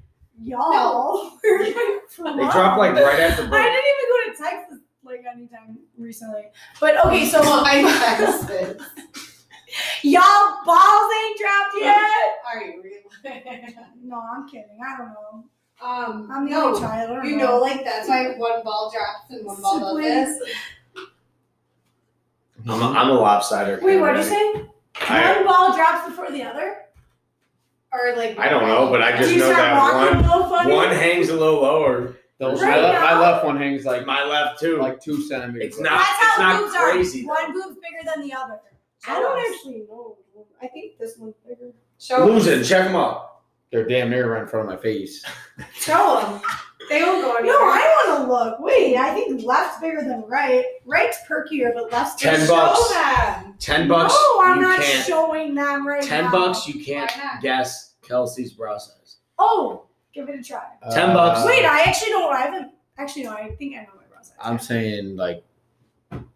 Speaker 2: y'all. were like,
Speaker 3: They drop like right after
Speaker 2: I
Speaker 3: birth.
Speaker 2: didn't even go to Texas like anytime recently. But okay, so uh,
Speaker 4: I texted.
Speaker 2: y'all balls ain't dropped yet.
Speaker 4: Are you really?
Speaker 2: No, I'm kidding. I don't know.
Speaker 4: um,
Speaker 2: I'm the only
Speaker 4: no.
Speaker 2: child. I don't
Speaker 4: You know, like that's why one ball drops and one ball
Speaker 2: Siblings.
Speaker 4: doesn't.
Speaker 3: I'm a, I'm a lopsider.
Speaker 2: Wait, what did you say?
Speaker 3: I-
Speaker 2: One ball drops before the other.
Speaker 4: Or like
Speaker 3: I don't know, but I
Speaker 2: Do
Speaker 3: just
Speaker 2: you
Speaker 3: know
Speaker 2: start
Speaker 3: that
Speaker 2: walking
Speaker 3: one-
Speaker 2: a little funny?
Speaker 3: One hangs a little lower.
Speaker 1: Those-
Speaker 3: Right
Speaker 1: my, left,
Speaker 2: now?
Speaker 1: my left one hangs like
Speaker 3: Like my left too.
Speaker 1: like two centimeters.
Speaker 3: It's not-
Speaker 2: That's how
Speaker 3: it's not
Speaker 2: boobs
Speaker 3: crazy,
Speaker 2: are.
Speaker 3: though.
Speaker 2: One boob's bigger than the other. I don't actually know. I think this one's bigger.
Speaker 4: Show
Speaker 3: Losing. Check them out.
Speaker 1: They're damn near right in front of my face.
Speaker 4: Show them. They won't go
Speaker 2: No,
Speaker 4: anywhere.
Speaker 2: I want to look. Wait, I think left's bigger than right. Right's perkier, but left's
Speaker 3: Ten
Speaker 2: bigger.
Speaker 3: bucks.
Speaker 4: Show them.
Speaker 3: Ten bucks.
Speaker 2: No, I'm
Speaker 3: you
Speaker 2: not
Speaker 3: can't.
Speaker 2: showing them right
Speaker 3: Ten
Speaker 2: now.
Speaker 3: bucks. You can't
Speaker 4: Why not?
Speaker 3: guess Kelsey's bra size.
Speaker 2: Oh, give it a try.
Speaker 3: Ten bucks. Uh,
Speaker 2: Wait, I actually don't. I haven't. Actually, no. I think I know my bra size.
Speaker 1: I'm saying like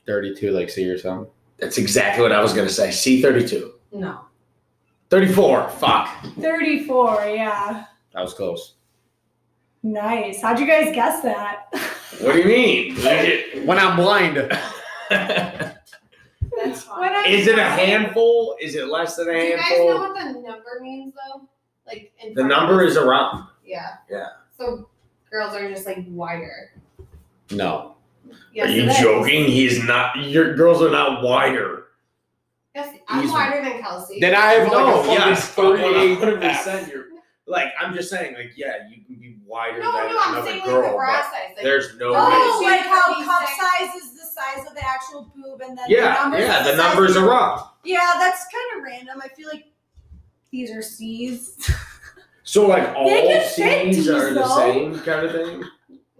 Speaker 1: 32, like C or something.
Speaker 3: That's exactly what I was gonna say. C thirty two.
Speaker 4: No.
Speaker 3: Thirty four. Fuck.
Speaker 2: 34. Yeah.
Speaker 1: That was close.
Speaker 2: Nice. How'd you guys guess that?
Speaker 3: What do you mean? Is
Speaker 1: When I'm blind,
Speaker 4: That's fine.
Speaker 2: When I-
Speaker 3: it a handful? Is it less than a
Speaker 4: Do you guys know
Speaker 3: handful?
Speaker 4: what the number means though? Like in
Speaker 3: The
Speaker 4: front
Speaker 3: number
Speaker 4: of-
Speaker 3: is around.
Speaker 4: Yeah.
Speaker 3: Yeah.
Speaker 4: So girls are just like wider.
Speaker 1: no.
Speaker 4: Yes,
Speaker 3: are you
Speaker 4: it is.
Speaker 3: joking? He's not. Your girls are not wider.
Speaker 4: Yes, I'm
Speaker 1: He's-
Speaker 4: wider than Kelsey.
Speaker 1: Then I have like a fucking
Speaker 3: yes,
Speaker 1: 38.
Speaker 3: percent. You're like I'm just saying. Like yeah, you can be wider
Speaker 4: no, no,
Speaker 3: than
Speaker 4: I'm
Speaker 3: another
Speaker 4: saying
Speaker 3: girl.
Speaker 4: like the bra
Speaker 3: but-
Speaker 4: size. Like,
Speaker 3: There's no
Speaker 4: Oh,
Speaker 3: way.
Speaker 2: Oh,
Speaker 4: wait.
Speaker 2: like how cup
Speaker 4: 36.
Speaker 2: size is the size of the actual boob, and then the
Speaker 3: Yeah,
Speaker 2: numbers
Speaker 3: yeah,
Speaker 2: is size
Speaker 3: the numbers
Speaker 2: of-
Speaker 3: are up.
Speaker 2: Yeah, that's kind of random. I feel like these are C's.
Speaker 3: So like all
Speaker 2: can fit
Speaker 3: scenes
Speaker 2: these,
Speaker 3: are the
Speaker 2: though.
Speaker 3: same kind of thing.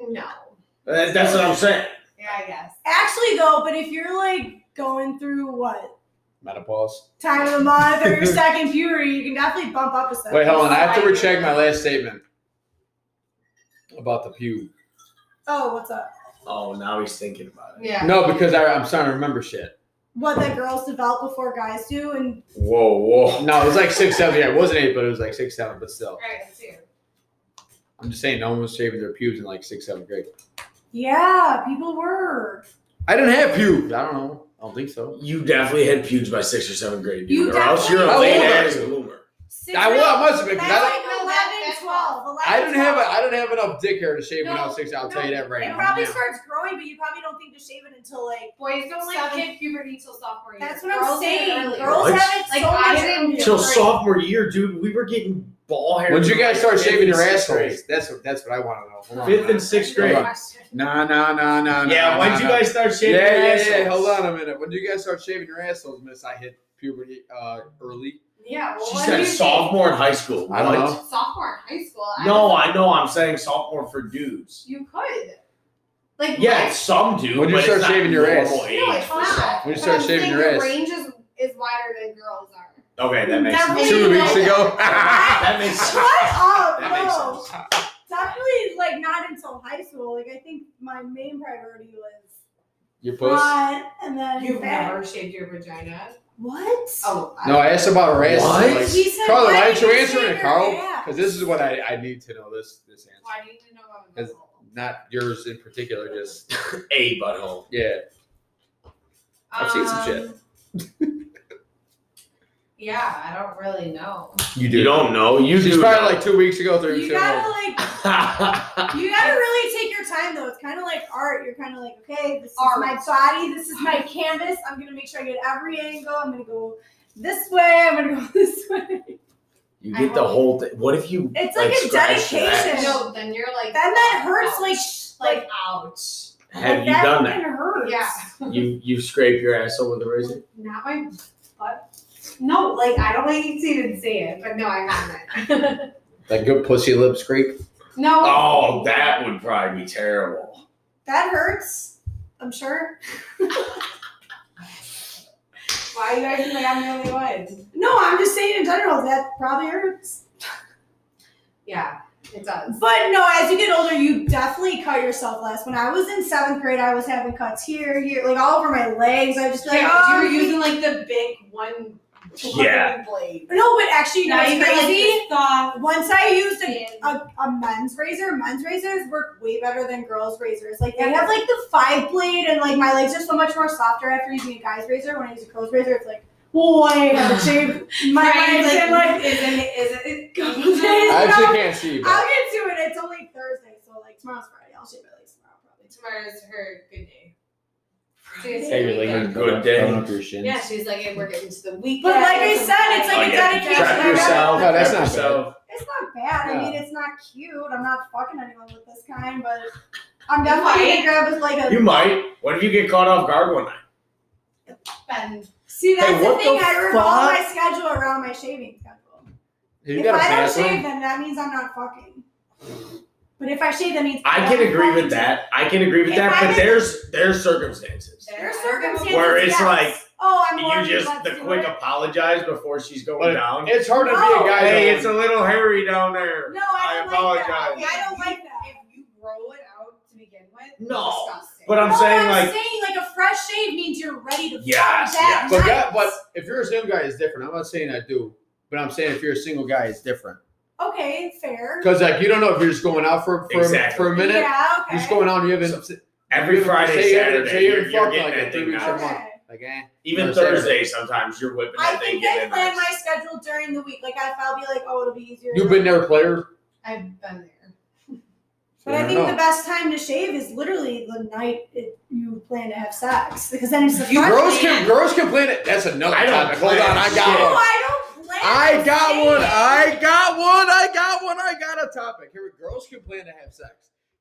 Speaker 4: no.
Speaker 3: That- That's what I'm saying.
Speaker 4: Yeah, I guess.
Speaker 2: Actually, though, but if you're like going through what
Speaker 1: Menopause.
Speaker 2: time of the month or your second puberty, you can definitely bump up a size.
Speaker 1: Wait, Helen, I have to recheck my last statement about the pew.
Speaker 2: Oh, what's up?
Speaker 3: Oh, now he's thinking about it.
Speaker 4: Yeah.
Speaker 1: No, because I, I'm starting to remember shit.
Speaker 2: What that girls develop before guys do, and
Speaker 3: Whoa, whoa.
Speaker 1: No, it was like 6, 7. Yeah, it wasn't 8, but it was like 6, 7, but still.
Speaker 4: All right, let's do. it.
Speaker 1: I'm just saying, no one was shaving their pubes in like 6, 7 grade.
Speaker 2: yeah, people were.
Speaker 1: I didn't have pubes. I don't know. I don't think so.
Speaker 3: You definitely had pubes by sixth or seventh grade, dude.
Speaker 2: You
Speaker 3: or else you're a
Speaker 1: definitely-
Speaker 3: late
Speaker 1: How old are
Speaker 3: ass
Speaker 1: you?
Speaker 3: bloomer.
Speaker 2: Six
Speaker 1: I, well, I must have been
Speaker 2: That's
Speaker 1: because I don't.
Speaker 2: like 11, 12. 11,
Speaker 1: I didn't have a,
Speaker 2: 12.
Speaker 1: I didn't have enough dick hair to shave when I was
Speaker 2: No,
Speaker 1: six. I'll
Speaker 2: no,
Speaker 1: tell you that right
Speaker 2: It
Speaker 1: now.
Speaker 2: probably
Speaker 1: Yeah.
Speaker 2: starts growing, but you probably don't think to shave it until like.
Speaker 4: Boys don't like
Speaker 2: Seven.
Speaker 4: hit puberty till sophomore year.
Speaker 2: That's what I'm
Speaker 4: Girls do it
Speaker 2: saying.
Speaker 4: earlier.
Speaker 2: Girls
Speaker 3: What?
Speaker 2: have it
Speaker 4: Like,
Speaker 2: so
Speaker 4: I
Speaker 2: much
Speaker 4: didn't-
Speaker 2: earlier.
Speaker 3: Till
Speaker 4: right.
Speaker 3: sophomore year, dude, we were getting ball hair.
Speaker 1: When'd you guys start
Speaker 3: Fifth
Speaker 1: shaving
Speaker 3: and
Speaker 1: your
Speaker 3: sixth grade.
Speaker 1: assholes? That's what that's what I want to know. Hold on.
Speaker 5: Fifth and sixth grade.
Speaker 1: Hold on. Nah, nah, nah, nah.
Speaker 3: Yeah,
Speaker 1: nah,
Speaker 3: when'd
Speaker 1: nah,
Speaker 3: you
Speaker 1: nah.
Speaker 3: guys start
Speaker 1: Yeah,
Speaker 3: shaving your
Speaker 1: yeah,
Speaker 3: assholes?
Speaker 1: yeah. Hold on a minute. When did you guys start shaving your assholes, Miss? I hit puberty uh, early.
Speaker 4: Yeah. Well,
Speaker 3: She
Speaker 4: what do
Speaker 3: said
Speaker 4: you
Speaker 3: sophomore in high school.
Speaker 1: I don't
Speaker 3: What?
Speaker 1: know.
Speaker 4: Think? Sophomore in high school. I
Speaker 3: No,
Speaker 4: was-
Speaker 3: I know. I'm saying sophomore for dudes.
Speaker 4: You could. Like
Speaker 3: Yeah, some do.
Speaker 1: When you
Speaker 3: but it's
Speaker 1: start
Speaker 3: not
Speaker 1: shaving your
Speaker 3: normal
Speaker 1: ass.
Speaker 4: what?
Speaker 3: age
Speaker 4: No, it's
Speaker 3: for
Speaker 4: not.
Speaker 3: sophomore.
Speaker 1: When you start
Speaker 4: But I'm
Speaker 1: shaving
Speaker 4: saying
Speaker 1: your
Speaker 4: the
Speaker 1: ass.
Speaker 4: range is, is wider than girls are.
Speaker 3: Okay, that makes sense.
Speaker 2: Definitely
Speaker 1: Two weeks
Speaker 2: not.
Speaker 1: ago.
Speaker 3: That makes
Speaker 2: Shut
Speaker 3: sense.
Speaker 2: up!
Speaker 3: That makes
Speaker 2: no.
Speaker 3: sense.
Speaker 2: Definitely, like not until high school. Like I think my main priority was
Speaker 1: Your puss.
Speaker 2: front and then
Speaker 4: You've
Speaker 2: back.
Speaker 4: never shaved your vagina.
Speaker 2: What?
Speaker 4: Oh.
Speaker 1: No, I asked about her assholes.
Speaker 3: What?
Speaker 1: Like,
Speaker 2: He said,
Speaker 1: Carla,
Speaker 2: why
Speaker 1: why
Speaker 2: did
Speaker 1: don't you
Speaker 2: you
Speaker 1: answer
Speaker 2: shave
Speaker 1: it,
Speaker 2: your
Speaker 1: Carl?
Speaker 2: ass?
Speaker 1: Because this is what I, I need to know. This this answer,
Speaker 4: Why do you even know about
Speaker 1: Is-
Speaker 4: this?
Speaker 1: not yours in particular. Just
Speaker 3: A butthole.
Speaker 1: yeah. I've seen some shit.
Speaker 4: Um, Yeah, I don't really know.
Speaker 3: You don't know. You
Speaker 1: She's
Speaker 3: do
Speaker 1: probably
Speaker 3: know.
Speaker 1: like two weeks ago, three
Speaker 2: You
Speaker 1: weeks ago.
Speaker 2: gotta like, you gotta really take your time though. It's kind of like art. You're kind of like, okay, this is
Speaker 4: Art.
Speaker 2: my body. This is my canvas. I'm gonna make sure I get every angle. I'm gonna go this way. I'm gonna go this way.
Speaker 3: you
Speaker 4: I
Speaker 3: get the
Speaker 4: hope-
Speaker 3: whole thing. What if you?
Speaker 2: It's like a
Speaker 3: scratch your ass?
Speaker 2: dedication.
Speaker 4: No, then you're like.
Speaker 2: Then that hurts. Like,
Speaker 4: ouch.
Speaker 2: sh-
Speaker 4: like
Speaker 2: like,
Speaker 4: ouch.
Speaker 3: Have
Speaker 2: like,
Speaker 3: you
Speaker 2: that
Speaker 3: done
Speaker 2: fucking
Speaker 3: that?
Speaker 2: Hurts.
Speaker 4: Yeah.
Speaker 3: You you scrape your asshole with a razor?
Speaker 4: Not my butt. No, like I don't like you to even say it, but no, I haven't.
Speaker 1: Like good pussy lip scrape.
Speaker 4: no.
Speaker 3: Oh, that would probably be terrible.
Speaker 2: That hurts. I'm sure.
Speaker 4: Why you guys think I'm the only one?
Speaker 2: No, I'm just saying in general that probably hurts.
Speaker 4: Yeah, it does.
Speaker 2: But no, as you get older, you definitely cut yourself less. When I was in seventh grade, I was having cuts here, here, like all over my legs. I just be like,
Speaker 4: Yeah,
Speaker 2: oh,
Speaker 4: you were using like the big one.
Speaker 3: Yeah.
Speaker 4: Blade.
Speaker 2: No, but actually, you know,
Speaker 4: Now
Speaker 2: it's
Speaker 4: you got like
Speaker 2: crazy.
Speaker 4: this soft.
Speaker 2: Once I used a,
Speaker 4: skin.
Speaker 2: a, a men's razor, men's razors work way better than girls' razors. Like they
Speaker 4: Yeah.
Speaker 2: have like the five blade, and like my legs are so much more softer after using a guy's razor. When I use a girl's razor, it's like, whoa, I have to shave my
Speaker 4: Right,
Speaker 2: legs and like
Speaker 4: is it is it?
Speaker 2: couple days.
Speaker 1: I
Speaker 2: No.
Speaker 1: actually can't see,
Speaker 2: I'll
Speaker 1: but
Speaker 2: get to it. It's only Thursday, so like tomorrow's Friday. I'll shave my legs tomorrow probably.
Speaker 4: Tomorrow's her good day.
Speaker 2: Friday.
Speaker 4: Hey, you're
Speaker 3: like,
Speaker 4: like-
Speaker 3: Good day.
Speaker 1: Throwing up your shins.
Speaker 4: Yeah, she's like, hey, we're getting to the weekend.
Speaker 2: But like I said, it's
Speaker 3: Oh,
Speaker 2: like a
Speaker 3: yeah,
Speaker 2: dedication.
Speaker 3: prep
Speaker 2: I gotta-
Speaker 3: yourself.
Speaker 1: No, that's
Speaker 3: prep
Speaker 1: not
Speaker 3: yourself.
Speaker 2: It's not bad. I
Speaker 1: Yeah.
Speaker 2: mean, it's not cute. I'm not fucking anyone with this kind, but I'm definitely gonna grab with like a.
Speaker 3: You might. What if you get caught off guard one night?
Speaker 4: Ben.
Speaker 2: See, that's
Speaker 3: what
Speaker 2: the thing.
Speaker 3: the
Speaker 2: I revolve
Speaker 3: fuck?
Speaker 2: my schedule around my shaving schedule.
Speaker 1: Have you
Speaker 2: if
Speaker 1: got a
Speaker 2: I don't
Speaker 1: bathroom?
Speaker 2: shave, then that means I'm not fucking. But if I shave, that means
Speaker 3: I can
Speaker 2: I'm
Speaker 3: agree
Speaker 2: fucking.
Speaker 3: with that. I can agree with
Speaker 2: If
Speaker 3: that.
Speaker 2: I
Speaker 3: But
Speaker 2: was-
Speaker 3: there's there's circumstances.
Speaker 2: There are circumstances.
Speaker 3: Where it's
Speaker 2: yes.
Speaker 3: like,
Speaker 2: oh, I'm
Speaker 3: You
Speaker 2: horny,
Speaker 3: just
Speaker 2: let's
Speaker 3: the
Speaker 2: do
Speaker 3: quick
Speaker 2: it.
Speaker 3: apologize before she's going
Speaker 1: But-
Speaker 3: down.
Speaker 1: It's hard to be
Speaker 2: No.
Speaker 1: a guy.
Speaker 3: Hey,
Speaker 1: though.
Speaker 3: it's a little hairy down there.
Speaker 2: No, I, don't
Speaker 3: I
Speaker 2: like that.
Speaker 3: apologize.
Speaker 2: I don't like that.
Speaker 4: If you roll it out to begin with,
Speaker 3: No,
Speaker 4: disgusting.
Speaker 3: But I'm
Speaker 2: no,
Speaker 3: saying
Speaker 2: I'm
Speaker 3: like
Speaker 2: saying like a fresh shave means you're ready to
Speaker 3: Yes,
Speaker 2: fuck that
Speaker 1: But
Speaker 2: night.
Speaker 1: that, but if you're a single guy, it's different. I'm not saying I do, but I'm saying if you're a single guy, it's different.
Speaker 2: okay, fair.
Speaker 1: Because like you don't know if you're just going out for for,
Speaker 3: Exactly.
Speaker 1: for a minute,
Speaker 2: Yeah, okay.
Speaker 1: you're just going out and you haven't
Speaker 3: every
Speaker 1: You're gonna
Speaker 3: Friday,
Speaker 1: say you're-
Speaker 3: Saturday,
Speaker 1: say you're
Speaker 3: you're, you're
Speaker 1: fucked
Speaker 3: getting
Speaker 1: like
Speaker 3: that
Speaker 1: a
Speaker 3: thing
Speaker 1: three-week
Speaker 3: out.
Speaker 1: month.
Speaker 2: okay.
Speaker 1: like eh.
Speaker 3: Even
Speaker 1: No, Saturday.
Speaker 3: Thursday, sometimes you're whipping
Speaker 2: I
Speaker 3: that thing.
Speaker 2: think
Speaker 3: getting
Speaker 2: I
Speaker 3: in
Speaker 2: plan
Speaker 3: there.
Speaker 2: my schedule during the week. Like if I'll be like, oh, it'll be easier.
Speaker 1: You've been there, player.
Speaker 4: I've been there.
Speaker 2: But I
Speaker 1: don't
Speaker 2: think
Speaker 1: know.
Speaker 2: the best time to shave is literally the night it, you plan to have sex because then it's the
Speaker 4: You
Speaker 2: fun
Speaker 1: girls
Speaker 2: plan.
Speaker 1: can girls can plan it. That's another
Speaker 3: I don't
Speaker 1: topic. Hold on, I
Speaker 3: plan
Speaker 2: No,
Speaker 3: shit.
Speaker 1: got one.
Speaker 2: I don't plan.
Speaker 1: I got
Speaker 2: to
Speaker 1: one.
Speaker 2: shave.
Speaker 1: I got one. I got one. I got a topic. Here, we- girls can plan to have sex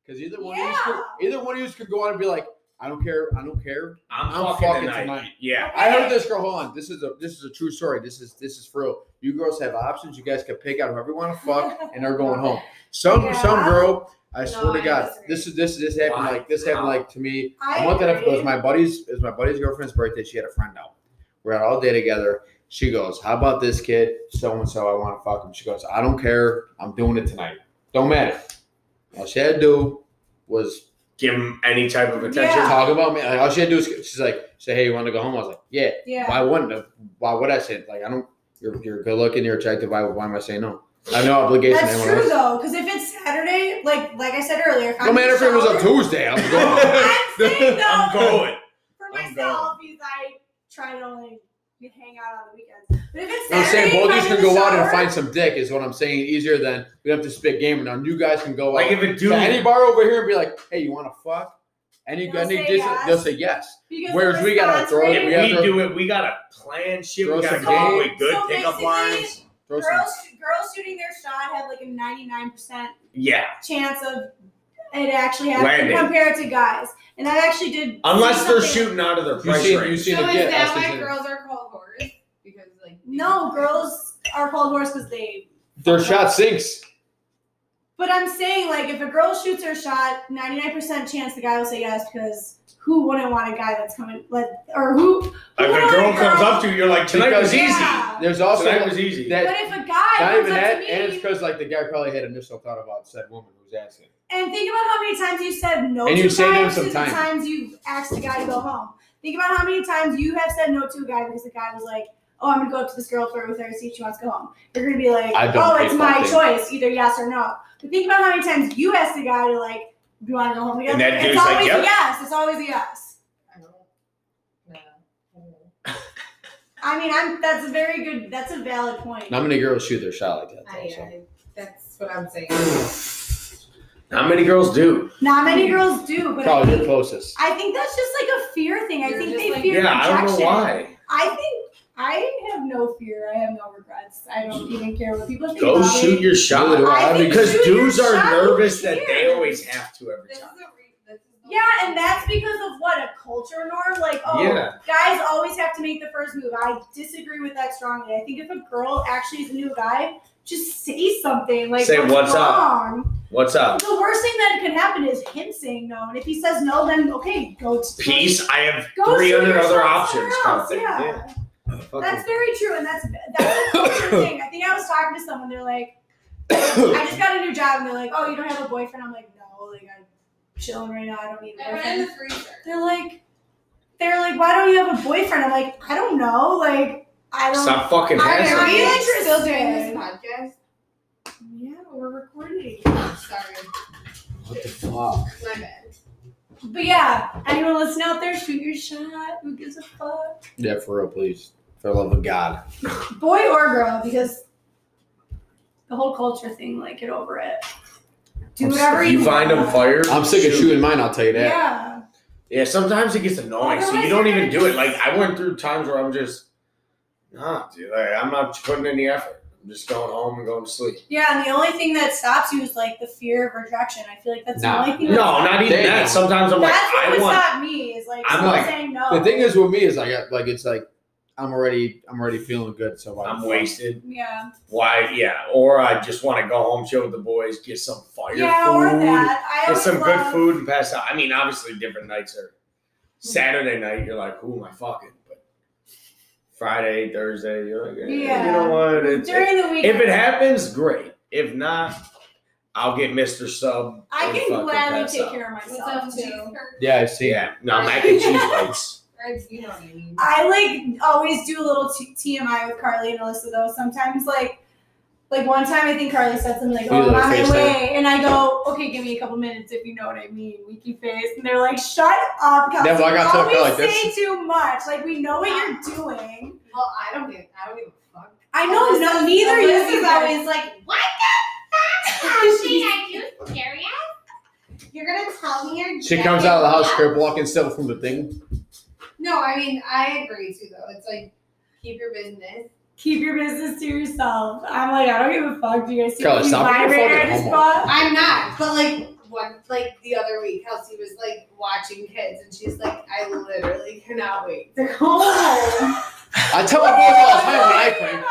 Speaker 1: because either one of you could, either one of you could go on and be like, I don't care. I don't care.
Speaker 3: I'm,
Speaker 1: I'm
Speaker 3: fucking,
Speaker 1: fucking
Speaker 3: tonight.
Speaker 1: tonight.
Speaker 3: Yeah.
Speaker 1: I heard this girl. Hold on, this is a this is a true story. This is this is for real. You girls have options. You guys can pick out whoever you want to fuck, and they're going home. Some some
Speaker 2: Yeah.
Speaker 1: girl. I
Speaker 4: No,
Speaker 1: swear to
Speaker 4: I
Speaker 1: God,
Speaker 4: disagree.
Speaker 1: this is this this happened
Speaker 3: Why?
Speaker 1: like this happened like to me
Speaker 2: I
Speaker 1: I want that up
Speaker 2: agree.
Speaker 1: because my buddy's it was my buddy's girlfriend's birthday. She had a friend out. We're out all day together. She goes, "How about this kid? So and so, I want to fuck him." She goes, "I don't care. I'm doing it tonight. Don't matter." All she had to do was
Speaker 3: Give him any type of attention.
Speaker 2: Yeah.
Speaker 1: talk about me. Like, all she had to do is she's like, "Say hey, you want to go home?" I was like, "Yeah."
Speaker 2: Yeah.
Speaker 1: Why wouldn't? I? Why would I say? Like, I don't. You're you're good looking. You're attractive. Why why am I saying no? I have no obligation. to
Speaker 2: That's
Speaker 1: anyone
Speaker 2: true
Speaker 1: else.
Speaker 2: though, because if it's Saturday, like like I said earlier, if
Speaker 1: No
Speaker 2: I'm
Speaker 1: matter if it was
Speaker 2: showered-
Speaker 1: a Tuesday, I'm going.
Speaker 2: I'm saying though,
Speaker 3: I'm going.
Speaker 2: for
Speaker 3: I'm
Speaker 2: myself, because I try to only hang out on the weekends. But if it's
Speaker 1: I'm
Speaker 2: Saturday,
Speaker 1: saying both of
Speaker 2: if
Speaker 1: us
Speaker 2: I'm
Speaker 1: can
Speaker 2: in the
Speaker 1: go out and
Speaker 2: shower-
Speaker 1: find some dick is what I'm saying. Easier than we don't have to spit gamer. Now you guys can go
Speaker 3: Like
Speaker 1: out
Speaker 3: if a
Speaker 1: to any
Speaker 3: dude,
Speaker 1: bar over here and be like, "Hey, you want to fuck?" Any,
Speaker 2: They'll
Speaker 1: any
Speaker 2: say
Speaker 1: dis-
Speaker 2: yes.
Speaker 1: they'll say yes.
Speaker 2: Because
Speaker 1: Whereas
Speaker 2: the
Speaker 1: we gotta
Speaker 2: response
Speaker 1: throw it-
Speaker 2: rate-
Speaker 1: we have
Speaker 3: if
Speaker 1: to-
Speaker 3: we do it, we gotta plan shit.
Speaker 1: Throw
Speaker 3: We gotta
Speaker 1: some
Speaker 3: come up
Speaker 1: game.
Speaker 3: with good
Speaker 2: So
Speaker 3: pickup
Speaker 2: basically-
Speaker 3: lines.
Speaker 1: Throw
Speaker 2: girls,
Speaker 1: some.
Speaker 2: girls shooting their shot had like a 99%
Speaker 3: Yeah.
Speaker 2: chance of it actually happening
Speaker 3: Landing.
Speaker 2: compared to guys. And I actually did.
Speaker 3: Unless
Speaker 2: see
Speaker 3: they're
Speaker 2: something-
Speaker 3: shooting out of their
Speaker 1: You
Speaker 3: price
Speaker 1: see- you
Speaker 3: range.
Speaker 4: So
Speaker 1: See
Speaker 4: is
Speaker 1: the gift,
Speaker 4: that
Speaker 1: that's the
Speaker 4: why
Speaker 1: thing.
Speaker 4: girls are called whores? Because like
Speaker 2: No, girls are called horse because they.
Speaker 1: Their shot sinks.
Speaker 2: But I'm saying, like, if a girl shoots her shot, 99% chance the guy will say yes because who wouldn't want a guy that's coming, like, or who? who
Speaker 3: If
Speaker 2: wouldn't
Speaker 3: a
Speaker 2: want
Speaker 3: girl comes up to you, you're like, tonight was easy.
Speaker 2: Yeah.
Speaker 1: There's also
Speaker 3: Tonight was easy.
Speaker 1: that.
Speaker 2: But if a guy
Speaker 1: not
Speaker 2: comes
Speaker 1: even
Speaker 2: up
Speaker 1: that,
Speaker 2: to me
Speaker 1: and it's because like the guy probably had initial thought about said woman who's asking.
Speaker 2: And think about how many times you said no
Speaker 1: And
Speaker 2: to
Speaker 1: you
Speaker 2: guys
Speaker 1: say no
Speaker 2: to the
Speaker 1: sometimes.
Speaker 2: times you've asked a guy to go home. Think about how many times you have said no to a guy because the guy was like, Oh, I'm gonna go up to this girl, flirt with her, see if she wants to go home. You're gonna be like,
Speaker 1: I don't
Speaker 2: Oh,
Speaker 1: hate
Speaker 2: it's my
Speaker 1: that thing.
Speaker 2: choice, either yes or no. But think about how many times you asked a guy to like, Do you wanna go home together?
Speaker 3: And that
Speaker 2: it's
Speaker 3: dude's like,
Speaker 2: always
Speaker 3: "Yep."
Speaker 2: a yes, it's always a yes.
Speaker 4: I don't know.
Speaker 2: I mean I'm that's a very good that's a valid point.
Speaker 1: Not many girls shoot their shot like that. though, so.
Speaker 4: that's what I'm saying.
Speaker 3: Not many girls do.
Speaker 2: Not many girls do, but I
Speaker 1: Probably the
Speaker 2: think,
Speaker 1: closest.
Speaker 2: I think that's just like a fear thing. I
Speaker 4: You're
Speaker 2: think
Speaker 4: just
Speaker 2: they
Speaker 4: like-
Speaker 2: fear
Speaker 3: Yeah, I
Speaker 2: rejection.
Speaker 3: don't know why.
Speaker 2: I think I have no fear. I have no regrets. I don't even care what people think.
Speaker 3: Go
Speaker 2: about me.
Speaker 3: shoot your
Speaker 1: Neither do
Speaker 3: shot.
Speaker 1: I.
Speaker 2: I think
Speaker 3: Because
Speaker 2: shoot your
Speaker 3: dudes are
Speaker 2: shot
Speaker 3: nervous
Speaker 2: is
Speaker 3: that they
Speaker 2: weird.
Speaker 3: always have to every
Speaker 4: This is a
Speaker 3: time.
Speaker 4: re- this is the-
Speaker 2: Yeah, and that's because of what a culture norm. Like, oh,
Speaker 3: Yeah.
Speaker 2: guys always have to make the first move. I disagree with that strongly. I think if a girl actually is a new guy, just say something. Like,
Speaker 3: Say, "What's up?"
Speaker 2: wrong?
Speaker 3: What's up?
Speaker 2: The worst thing that could happen is him saying no, and if he says no, then okay, go to
Speaker 3: Peace. I have
Speaker 2: Go
Speaker 3: three
Speaker 2: shoot
Speaker 3: hundred
Speaker 2: your
Speaker 3: other
Speaker 2: shot somewhere
Speaker 3: options. Kind of
Speaker 2: else,
Speaker 3: thing.
Speaker 2: yeah.
Speaker 3: Yeah.
Speaker 2: That's very true, and that's that's a culture thing. I think I was talking to someone. They're like, I just got a new job, and they're like, Oh, you don't have a boyfriend? I'm like, No, like I'm chilling right now. I don't need a
Speaker 4: I ran in
Speaker 2: boyfriend.
Speaker 4: the freezer.
Speaker 2: They're like, They're like, Why don't you have a boyfriend? I'm like, I don't know. Like I don't.
Speaker 3: Stop fucking
Speaker 2: I don't know.
Speaker 4: Are
Speaker 3: hassling.
Speaker 4: we
Speaker 3: me.
Speaker 4: like still doing this podcast?
Speaker 2: Yeah, we're recording.
Speaker 4: Oh, Sorry,
Speaker 1: What the fuck?
Speaker 4: my bad.
Speaker 2: But yeah, anyone listening out there, shoot your shot. Who gives a fuck?
Speaker 1: Yeah, for real, please. For the love of God.
Speaker 2: Boy or girl, because the whole culture thing, like, get over it. Do whatever you,
Speaker 3: You find them
Speaker 2: want.
Speaker 3: fired.
Speaker 1: I'm sick of
Speaker 3: shoot.
Speaker 1: shooting mine, I'll tell you that.
Speaker 2: Yeah.
Speaker 3: Yeah, sometimes it gets annoying, so you
Speaker 2: Otherwise
Speaker 3: don't
Speaker 2: you're gonna
Speaker 3: even do it.
Speaker 2: just-
Speaker 3: Like I went through times where I'm just, nah, dude. Like, I'm not putting any effort. I'm just going home and going to sleep.
Speaker 2: Yeah, and the only thing that stops you is like the fear of rejection. I feel like that's
Speaker 1: Nah.
Speaker 2: the only thing.
Speaker 3: No,
Speaker 2: that
Speaker 3: not even
Speaker 1: Damn.
Speaker 3: that. Sometimes I'm like,
Speaker 2: that's what
Speaker 3: I
Speaker 2: would
Speaker 3: want.
Speaker 2: stop me is like
Speaker 3: I'm
Speaker 2: someone
Speaker 3: like-
Speaker 2: saying no.
Speaker 1: The thing is with me is I got like it's like I'm already I'm already feeling good, so why the
Speaker 3: I'm
Speaker 1: fuck?
Speaker 3: wasted.
Speaker 2: yeah,
Speaker 3: Why? Yeah. Or I just want to go home, chill with the boys, get some fire
Speaker 2: yeah,
Speaker 3: food,
Speaker 2: or that. I
Speaker 3: get
Speaker 2: always
Speaker 3: some
Speaker 2: love,
Speaker 3: good food, and pass out. I mean, obviously, different nights are Saturday night. You're like, who am I fucking? But Friday, Thursday, you're like, eh, you
Speaker 2: Yeah.
Speaker 3: know what? It's,
Speaker 2: during the week.
Speaker 3: if it happens, great. If not, I'll get Mr. Sub.
Speaker 2: I
Speaker 3: and
Speaker 2: can
Speaker 3: fucking
Speaker 2: gladly
Speaker 3: pass
Speaker 2: take
Speaker 3: out.
Speaker 2: care of
Speaker 4: What's
Speaker 2: myself
Speaker 4: up,
Speaker 2: too.
Speaker 4: cheeseburger?
Speaker 1: Yeah, I see.
Speaker 3: Yeah, no mac and cheese bites.
Speaker 4: Or, You know what I mean.
Speaker 2: I like always do a little t- TMI with Carly and Alyssa though. Sometimes like. Like one time, I think Carly said something like,
Speaker 1: We
Speaker 2: "Oh,
Speaker 1: did
Speaker 2: I'm
Speaker 1: a
Speaker 2: on my
Speaker 1: FaceTime.
Speaker 2: way," and I go, "Okay, give me a couple minutes if you know what I mean." Winky face, and they're like, "Shut up, Kelsey!
Speaker 1: Then why I
Speaker 2: you
Speaker 1: gotta talk
Speaker 2: always
Speaker 1: like this?"
Speaker 2: say too much. Like we know what you're doing."
Speaker 4: Well, I don't get. I don't give a fuck.
Speaker 2: I know no, neither of you
Speaker 4: Alyssa's
Speaker 2: is
Speaker 4: always
Speaker 2: always like,
Speaker 6: What the fuck? Ashley, are you serious?
Speaker 4: You're gonna tell me your.
Speaker 1: She comes out of the house crib walking still from the thing.
Speaker 4: No, I mean I agree too though. It's like keep your business.
Speaker 2: keep your business to yourself. I'm like, I don't give a fuck. Do you guys see
Speaker 1: Kelly,
Speaker 2: me
Speaker 1: stop being a
Speaker 2: vibrator I
Speaker 1: fucking
Speaker 2: just
Speaker 1: homo.
Speaker 2: bought?
Speaker 4: I'm not, but like one like the other week, Kelsey was like watching kids, and she's like, I literally cannot wait to go home.
Speaker 1: I tell the boys all the time when I crank.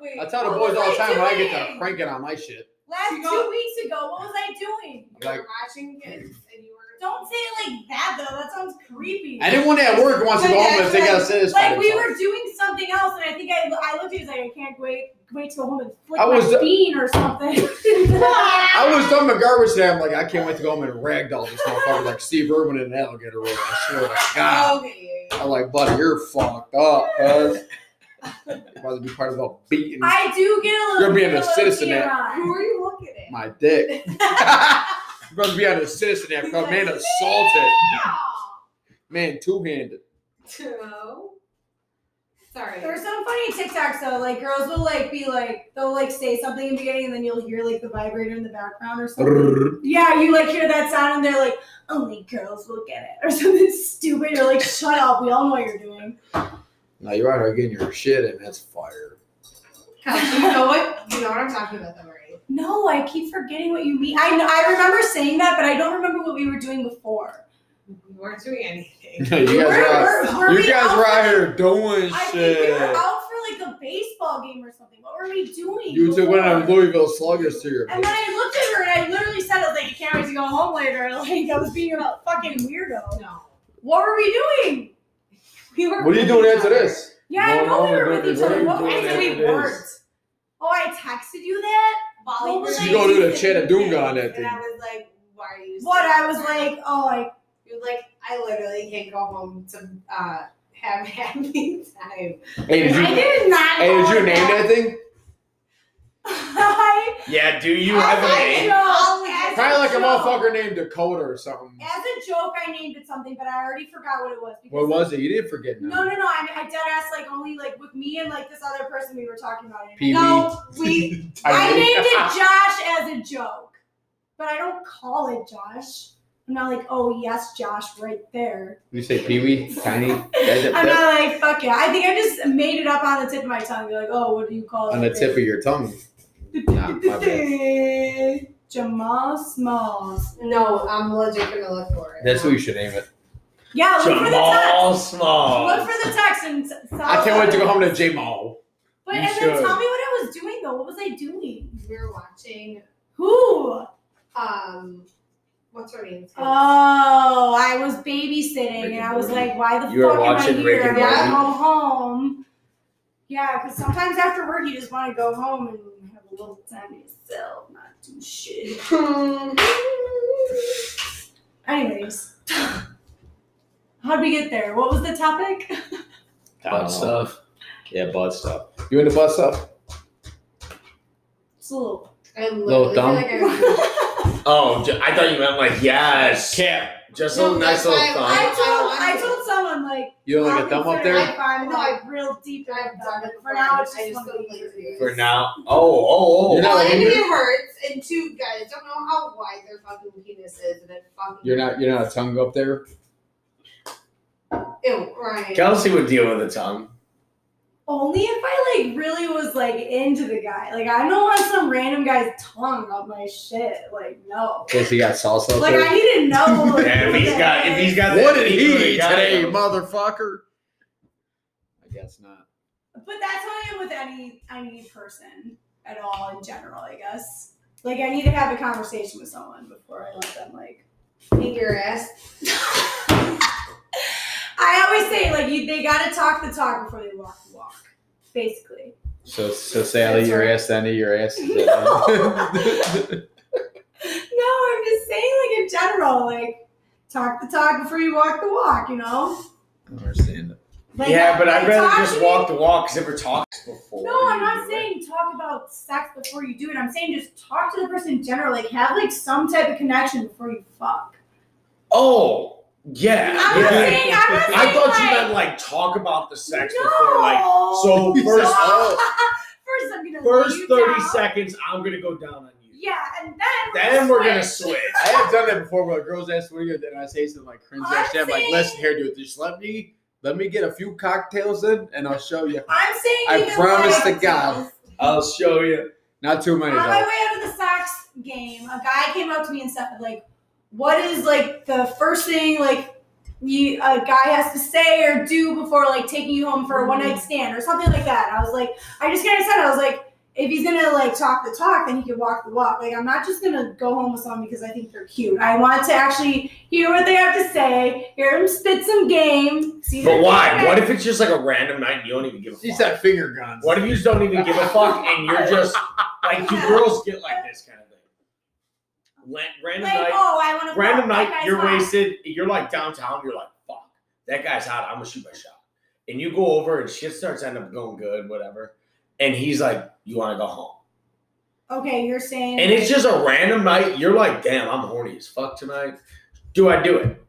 Speaker 4: Wait,
Speaker 1: I tell the
Speaker 2: What
Speaker 1: boys
Speaker 2: was
Speaker 1: all the
Speaker 2: I
Speaker 1: time when I get to
Speaker 2: doing?
Speaker 1: cranking on my shit.
Speaker 2: Last
Speaker 4: She
Speaker 2: two
Speaker 4: got-
Speaker 2: weeks ago, what was I doing?
Speaker 4: you were
Speaker 1: Like-
Speaker 4: watching kids, and you were
Speaker 2: Don't say it like that though. That sounds creepy.
Speaker 1: I didn't want it at work once to go home if they got satisfied.
Speaker 2: Like we
Speaker 1: themselves.
Speaker 2: were doing something else, and I think I, I looked at you and was like, I can't wait wait to go home and flick
Speaker 1: I was- uh,
Speaker 2: my bean or something.
Speaker 1: I was dumb at garbage today. I'm like, I can't wait to go home and ragdoll this motherfucker like Steve Irwin in an alligator roll. I swear to God.
Speaker 4: Okay.
Speaker 1: I'm like, buddy, you're fucked up, cuz. You're about to be part of a beating
Speaker 2: I do get a little.
Speaker 1: You're being
Speaker 2: get
Speaker 1: a
Speaker 2: little
Speaker 1: citizen
Speaker 2: tear
Speaker 4: Who
Speaker 2: on.
Speaker 4: are you looking at?
Speaker 1: my dick. you're about to be on a citizen after a man assaulted. Man, two handed.
Speaker 4: No. Sorry.
Speaker 2: There's some funny TikToks though. Like girls will like be like they'll like say something in the beginning and then you'll hear like the vibrator in the background or something. yeah, you like hear that sound and they're like, only girls will get it or something stupid. You're like, shut up, we all know what you're doing.
Speaker 1: Now you're out here getting your shit and that's fire.
Speaker 4: Kyle, you know what? You know what I'm talking about, though, right?
Speaker 2: No, I keep forgetting what you mean. I know, I remember saying that, but I don't remember what we were doing before.
Speaker 4: We weren't doing anything.
Speaker 7: you guys
Speaker 2: We were-
Speaker 7: are out,
Speaker 2: were- were
Speaker 7: you
Speaker 2: we
Speaker 7: guys
Speaker 2: out
Speaker 7: were
Speaker 2: for
Speaker 7: out
Speaker 2: like-
Speaker 7: here doing
Speaker 2: I think we
Speaker 7: shit.
Speaker 2: were out for like a baseball game or something. What were we doing?
Speaker 7: you took one of them
Speaker 2: before?
Speaker 7: Louisville sluggers to your
Speaker 2: And then I looked at her and I literally said, I was like, you can't wait to go home later. Like, I was being a fucking weirdo.
Speaker 4: No.
Speaker 2: What were we doing?
Speaker 4: We were
Speaker 7: What are you
Speaker 4: with
Speaker 7: doing
Speaker 4: each
Speaker 7: after
Speaker 4: other.
Speaker 7: this?
Speaker 2: Yeah, I
Speaker 7: No,
Speaker 2: know we
Speaker 7: no,
Speaker 2: were
Speaker 7: no,
Speaker 2: with each
Speaker 7: what are
Speaker 2: other.
Speaker 7: you
Speaker 2: What were
Speaker 7: doing
Speaker 2: we
Speaker 4: I said
Speaker 7: after
Speaker 2: doing?
Speaker 4: we
Speaker 7: this?
Speaker 4: weren't.
Speaker 2: Oh, I texted you that?
Speaker 4: Volley
Speaker 2: What was
Speaker 4: was
Speaker 2: I
Speaker 4: like,
Speaker 7: You go to the
Speaker 2: doing?
Speaker 7: Chattanooga on that
Speaker 4: and I
Speaker 7: thing.
Speaker 4: was like, why are you?
Speaker 2: What?
Speaker 4: still
Speaker 2: I was
Speaker 4: outside?
Speaker 2: like, oh, I,
Speaker 4: You're like, I literally can't go home to uh, have happy time.
Speaker 7: Hey, did you,
Speaker 4: I did not.
Speaker 7: hey, did
Speaker 4: go
Speaker 7: you
Speaker 4: on
Speaker 7: name that thing?
Speaker 2: I,
Speaker 3: Yeah, do you
Speaker 4: I
Speaker 3: have a
Speaker 4: like
Speaker 3: name?
Speaker 4: it.
Speaker 2: joke.
Speaker 7: Probably like a
Speaker 2: joke.
Speaker 7: motherfucker named Dakota or something.
Speaker 2: As a joke, I named it something, but I already forgot what it was. Because
Speaker 7: What was it? You didn't forget
Speaker 2: No,
Speaker 7: nothing.
Speaker 2: no, no. I, I dead ass like only like with me and like this other person we were talking about. It.
Speaker 7: Pee-wee.
Speaker 2: No, we. I
Speaker 7: Tyreek.
Speaker 2: named it Josh as a joke, but I don't call it Josh. I'm not like, oh yes, Josh, right there.
Speaker 7: You say Pee Wee, Tiny, that, that, that-
Speaker 2: I'm not like, fuck yeah. I think I just made it up on the tip of my tongue. Like, oh, what do you call it?
Speaker 7: on the tip of your tongue. Nah, my bad.
Speaker 2: Jamal Smalls.
Speaker 4: No, I'm legit gonna look for it.
Speaker 7: That's
Speaker 4: now.
Speaker 7: what you should name it.
Speaker 2: Yeah, look for the text.
Speaker 3: Jamal Small.
Speaker 2: Look for the text and s-
Speaker 7: I can't wait to go home to J Mall.
Speaker 2: But
Speaker 7: You
Speaker 2: and
Speaker 7: should.
Speaker 2: then tell me what I was doing though. What was I doing?
Speaker 4: Um, we were watching.
Speaker 2: Who?
Speaker 4: Um, what's her name?
Speaker 2: Oh, I was babysitting
Speaker 7: Rick
Speaker 2: and
Speaker 7: and
Speaker 2: I was
Speaker 7: Morty.
Speaker 2: like, why the
Speaker 3: You were
Speaker 2: fuck am I
Speaker 3: watching
Speaker 2: here?
Speaker 3: Rick
Speaker 2: I
Speaker 3: and
Speaker 2: gotta
Speaker 3: Morty?
Speaker 2: go home. Yeah, because sometimes after work you just want to go home and have a little time to yourself, not do shit. Anyways, how'd we get there? What was the topic?
Speaker 7: I
Speaker 3: Butt
Speaker 7: don't know.
Speaker 3: stuff.
Speaker 7: Yeah, butt stuff. You in the butt stuff?
Speaker 2: It's a little.
Speaker 4: I
Speaker 7: Little
Speaker 4: literally feel
Speaker 7: thumb?
Speaker 4: like I.
Speaker 3: Oh, j- I thought you meant like yes.
Speaker 7: Cap.
Speaker 3: Just
Speaker 4: No,
Speaker 3: a nice
Speaker 4: that's
Speaker 3: little
Speaker 4: why I
Speaker 2: I
Speaker 3: thumb.
Speaker 4: like-
Speaker 2: told I told someone like
Speaker 7: You don't like
Speaker 2: I'll
Speaker 7: a thumb up
Speaker 2: consider
Speaker 7: there?
Speaker 2: it if I'm
Speaker 4: No,
Speaker 2: like real deep
Speaker 4: I have done it
Speaker 2: For now,
Speaker 4: before.
Speaker 2: it's
Speaker 4: I
Speaker 2: just one
Speaker 4: just don't like it.
Speaker 3: For now. Oh, oh, oh.
Speaker 7: You're not
Speaker 4: Well, and
Speaker 7: angry?
Speaker 4: it hurts, and two guys don't know how wide their fucking penis is, and it fucking.
Speaker 7: You're not. You're not a tongue up there.
Speaker 4: Ew, Ryan.
Speaker 3: Kelsey would deal with a tongue.
Speaker 2: Only if I like really was like into the guy. Like I don't want some random guy's tongue up my shit. Like no.
Speaker 7: Cause he got salsa up
Speaker 2: Like
Speaker 7: there.
Speaker 2: I need to know. Like,
Speaker 3: Yeah, if he's got, if he's got,
Speaker 7: what
Speaker 3: that
Speaker 7: did
Speaker 3: secret
Speaker 7: he eat
Speaker 3: guy-
Speaker 7: today, motherfucker? I guess not.
Speaker 2: But that's how I am with any any person at all in general. I guess. Like I need to have a conversation with someone before I let them like.
Speaker 4: Eat your ass.
Speaker 2: I always say like you they gotta talk the talk before they walk the walk. Basically.
Speaker 7: So, so Sally,
Speaker 2: That's
Speaker 7: your
Speaker 2: right.
Speaker 7: ass, then your ass. is
Speaker 2: No.
Speaker 7: done.
Speaker 2: No, I'm just saying like in general like talk the talk before you walk the walk. You know.
Speaker 7: I don't understand it.
Speaker 2: Like,
Speaker 3: yeah, but
Speaker 2: like,
Speaker 3: I'd rather
Speaker 2: talk to
Speaker 3: just
Speaker 2: me-
Speaker 3: walk the walk because if we're talking before.
Speaker 2: No, I'm
Speaker 3: you
Speaker 2: not
Speaker 3: do it.
Speaker 2: saying talk about sex before you do it. I'm saying just talk to the person in general. Like have like some type of connection before you fuck.
Speaker 3: Oh, yeah.
Speaker 2: I'm
Speaker 3: yeah.
Speaker 2: not saying I'm not saying
Speaker 3: I thought
Speaker 2: like,
Speaker 3: you meant like talk about the sex
Speaker 2: no.
Speaker 3: before, like. So first,
Speaker 2: No. first I'm gonna lay
Speaker 3: first
Speaker 2: you
Speaker 3: thirty
Speaker 2: down.
Speaker 3: seconds, I'm gonna go down on you.
Speaker 2: Yeah, and then
Speaker 3: Then we're gonna
Speaker 2: switch.
Speaker 3: switch.
Speaker 7: I have done that before where girls ask what do you do, and I say something like cringe
Speaker 2: I'm
Speaker 7: ass shit. I'm like,
Speaker 2: saying-
Speaker 7: listen here, dude, just let me let me get a few cocktails in, and I'll show you.
Speaker 2: I'm saying
Speaker 7: I
Speaker 2: even
Speaker 7: promise
Speaker 2: like,
Speaker 7: to God.
Speaker 3: I'll show you.
Speaker 7: Not too
Speaker 2: On
Speaker 7: many
Speaker 2: my
Speaker 7: though.
Speaker 2: way out of the Sox game, a guy came up to me and said, like, what is like the first thing like you a guy has to say or do before like taking you home
Speaker 3: Mm-hmm.
Speaker 2: for a one night stand or something like that. I was like, I just kind of said, I was like, if he's gonna like talk the talk, then he can walk the walk. Like I'm not just gonna go home with someone because I think they're cute. I want to actually hear what they have to say, hear them spit some game. See
Speaker 3: But
Speaker 2: their
Speaker 3: why?
Speaker 2: character.
Speaker 3: What if it's just like a random night and you don't even give a
Speaker 7: She
Speaker 3: fuck?
Speaker 7: said finger guns.
Speaker 3: What if you don't even give a fuck and you're just like, do girls get like this kind of thing? Lan- Random
Speaker 2: like,
Speaker 3: night.
Speaker 2: oh, I want to
Speaker 3: random night, you're wasted, you're like downtown, you're like, fuck, that guy's hot, I'm gonna shoot my shot. And you go over and shit starts end up going good, whatever. And he's like, you wanna go home.
Speaker 2: Okay, you're saying
Speaker 3: And it's just a random night, you're like, damn, I'm horny as fuck tonight. Do I do it?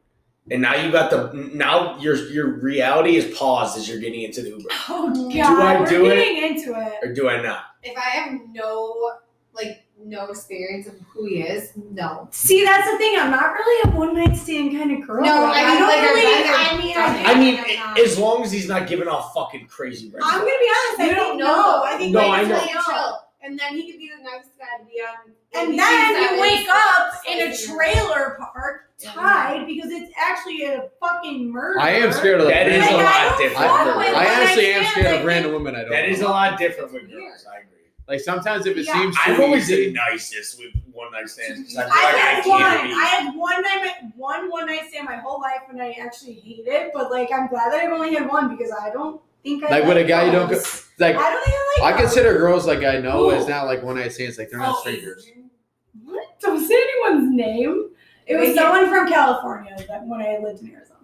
Speaker 3: And now you got the now your your reality is paused as you're getting into the Uber.
Speaker 2: Oh god,
Speaker 3: I
Speaker 2: we're
Speaker 3: do it?
Speaker 2: getting into it.
Speaker 3: Or do I not?
Speaker 4: If I have no, like, no experience of who he is, no.
Speaker 2: See, that's the thing. I'm not really a one night stand kind of girl.
Speaker 4: No, I mean,
Speaker 2: don't
Speaker 4: like,
Speaker 2: really.
Speaker 4: I've-
Speaker 2: I mean, I do.
Speaker 3: I mean,
Speaker 4: I'm not.
Speaker 3: a- as long as he's not giving off fucking crazy red
Speaker 4: I'm gonna
Speaker 3: flags.
Speaker 4: be honest. I
Speaker 2: You
Speaker 4: think
Speaker 2: don't
Speaker 4: no.
Speaker 2: know.
Speaker 4: I think
Speaker 3: No,
Speaker 4: Mike
Speaker 3: I
Speaker 4: is
Speaker 3: know.
Speaker 4: really chill, and then he could be the next guy to be on.
Speaker 2: oh. And
Speaker 4: ABC
Speaker 2: then you
Speaker 4: seven.
Speaker 2: wake up in a
Speaker 4: Seven.
Speaker 2: trailer park tied because it's actually a fucking murder.
Speaker 1: I am scared of the
Speaker 3: That is
Speaker 1: random-
Speaker 3: a lot
Speaker 2: I don't
Speaker 3: different.
Speaker 2: fuck with
Speaker 1: I,
Speaker 2: when
Speaker 1: I honestly am
Speaker 2: can,
Speaker 1: scared
Speaker 2: like,
Speaker 1: of random women. I don't.
Speaker 3: That is
Speaker 1: know.
Speaker 3: a lot different with girls. I agree.
Speaker 1: like sometimes if it
Speaker 2: Yeah.
Speaker 1: seems
Speaker 3: I've
Speaker 1: too
Speaker 3: always
Speaker 1: easy,
Speaker 3: been nicest with one night stands. 'cause I feel
Speaker 2: I
Speaker 3: like
Speaker 2: had
Speaker 3: I
Speaker 2: one.
Speaker 3: can't be-
Speaker 2: I had one night, one one night stand my whole life, and I actually hate it. But like, I'm glad that I've only had one because I don't think I
Speaker 1: Like, with a guy you don't go-
Speaker 2: those.
Speaker 1: like
Speaker 2: I don't think I like.
Speaker 1: I
Speaker 2: those.
Speaker 1: consider girls like I know
Speaker 2: Ooh.
Speaker 1: it's not like one night stands. Like they're
Speaker 2: Oh,
Speaker 1: not strangers.
Speaker 2: What? Don't say anyone's name. It was
Speaker 4: Wait,
Speaker 2: someone from California that when I lived in Arizona.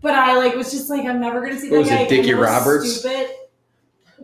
Speaker 2: But I like was just like I'm never gonna see that
Speaker 1: What was it,
Speaker 2: guy. again.
Speaker 1: Dickie
Speaker 2: That was
Speaker 1: Roberts?
Speaker 2: Stupid.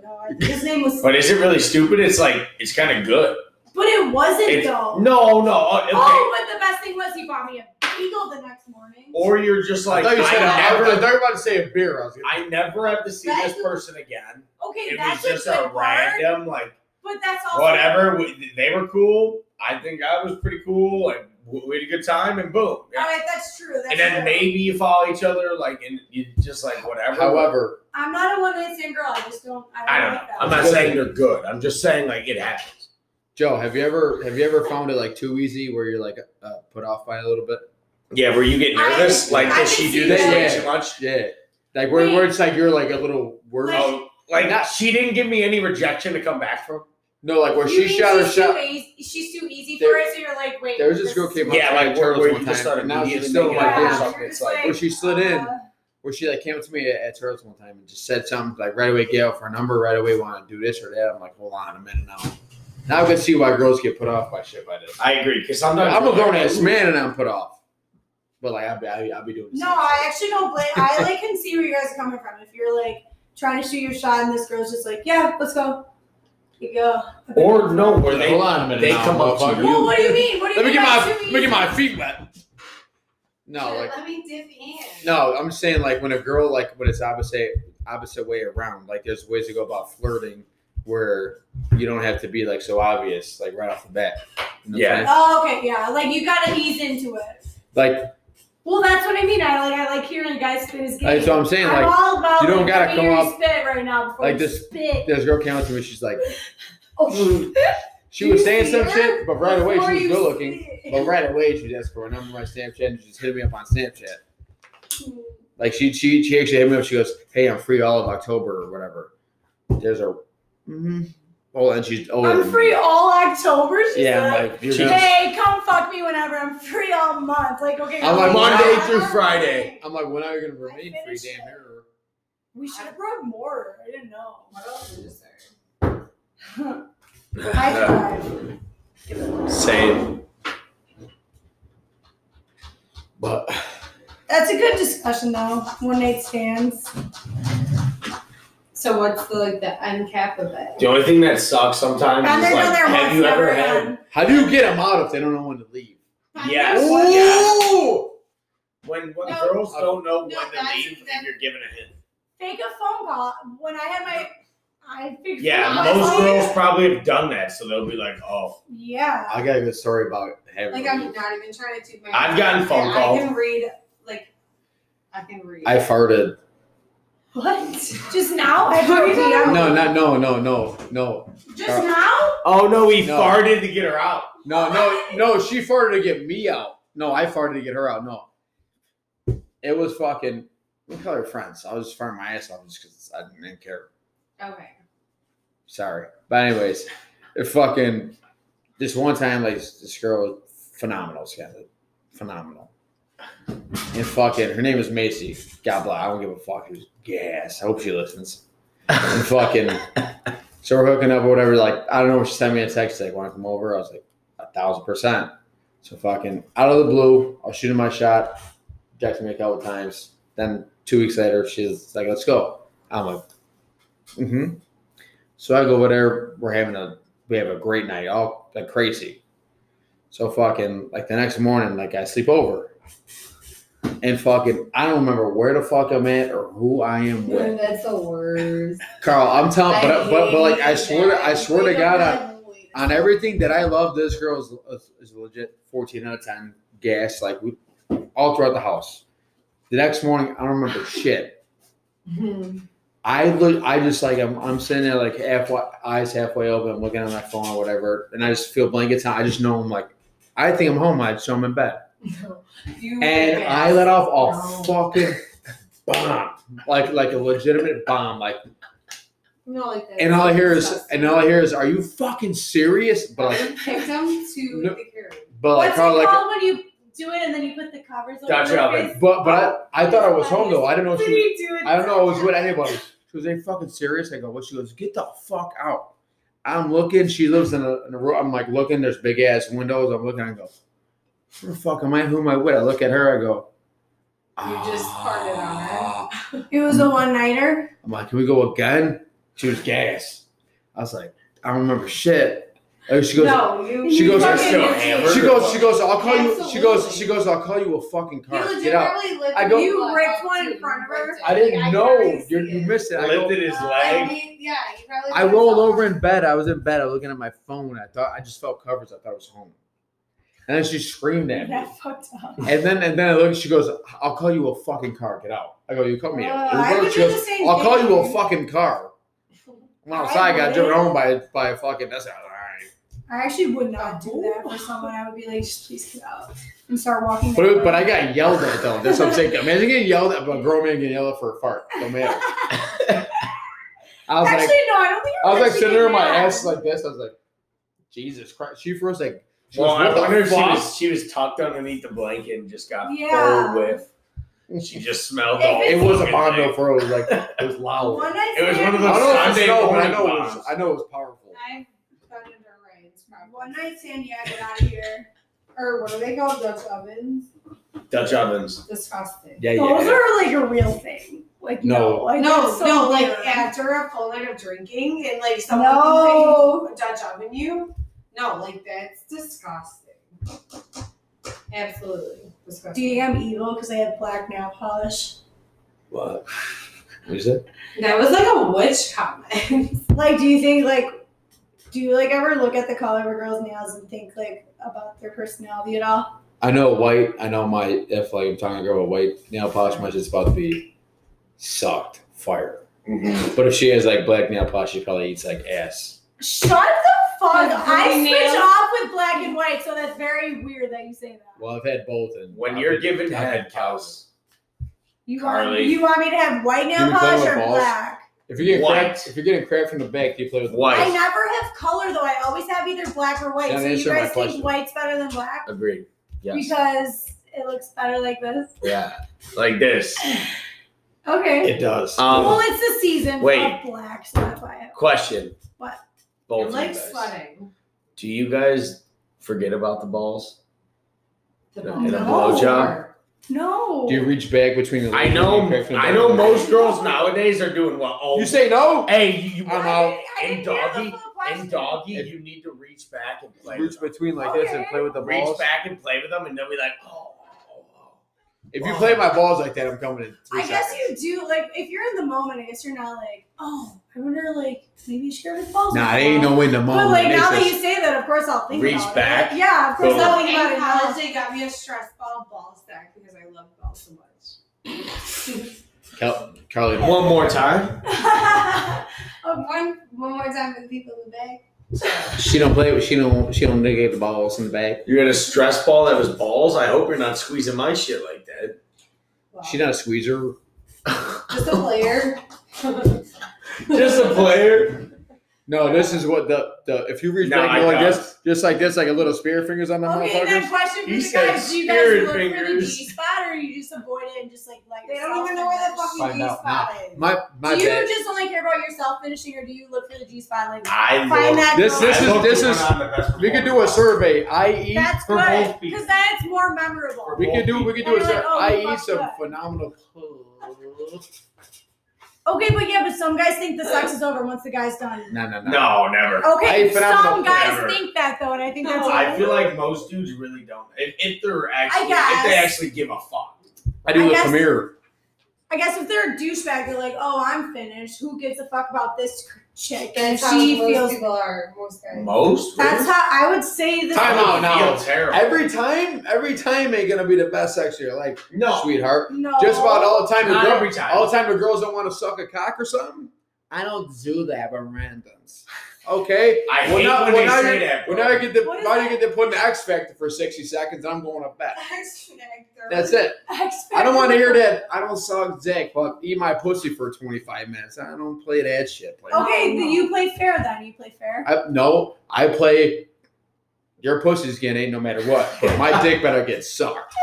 Speaker 2: No, I, his name was.
Speaker 3: But is it really stupid? It's like it's kind of good.
Speaker 2: But it wasn't
Speaker 3: It's-
Speaker 2: though.
Speaker 3: No, no. uh, Okay.
Speaker 2: Oh, but the best thing was he bought me a bagel the next morning.
Speaker 3: Or you're just like
Speaker 1: I thought you said
Speaker 3: I
Speaker 1: a- I
Speaker 3: never,
Speaker 1: thought you were about to say a beer. I was gonna-
Speaker 3: I never have to see
Speaker 2: That's-
Speaker 3: this person again.
Speaker 2: okay,
Speaker 3: It was
Speaker 2: that's
Speaker 3: just
Speaker 2: a good
Speaker 3: a random like
Speaker 2: But that's also
Speaker 3: whatever. we- They were cool. I think I was pretty cool. and w we had a good time, and boom.
Speaker 2: All right, Oh, that's true. That's
Speaker 3: and then
Speaker 2: true.
Speaker 3: maybe you follow each other, like, and you just like whatever.
Speaker 1: However,
Speaker 2: I'm not a one night stand girl. I just don't. I don't,
Speaker 3: I don't know.
Speaker 2: like that.
Speaker 3: I'm not saying they're good. I'm just saying like it happens.
Speaker 1: Joe, have you ever have you ever found it like too easy where you're like uh, put off by it a little bit?
Speaker 3: Yeah, were you get
Speaker 2: I-
Speaker 3: nervous? like,
Speaker 2: I
Speaker 3: does
Speaker 2: can
Speaker 3: she
Speaker 2: see
Speaker 3: do this
Speaker 1: that.
Speaker 3: way
Speaker 1: Yeah.
Speaker 3: too much?
Speaker 1: Yeah, like where, where
Speaker 2: Wait.
Speaker 1: it's like you're like a little worried.
Speaker 2: Like-
Speaker 3: Oh, like
Speaker 1: Not-
Speaker 3: she didn't give me any rejection to come back from.
Speaker 1: no, like where
Speaker 2: You
Speaker 1: she
Speaker 2: think
Speaker 1: shot her
Speaker 2: she's too
Speaker 1: shot.
Speaker 2: easy- she's too easy
Speaker 1: There-
Speaker 2: for it, so you're like, wait.
Speaker 1: There was this girl
Speaker 2: is-
Speaker 1: came up
Speaker 3: Yeah,
Speaker 1: to me
Speaker 3: like
Speaker 1: at
Speaker 3: where,
Speaker 1: Turtles
Speaker 3: where
Speaker 1: one
Speaker 3: you just
Speaker 1: time,
Speaker 3: started
Speaker 1: and now she's
Speaker 3: immediately
Speaker 1: still
Speaker 3: making
Speaker 1: like
Speaker 3: out or
Speaker 1: this.
Speaker 2: Yeah.
Speaker 3: something. It's like
Speaker 1: Where she slid in,
Speaker 2: Uh,
Speaker 1: where she like came up to me at, at Turtles one time and just said something like right away, Gail, for a number, right away, want to do this or that. I'm like, hold on a minute now. Now I can see why girls get put off by shit by this.
Speaker 3: I agree because sometimes
Speaker 1: I'm a
Speaker 3: you're like,
Speaker 1: grown ass
Speaker 3: "Ooh."
Speaker 1: man and I'm put off, but like I'll be, I'll be, I'll be doing. the
Speaker 2: No,
Speaker 1: same
Speaker 2: I
Speaker 1: shit.
Speaker 2: actually don't blame. I like can see where you guys are coming from. If you're like trying to shoot your shot, and this girl's just like, yeah, let's go. You go.
Speaker 3: Or no, where
Speaker 1: Like,
Speaker 3: they
Speaker 1: hold on a minute.
Speaker 3: they
Speaker 1: now,
Speaker 3: come up to
Speaker 1: motherfucker.
Speaker 3: you.
Speaker 2: Well, what do you mean? What
Speaker 1: Let
Speaker 2: do you
Speaker 1: me
Speaker 2: mean?
Speaker 1: get
Speaker 2: by
Speaker 1: my
Speaker 2: too
Speaker 1: let me get
Speaker 2: easy?
Speaker 1: my feet wet. No, like.
Speaker 4: Let me dip in.
Speaker 1: No, I'm saying like when a girl like when it's opposite opposite way around, like there's ways to go about flirting where you don't have to be like so obvious, like right off the bat. You know what I'm
Speaker 3: Yeah.
Speaker 2: Oh, okay, yeah. Like you gotta ease into it.
Speaker 1: saying? Like
Speaker 2: Well, that's what I mean. I like I like hearing a guy spit his game.
Speaker 1: that's what I'm saying.
Speaker 2: I'm
Speaker 1: Like
Speaker 2: all about
Speaker 1: you don't
Speaker 2: like,
Speaker 1: gotta
Speaker 2: let me
Speaker 1: come
Speaker 2: hear you
Speaker 1: up-
Speaker 2: spit right now before
Speaker 1: like
Speaker 2: you
Speaker 1: this-
Speaker 2: spit.
Speaker 1: this girl came up to me, she's like "Hmm."
Speaker 2: Oh,
Speaker 1: she was
Speaker 2: You
Speaker 1: saying some
Speaker 2: see
Speaker 1: shit, but right away
Speaker 2: before
Speaker 1: she was
Speaker 2: you
Speaker 1: good looking.
Speaker 2: spit.
Speaker 1: But right away she asked for a number on Snapchat and she just hit me up on Snapchat.
Speaker 2: Hmm.
Speaker 1: Like she she she actually hit me up. She goes, "Hey, I'm free all of October or whatever." There's a oh, and she's oh
Speaker 2: Mm-hmm. I'm free all October. She
Speaker 1: Yeah,
Speaker 2: said.
Speaker 1: I'm like you're gonna
Speaker 2: Hey, come fuck me whenever I'm free all month. Like, okay.
Speaker 1: I'm like,
Speaker 3: Monday through Friday.
Speaker 1: I'm like, when are you gonna remain
Speaker 2: I
Speaker 1: free,
Speaker 2: finished
Speaker 1: damn
Speaker 2: it.
Speaker 1: near?
Speaker 2: We should have brought more. I didn't know.
Speaker 4: What else is there?
Speaker 2: I tried.
Speaker 3: Same.
Speaker 1: But
Speaker 2: That's a good discussion, though. One night stands.
Speaker 4: So what's the like the end cap of it?
Speaker 3: The only thing that sucks sometimes
Speaker 2: And
Speaker 3: is
Speaker 2: they're
Speaker 3: like,
Speaker 2: there
Speaker 3: have
Speaker 2: once,
Speaker 3: you
Speaker 2: never
Speaker 3: ever had?
Speaker 2: again.
Speaker 1: how do you get them out if they don't know when to leave?
Speaker 3: Yes.
Speaker 1: Ooh!
Speaker 3: When when
Speaker 4: No.
Speaker 3: girls don't know when
Speaker 4: No,
Speaker 3: to
Speaker 4: that's-
Speaker 3: leave and you're giving a hint.
Speaker 2: Fake a phone call. When I had my, I figured.
Speaker 3: Yeah,
Speaker 2: out
Speaker 4: that's
Speaker 3: most
Speaker 2: my phone.
Speaker 3: girls probably have done that, so they'll be like, oh,
Speaker 2: Yeah.
Speaker 1: I got a good story about having.
Speaker 4: Like I'm not even trying to do my.
Speaker 3: I've gotten phone
Speaker 4: I
Speaker 3: calls.
Speaker 4: can read like I can read.
Speaker 1: I farted.
Speaker 2: What? Just now? I figured it out.
Speaker 1: No, not no, no, no, no,
Speaker 2: Just now?
Speaker 3: oh no, he
Speaker 1: No.
Speaker 3: farted to get her out.
Speaker 1: no, no, no. She farted to get me out. No, I farted to get her out. No, it was fucking. We call her friends. I was just farting my ass off just because I didn't care.
Speaker 4: okay.
Speaker 1: Sorry. But anyways, it fucking this one time, like this girl was phenomenal, Skylar. Phenomenal. And fucking her name is Macy. God bless. I don't give a fuck. It was gas. I hope she listens. And fucking so we're hooking up or whatever. Like, I don't know. She sent me a text like, wanna come over? I was like, a thousand percent. So fucking out of the blue, I was shooting my shot, texted me a couple times. Then two weeks later, she's like, let's go. I'm like, mm-hmm. So I go over there. We're having a we have a great night, all like crazy. So fucking like the next morning, like I sleep over, and fucking I don't remember where the fuck I'm at or who I am with.
Speaker 4: that's the worst.
Speaker 1: Carl, I'm telling, but
Speaker 4: I
Speaker 1: but but like I
Speaker 4: hate
Speaker 1: swear to I
Speaker 4: that.
Speaker 1: swear to
Speaker 4: Like,
Speaker 1: God, on,
Speaker 4: I'm like-
Speaker 1: on everything that I love, this girl is, is, is legit 14 out of 10 gas. Like we all throughout the house, The next morning, I don't remember shit.
Speaker 4: Mhm.
Speaker 1: I look, I just like I'm, I'm sitting there like halfway, eyes halfway open, I'm looking at my phone or whatever, and I just feel blankets on. I just know I'm like, I think I'm home. I just know I'm in bed,
Speaker 4: You
Speaker 1: and
Speaker 4: big
Speaker 1: I
Speaker 4: ass.
Speaker 1: let off a
Speaker 4: No.
Speaker 1: fucking bomb, like like a legitimate bomb, like.
Speaker 4: No, like that.
Speaker 1: And all I hear is, and all I hear is, "Are you fucking serious?" But like,
Speaker 4: Victim to
Speaker 1: No.
Speaker 4: the carrier.
Speaker 1: but like,
Speaker 2: What's
Speaker 1: kind
Speaker 2: it
Speaker 1: like,
Speaker 2: called when you do it and then you put the covers over
Speaker 3: Gotcha,
Speaker 2: your
Speaker 3: Alvin.
Speaker 2: face?
Speaker 1: but but I, I thought I was home though. I didn't know
Speaker 2: What do
Speaker 1: she.
Speaker 2: you do it
Speaker 1: I don't know. I was
Speaker 2: to-
Speaker 1: with anybody. She was, "Are you fucking serious?" I go, "What?" She goes, "Get the fuck out." I'm looking. She lives in a, in a room. I'm like looking. There's big ass windows. I'm looking. I go, "Who the fuck am I? Who am I with?" I look at her. I go,
Speaker 4: You just farted on her.
Speaker 1: "Ah."
Speaker 2: It was a one nighter.
Speaker 1: I'm like, "Can we go again?" She was gas. I was like, "I don't remember shit." And she goes,
Speaker 4: no, you.
Speaker 1: she goes-
Speaker 4: fucking
Speaker 3: Still
Speaker 4: did.
Speaker 3: hammered.
Speaker 1: She goes, she goes, I'll call you. She goes,
Speaker 4: Absolutely.
Speaker 1: she goes, I'll call you a fucking
Speaker 4: You
Speaker 1: car. Get out.
Speaker 4: legitimately lived.
Speaker 1: I go-
Speaker 2: You ripped one in front of her?
Speaker 1: I didn't know. You, you missed it. I, go-
Speaker 3: Lifted his leg.
Speaker 4: Yeah, you probably.
Speaker 1: I
Speaker 4: did
Speaker 1: rolled
Speaker 4: something.
Speaker 1: over in bed. I was in bed. I was looking at my phone. I thought I just felt covers. I thought it was home. And then she screamed at me.
Speaker 2: That fucked up.
Speaker 1: And then and then I look. She goes, I'll call you a fucking car. Get out. I go, you call me a
Speaker 2: Uh, I
Speaker 1: Uber?
Speaker 2: would
Speaker 1: She
Speaker 2: do the
Speaker 1: goes,
Speaker 2: same
Speaker 1: I'll call
Speaker 2: thing.
Speaker 1: you a fucking car. When I was outside, I got driven home by by a fucking. That's all right.
Speaker 2: I actually would not do that for someone. I would be like, "Just please get out and start walking.
Speaker 1: But,
Speaker 2: that
Speaker 1: it- but I
Speaker 2: way.
Speaker 1: got yelled at though. That's what I'm saying. Imagine getting yelled at, but a grown man getting yelled at for a fart. Don't matter. I was
Speaker 2: actually
Speaker 1: like,
Speaker 2: no, I don't think
Speaker 1: I was like
Speaker 2: actually
Speaker 1: sitting there in my
Speaker 2: mad.
Speaker 1: ass like this. I was like, Jesus Christ. She first like, she
Speaker 3: Well,
Speaker 1: was,
Speaker 3: I wonder if she
Speaker 1: fuck?
Speaker 3: was, she was tucked underneath the blanket and just got
Speaker 2: Yeah.
Speaker 3: full whiff. She just smelled
Speaker 2: It
Speaker 3: all
Speaker 1: It was a
Speaker 3: fucking
Speaker 1: bomb though.
Speaker 3: thing.
Speaker 1: For it was like, it was loud.
Speaker 2: One night
Speaker 3: It was one of
Speaker 1: I don't
Speaker 3: those-
Speaker 1: know if it
Speaker 3: Sunday
Speaker 1: snowed, but I
Speaker 3: morning
Speaker 1: know it was.
Speaker 3: bombs.
Speaker 1: I know it was powerful.
Speaker 4: I've done it under rains, probably.
Speaker 2: One night stand. Yeah, get out of here.
Speaker 4: Or what are they called? Dutch ovens.
Speaker 3: Dutch ovens.
Speaker 4: Disgusting.
Speaker 1: Yeah,
Speaker 2: Those
Speaker 1: yeah.
Speaker 2: are like a real thing. Like no,
Speaker 1: No.
Speaker 2: like,
Speaker 4: No,
Speaker 2: that's so
Speaker 4: no, like
Speaker 2: weird.
Speaker 4: after a full night of drinking and like someone
Speaker 2: no.
Speaker 4: a Dutch oven you. No, like that's disgusting. Absolutely
Speaker 2: Do
Speaker 4: disgusting.
Speaker 2: you think I'm evil because I have black nail polish?
Speaker 1: What? What is it?
Speaker 4: That was like a witch comment.
Speaker 2: Like, do you think like, do you like ever look at the color of a girl's nails and think like about their personality at all?
Speaker 1: I know white. I know my if like I'm talking to a girl with white nail polish, my shit's about to be sucked fire.
Speaker 3: Mm-hmm.
Speaker 1: But if she has like black nail polish, she probably eats like ass.
Speaker 2: Shut the fuck up. I
Speaker 8: Green
Speaker 2: switch
Speaker 8: nails.
Speaker 2: off with black and white, so that's very weird that you say that.
Speaker 1: Well, I've had both, and
Speaker 3: When you're given head, cows.
Speaker 2: You want
Speaker 3: Carly.
Speaker 2: you want me to have white nail
Speaker 1: You play
Speaker 2: polish
Speaker 1: with
Speaker 2: or
Speaker 1: balls?
Speaker 2: black?
Speaker 1: if you're getting crap,
Speaker 3: White.
Speaker 1: if you're getting crap from the back, do you play with the
Speaker 3: White.
Speaker 2: I never have color though. I always have either black or white.
Speaker 1: That
Speaker 2: so you
Speaker 1: answered my
Speaker 2: guys
Speaker 1: question.
Speaker 2: think white's better than black
Speaker 3: Agreed. Yes.
Speaker 2: because it looks better like this.
Speaker 3: Yeah. Like this.
Speaker 2: Okay.
Speaker 1: It does.
Speaker 2: well,
Speaker 3: Um,
Speaker 2: it's the season
Speaker 3: wait.
Speaker 2: of black, so that's why. I-
Speaker 3: question.
Speaker 2: What?
Speaker 3: Both
Speaker 4: I'm
Speaker 3: of
Speaker 4: like
Speaker 3: you guys.
Speaker 4: sweating.
Speaker 3: Do you guys forget about the balls?
Speaker 4: The
Speaker 3: And a
Speaker 4: no.
Speaker 3: blowjob?
Speaker 2: No.
Speaker 1: do you reach back between the?
Speaker 3: I
Speaker 1: legs
Speaker 3: know.
Speaker 1: and get crack from the
Speaker 3: I
Speaker 1: back?
Speaker 3: know most girls nowadays are doing what? Oh,
Speaker 1: You say no.
Speaker 3: hey, you, you
Speaker 1: I'm out.
Speaker 2: I didn't hear
Speaker 3: In
Speaker 2: the
Speaker 3: doggy-
Speaker 2: full question.
Speaker 3: and doggy,
Speaker 1: If-
Speaker 3: you need to reach back and play.
Speaker 1: Reach
Speaker 3: With them.
Speaker 1: between like this and play with the
Speaker 3: Reach
Speaker 1: balls.
Speaker 3: back and play with them, and they'll be like, oh. oh, oh.
Speaker 1: If you play my balls like that, I'm coming in three
Speaker 2: I guess
Speaker 1: seconds.
Speaker 2: you do like if you're in the moment. I guess you're not like, oh, I wonder like maybe you should go to balls.
Speaker 1: Nah,
Speaker 2: with
Speaker 1: it ain't
Speaker 2: balls."
Speaker 1: no in the
Speaker 2: But
Speaker 1: moment.
Speaker 2: like
Speaker 1: It's
Speaker 2: now that
Speaker 1: just-
Speaker 2: you say that, of course I'll think
Speaker 3: Reach
Speaker 2: about
Speaker 3: back.
Speaker 2: it. Yeah, of course
Speaker 3: Boom.
Speaker 2: I'll
Speaker 4: In
Speaker 2: think about it.
Speaker 4: college,
Speaker 2: Now.
Speaker 4: they got me a stress ball ball stack because I love ball so much.
Speaker 1: Cal- Carly.
Speaker 3: One more time.
Speaker 4: oh, one, one more time with people in the bag.
Speaker 1: She don't play. with- She don't. She don't get the balls in the back.
Speaker 3: You had a stress ball that was balls. I hope you're not squeezing my shit like that.
Speaker 4: Wow.
Speaker 1: She not a squeezer.
Speaker 4: Just a player. Oh
Speaker 3: Just a player.
Speaker 1: No, this is what the the. If you reach
Speaker 3: No,
Speaker 1: back,
Speaker 3: I
Speaker 1: you're like
Speaker 3: got
Speaker 1: this, just like this, like a little spear fingers on the
Speaker 2: okay,
Speaker 1: motherfuckers.
Speaker 2: then question for
Speaker 3: He
Speaker 2: the
Speaker 3: said
Speaker 2: guys: Do you guys
Speaker 3: spirit
Speaker 2: look for the
Speaker 3: fingers.
Speaker 2: G spot, or you just avoid it and just like like?
Speaker 4: They don't even know where the fucking
Speaker 1: Find
Speaker 4: G
Speaker 1: out
Speaker 4: spot is.
Speaker 1: My my
Speaker 2: do you
Speaker 1: bad.
Speaker 2: just only care about yourself finishing, or do you look for the G spot? Like
Speaker 3: I
Speaker 2: find
Speaker 3: look-
Speaker 2: that.
Speaker 1: This-
Speaker 2: girl?
Speaker 1: this
Speaker 3: I
Speaker 1: is-
Speaker 3: look
Speaker 1: this
Speaker 3: to
Speaker 1: is-
Speaker 3: one on the best
Speaker 1: We could do a
Speaker 3: performer.
Speaker 1: survey. I eat
Speaker 2: that's
Speaker 1: for both people.
Speaker 2: good because that's more memorable.
Speaker 1: We could do. We could do a
Speaker 2: And you're
Speaker 1: survey.
Speaker 2: like, oh,
Speaker 1: I eat
Speaker 2: fuck
Speaker 1: some
Speaker 2: that.
Speaker 1: phenomenal.
Speaker 2: Okay, but yeah, but some guys think the sex is over once the guy's done.
Speaker 1: No, no, no.
Speaker 3: No, never.
Speaker 2: Okay,
Speaker 1: I- but I'm
Speaker 2: some
Speaker 1: not-
Speaker 2: guys
Speaker 3: Never.
Speaker 2: think that though, and I think that's.
Speaker 4: No,
Speaker 3: I feel like most dudes really don't. If, if they're actually,
Speaker 2: guess.
Speaker 3: if they actually give a fuck.
Speaker 1: I do
Speaker 2: I
Speaker 1: the
Speaker 2: guess-
Speaker 1: premiere.
Speaker 2: I guess if they're a douchebag, they're like, "Oh, I'm finished. Who gives a fuck about this chick?" And
Speaker 4: That's how
Speaker 2: she
Speaker 4: most
Speaker 2: feels.
Speaker 4: people are. Most guys.
Speaker 3: Most.
Speaker 2: That's how I would say that.
Speaker 9: Time out now.
Speaker 3: Feel terrible.
Speaker 1: Every time, every time ain't gonna be the best sex of your life,
Speaker 3: No,
Speaker 1: sweetheart.
Speaker 2: No.
Speaker 1: Just about all the time. the
Speaker 3: not
Speaker 1: girl-
Speaker 3: every time.
Speaker 1: All the time the girls don't want to suck a cock or something. I don't do that, but randoms. Okay.
Speaker 3: I
Speaker 1: Well,
Speaker 3: hate
Speaker 1: now-
Speaker 3: when
Speaker 1: well,
Speaker 3: they
Speaker 1: now
Speaker 3: say
Speaker 1: you-
Speaker 3: that.
Speaker 1: Well,
Speaker 3: bro.
Speaker 1: now you get to
Speaker 2: What is
Speaker 1: now you
Speaker 2: that?
Speaker 1: get to put an X factor for sixty seconds. I'm going to bet. That's
Speaker 4: That's
Speaker 1: it.
Speaker 2: Expect-
Speaker 1: I don't want to hear that. I don't suck dick, but eat my pussy for 25 minutes. I don't play that shit. Play
Speaker 2: Okay, then you play fair. Then you play fair.
Speaker 1: I, no, I play. Your pussy's getting ate no matter what, but my dick better get sucked.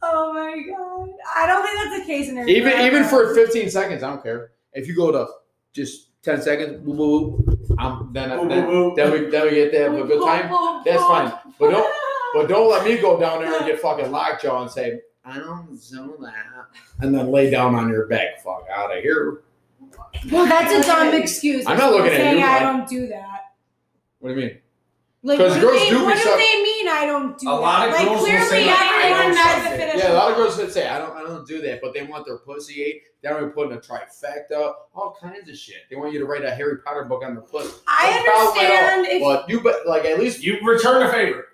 Speaker 2: Oh my god! I don't think that's the case in Arizona.
Speaker 1: Even even for 15 seconds, I don't care. If you go to just 10 seconds, woo, woo, woo, I'm, then,
Speaker 3: Boo,
Speaker 1: then,
Speaker 3: boo, boo.
Speaker 1: then we then we get to have a good time. That's fine. But don't but don't let me go down there and get fucking lockjaw and say I don't do that, and then lay down on your back. Fuck out of here.
Speaker 2: Well, that's a dumb excuse.
Speaker 1: I'm not looking at
Speaker 2: saying
Speaker 1: you,
Speaker 2: I
Speaker 1: I-
Speaker 2: don't do that.
Speaker 1: What do you mean?
Speaker 2: Like,
Speaker 1: 'Cause
Speaker 2: what
Speaker 1: girls
Speaker 2: they,
Speaker 1: do be
Speaker 2: what do
Speaker 1: suck-
Speaker 2: they mean? I don't do
Speaker 3: A lot
Speaker 2: that.
Speaker 3: of
Speaker 2: like
Speaker 3: girls will
Speaker 2: clearly,
Speaker 3: say, like, I
Speaker 2: everyone met
Speaker 3: don't
Speaker 2: the
Speaker 3: suck dick.
Speaker 2: finish.
Speaker 1: Yeah, a lot of
Speaker 2: line.
Speaker 1: girls would say, I don't I don't do that, but they want their pussy ate. Then we put in a trifecta, all kinds of shit. They want you to write a Harry Potter book on their pussy. No
Speaker 2: I
Speaker 1: problem at all.
Speaker 2: understand if
Speaker 1: But you but like at least
Speaker 3: You return a favor.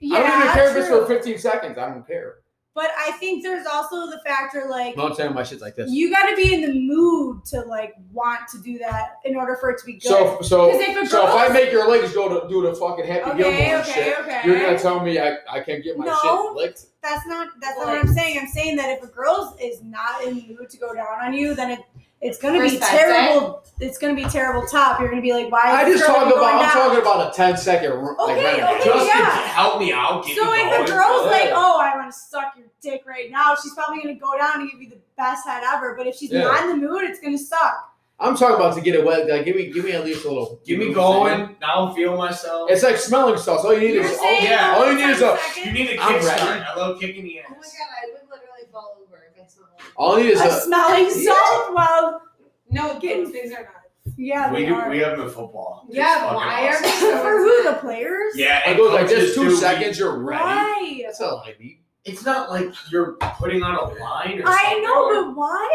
Speaker 2: yeah,
Speaker 1: I don't even care if it's for
Speaker 2: true.
Speaker 1: fifteen seconds. I don't care.
Speaker 2: But I think there's also the factor like
Speaker 1: No, I'm saying my shit's like this.
Speaker 2: you got to be in the mood to like want to do that in order for it to be good.
Speaker 1: So so
Speaker 2: 'Cause if a
Speaker 1: so if I
Speaker 2: girl's-
Speaker 1: make your legs go to do the fucking happy
Speaker 2: okay,
Speaker 1: Gilmore
Speaker 2: okay,
Speaker 1: shit,
Speaker 2: okay.
Speaker 1: you're gonna tell me I, I can't get my
Speaker 2: No.
Speaker 1: shit licked.
Speaker 2: that's not that's not
Speaker 4: Like-
Speaker 2: what I'm saying. I'm saying that if a girl is not in the mood to go down on you, then it it's gonna
Speaker 4: Respect
Speaker 2: be terrible. It's gonna be terrible top. You're gonna be like, why?
Speaker 1: I
Speaker 2: is
Speaker 1: just
Speaker 2: this girl
Speaker 1: talk
Speaker 2: even going
Speaker 1: about I'm talking
Speaker 2: down?
Speaker 1: about a 10 second r- like
Speaker 2: Okay,
Speaker 1: renegade.
Speaker 2: okay,
Speaker 3: Just to
Speaker 2: yeah.
Speaker 3: help me out. Get
Speaker 2: So
Speaker 3: me
Speaker 2: if a
Speaker 3: going.
Speaker 2: girl's like, oh, I want to suck your dick right now, she's probably gonna go down and give you the best head ever. But if she's
Speaker 1: Yeah.
Speaker 2: not in the mood, it's gonna suck.
Speaker 1: I'm talking about to get it wet. Like, give me give me at least a little you
Speaker 3: Get me
Speaker 1: know what I'm saying?
Speaker 3: going. Now I'm feeling myself.
Speaker 1: It's like smelling sauce. All you need
Speaker 2: You're
Speaker 1: is
Speaker 2: saying
Speaker 3: yeah,
Speaker 2: that
Speaker 1: all you
Speaker 2: one
Speaker 1: need is
Speaker 2: time
Speaker 1: a-
Speaker 2: second?
Speaker 3: You need a
Speaker 1: I'm
Speaker 3: kick
Speaker 1: ready.
Speaker 3: start. I love kicking the ass.
Speaker 4: Oh my god, I would literally fall over if I smelled. it.
Speaker 1: all you need is
Speaker 2: a
Speaker 1: a
Speaker 2: smelling salt. Well,
Speaker 4: No,
Speaker 2: Getting-
Speaker 4: those things are not.
Speaker 2: yeah,
Speaker 3: we
Speaker 2: they
Speaker 3: do,
Speaker 2: are.
Speaker 3: we have the football. It's
Speaker 4: Yeah,
Speaker 3: fucking
Speaker 4: why are
Speaker 3: awesome.
Speaker 4: they so
Speaker 2: For who the
Speaker 4: upset?
Speaker 2: players?
Speaker 3: Yeah,
Speaker 1: I
Speaker 3: and
Speaker 1: go like
Speaker 3: coaches
Speaker 1: this two
Speaker 3: do, we-
Speaker 1: seconds, you're ready.
Speaker 2: Why?
Speaker 1: That's all I need.
Speaker 3: It's not like you're putting on a line. Or
Speaker 2: I
Speaker 3: something.
Speaker 2: know, but why?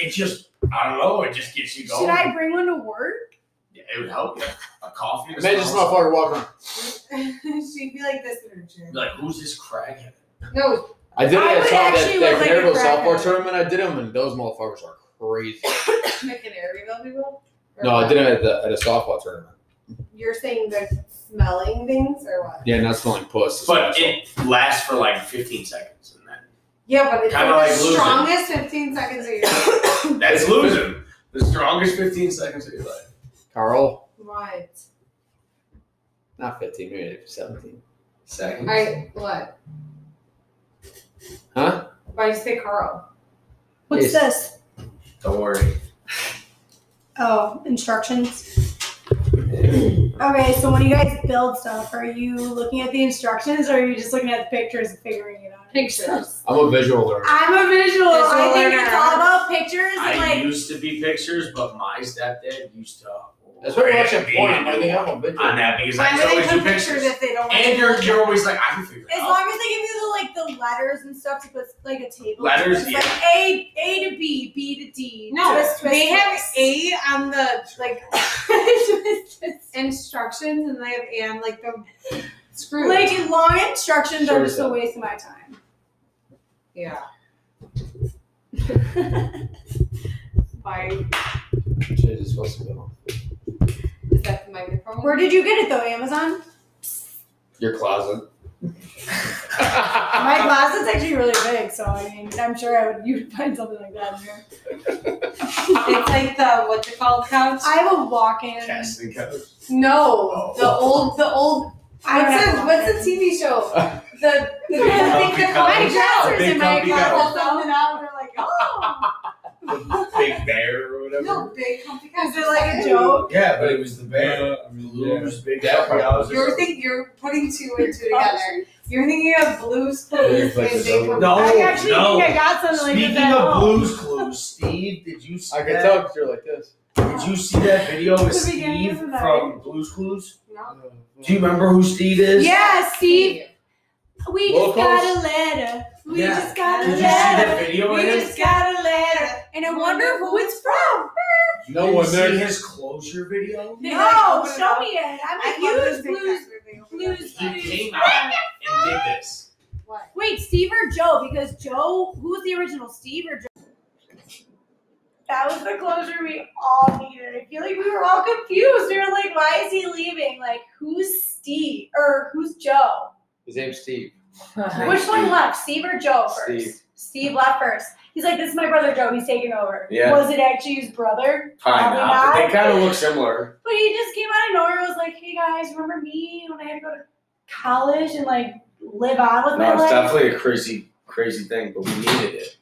Speaker 3: It just, I don't know. It just gets you going.
Speaker 2: Should I bring one to work?
Speaker 3: Yeah, it would help you. A coffee. and a
Speaker 1: Imagine this
Speaker 3: smell.
Speaker 1: motherfucker walking around.
Speaker 4: She'd be like this in her chair.
Speaker 3: Like, who's this crackhead?
Speaker 4: No,
Speaker 1: I did it
Speaker 2: I
Speaker 1: at
Speaker 2: would
Speaker 1: some- that,
Speaker 2: actually
Speaker 1: that
Speaker 2: look like a
Speaker 1: Canterville softball
Speaker 2: crackhead.
Speaker 1: tournament. I did them, and those motherfuckers are crazy.
Speaker 4: like an Ariel people. Or
Speaker 1: no, I
Speaker 4: what?
Speaker 1: did it at, the, at a softball tournament.
Speaker 4: You're saying they're smelling things or what?
Speaker 1: Yeah, not smelling puss. is
Speaker 3: But
Speaker 1: special.
Speaker 3: it lasts for like 15 seconds, and that
Speaker 4: Yeah, but it's
Speaker 3: Kinda
Speaker 4: like the
Speaker 3: like losing.
Speaker 4: strongest 15 seconds of your life.
Speaker 3: that's losing. The strongest 15 seconds of your life.
Speaker 1: Carl,
Speaker 4: What?
Speaker 1: not 15, maybe 17.
Speaker 3: Seconds.
Speaker 4: I what?
Speaker 1: Huh?
Speaker 4: Why you say Carl?
Speaker 2: What's
Speaker 1: Yes.
Speaker 2: this?
Speaker 3: Don't worry.
Speaker 2: Oh, instructions. Okay, so when you guys build stuff, are you looking at the instructions or are you just looking at the pictures and figuring it out?
Speaker 4: Pictures.
Speaker 1: I'm a visual learner.
Speaker 2: I'm a visual. I
Speaker 4: Visual
Speaker 2: think it's
Speaker 4: learner.
Speaker 2: all about pictures and
Speaker 3: I
Speaker 2: like
Speaker 3: used to be pictures, but my stepdad used to.
Speaker 1: That's very much
Speaker 3: rant me
Speaker 1: important. I think I'm a visual
Speaker 3: on
Speaker 1: learner.
Speaker 3: that because I
Speaker 4: Why
Speaker 3: just
Speaker 4: do they
Speaker 3: always do
Speaker 4: put pictures
Speaker 3: pictures.
Speaker 4: if they don't?
Speaker 3: And you're, you're always like, I can figure it
Speaker 2: as
Speaker 3: out.
Speaker 2: long as they give you the like the letters and stuff to put like a table.
Speaker 3: Letters,
Speaker 2: it's like A A to B, B to D.
Speaker 4: No,
Speaker 2: twist, twist,
Speaker 4: they have
Speaker 2: twist.
Speaker 4: A on the like
Speaker 2: Twist, twist.
Speaker 4: instructions, and they have A on like the screw.
Speaker 2: like long instructions
Speaker 1: Sure
Speaker 2: are just
Speaker 1: so.
Speaker 2: a waste of my time.
Speaker 4: yeah. Why
Speaker 1: Shit is supposed to be on.
Speaker 4: is that the microphone?
Speaker 2: Where did you get it though? Amazon?
Speaker 1: Your closet.
Speaker 2: My closet's actually really big, so I mean, I'm sure I would you'd find something like that in there.
Speaker 4: It's like the what's it called couch?
Speaker 2: I have a walk-in.
Speaker 3: Casting couch.
Speaker 4: no, the
Speaker 1: Oh.
Speaker 4: old the old.
Speaker 2: I don't
Speaker 4: What's
Speaker 2: have
Speaker 4: the
Speaker 2: a
Speaker 4: what's
Speaker 2: walk-in.
Speaker 4: the TV show? The the
Speaker 2: Big
Speaker 4: I
Speaker 3: Comfy
Speaker 4: think the
Speaker 3: Couch.
Speaker 4: comedy
Speaker 2: dressers
Speaker 3: Big
Speaker 2: in my
Speaker 3: comfy
Speaker 2: closet.
Speaker 3: couch.
Speaker 2: Something out, they're like, oh.
Speaker 3: The big bear or whatever.
Speaker 4: No, big comfy couch.
Speaker 2: Is it like a joke?
Speaker 3: Yeah, but it was the bear.
Speaker 1: Yeah, I
Speaker 3: Blues, big
Speaker 1: That
Speaker 3: comfy
Speaker 1: part.
Speaker 3: couch.
Speaker 4: You're thinking you're putting two and two together. You're thinking of Blue's Clues
Speaker 1: Yeah,
Speaker 4: and Big
Speaker 1: but-
Speaker 3: No,
Speaker 2: I actually
Speaker 3: no.
Speaker 2: think I got something like
Speaker 3: Speaking
Speaker 2: this at
Speaker 3: of
Speaker 2: home.
Speaker 3: Blues Clues, Steve, did you see
Speaker 1: I can
Speaker 3: that?
Speaker 1: tell because you're like this.
Speaker 3: Did you see that video with
Speaker 2: The beginning
Speaker 3: Steve
Speaker 2: isn't that
Speaker 3: from Blues Clues?
Speaker 4: No.
Speaker 3: Do you remember who Steve is?
Speaker 2: Yeah, Steve, we just
Speaker 1: Locals?
Speaker 2: got a letter. We
Speaker 3: Yeah.
Speaker 2: just got a
Speaker 3: Did you see
Speaker 2: letter.
Speaker 3: the video
Speaker 2: We
Speaker 3: of him?
Speaker 2: just got a letter. and I wonder who it's from.
Speaker 3: You
Speaker 10: No
Speaker 3: didn't
Speaker 10: one
Speaker 3: see
Speaker 10: there-
Speaker 3: his closure video.
Speaker 2: No, show me it. I'm
Speaker 4: love
Speaker 2: a huge
Speaker 4: those Big
Speaker 2: blues
Speaker 4: Fat Review.
Speaker 2: blues
Speaker 10: He
Speaker 2: blues.
Speaker 10: came out and did this.
Speaker 4: What?
Speaker 2: Wait, Steve or Joe? Because Joe, who's the original Steve or Joe? That was the closure we all needed. I feel like we were all confused. We were like, why is he leaving? Like, who's Steve or who's Joe?
Speaker 1: His name's Steve.
Speaker 2: Which one left, Steve or Joe first?
Speaker 1: Steve.
Speaker 2: Steve left first. He's like, this is my brother Joe. He's taking over.
Speaker 3: Yeah.
Speaker 2: Was it actually his brother?
Speaker 3: Kind of.
Speaker 2: Probably
Speaker 3: They
Speaker 2: not.
Speaker 3: kind of look similar.
Speaker 2: But he just came out of nowhere and was like, hey guys, remember me when I had to go to college and like live on with
Speaker 3: No,
Speaker 2: my
Speaker 3: it's
Speaker 2: life?
Speaker 3: definitely a crazy, crazy thing, but we needed it.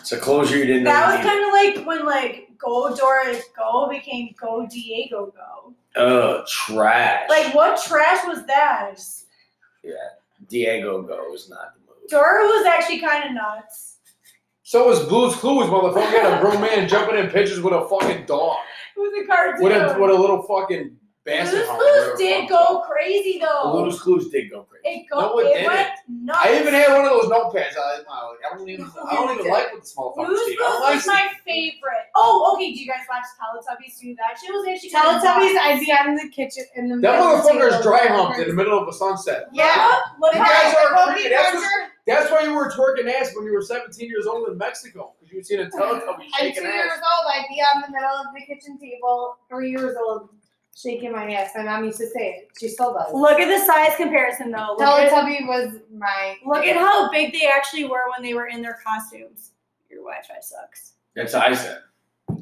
Speaker 3: It's a closure you didn't know
Speaker 2: That was
Speaker 3: you needed.
Speaker 2: kind of like when like Go Doris Go became Go Diego Go.
Speaker 3: Ugh, trash.
Speaker 2: Like what trash was that? Just-
Speaker 3: yeah, Diego Go is not the move.
Speaker 2: Dora was actually kind of nuts.
Speaker 1: So is Blue's Clues, motherfucker. Got a grown man jumping in pictures with a fucking dog.
Speaker 2: It was a cartoon.
Speaker 1: With a, with a little fucking basset
Speaker 2: Blue's
Speaker 1: hound,
Speaker 2: Clues
Speaker 1: whatever
Speaker 2: did
Speaker 1: the fuck.
Speaker 2: go crazy
Speaker 3: The
Speaker 2: though.
Speaker 3: Blue's Clues did go crazy.
Speaker 2: It go.
Speaker 1: No, it
Speaker 2: it
Speaker 1: didn't.
Speaker 2: went nuts.
Speaker 1: I even had one of those notepads. I, I don't even, I don't even like what this motherfucker's
Speaker 2: Blue's
Speaker 1: doing. I
Speaker 2: Clues
Speaker 1: don't like
Speaker 2: was my favorite. Oh, okay. Do you guys watch Teletubbies too? That shit was actually kinda
Speaker 4: Teletubbies,
Speaker 2: nuts.
Speaker 4: I'd be out in the kitchen in the
Speaker 1: That
Speaker 4: middle of the
Speaker 1: motherfucker is
Speaker 4: table.
Speaker 1: dry humped in the middle of a sunset.
Speaker 4: Yeah.
Speaker 2: What
Speaker 1: You
Speaker 2: about-
Speaker 1: guys are
Speaker 2: Cookie
Speaker 1: creepy. That's
Speaker 2: Monster?
Speaker 1: That's why you were twerking ass when you were 17 years old in Mexico. Because you were seeing a Teletubby
Speaker 4: I'm two
Speaker 1: shaking
Speaker 4: years
Speaker 1: ass.
Speaker 4: old. I'd be on the middle of the kitchen table, three years old, shaking my ass. My mom used to say it. She still does.
Speaker 2: Look at the size comparison though. Look at-
Speaker 4: Teletubby was my.
Speaker 2: Look at how big they actually were when they were in their costumes. Your Wi-Fi sucks.
Speaker 3: That's what I said.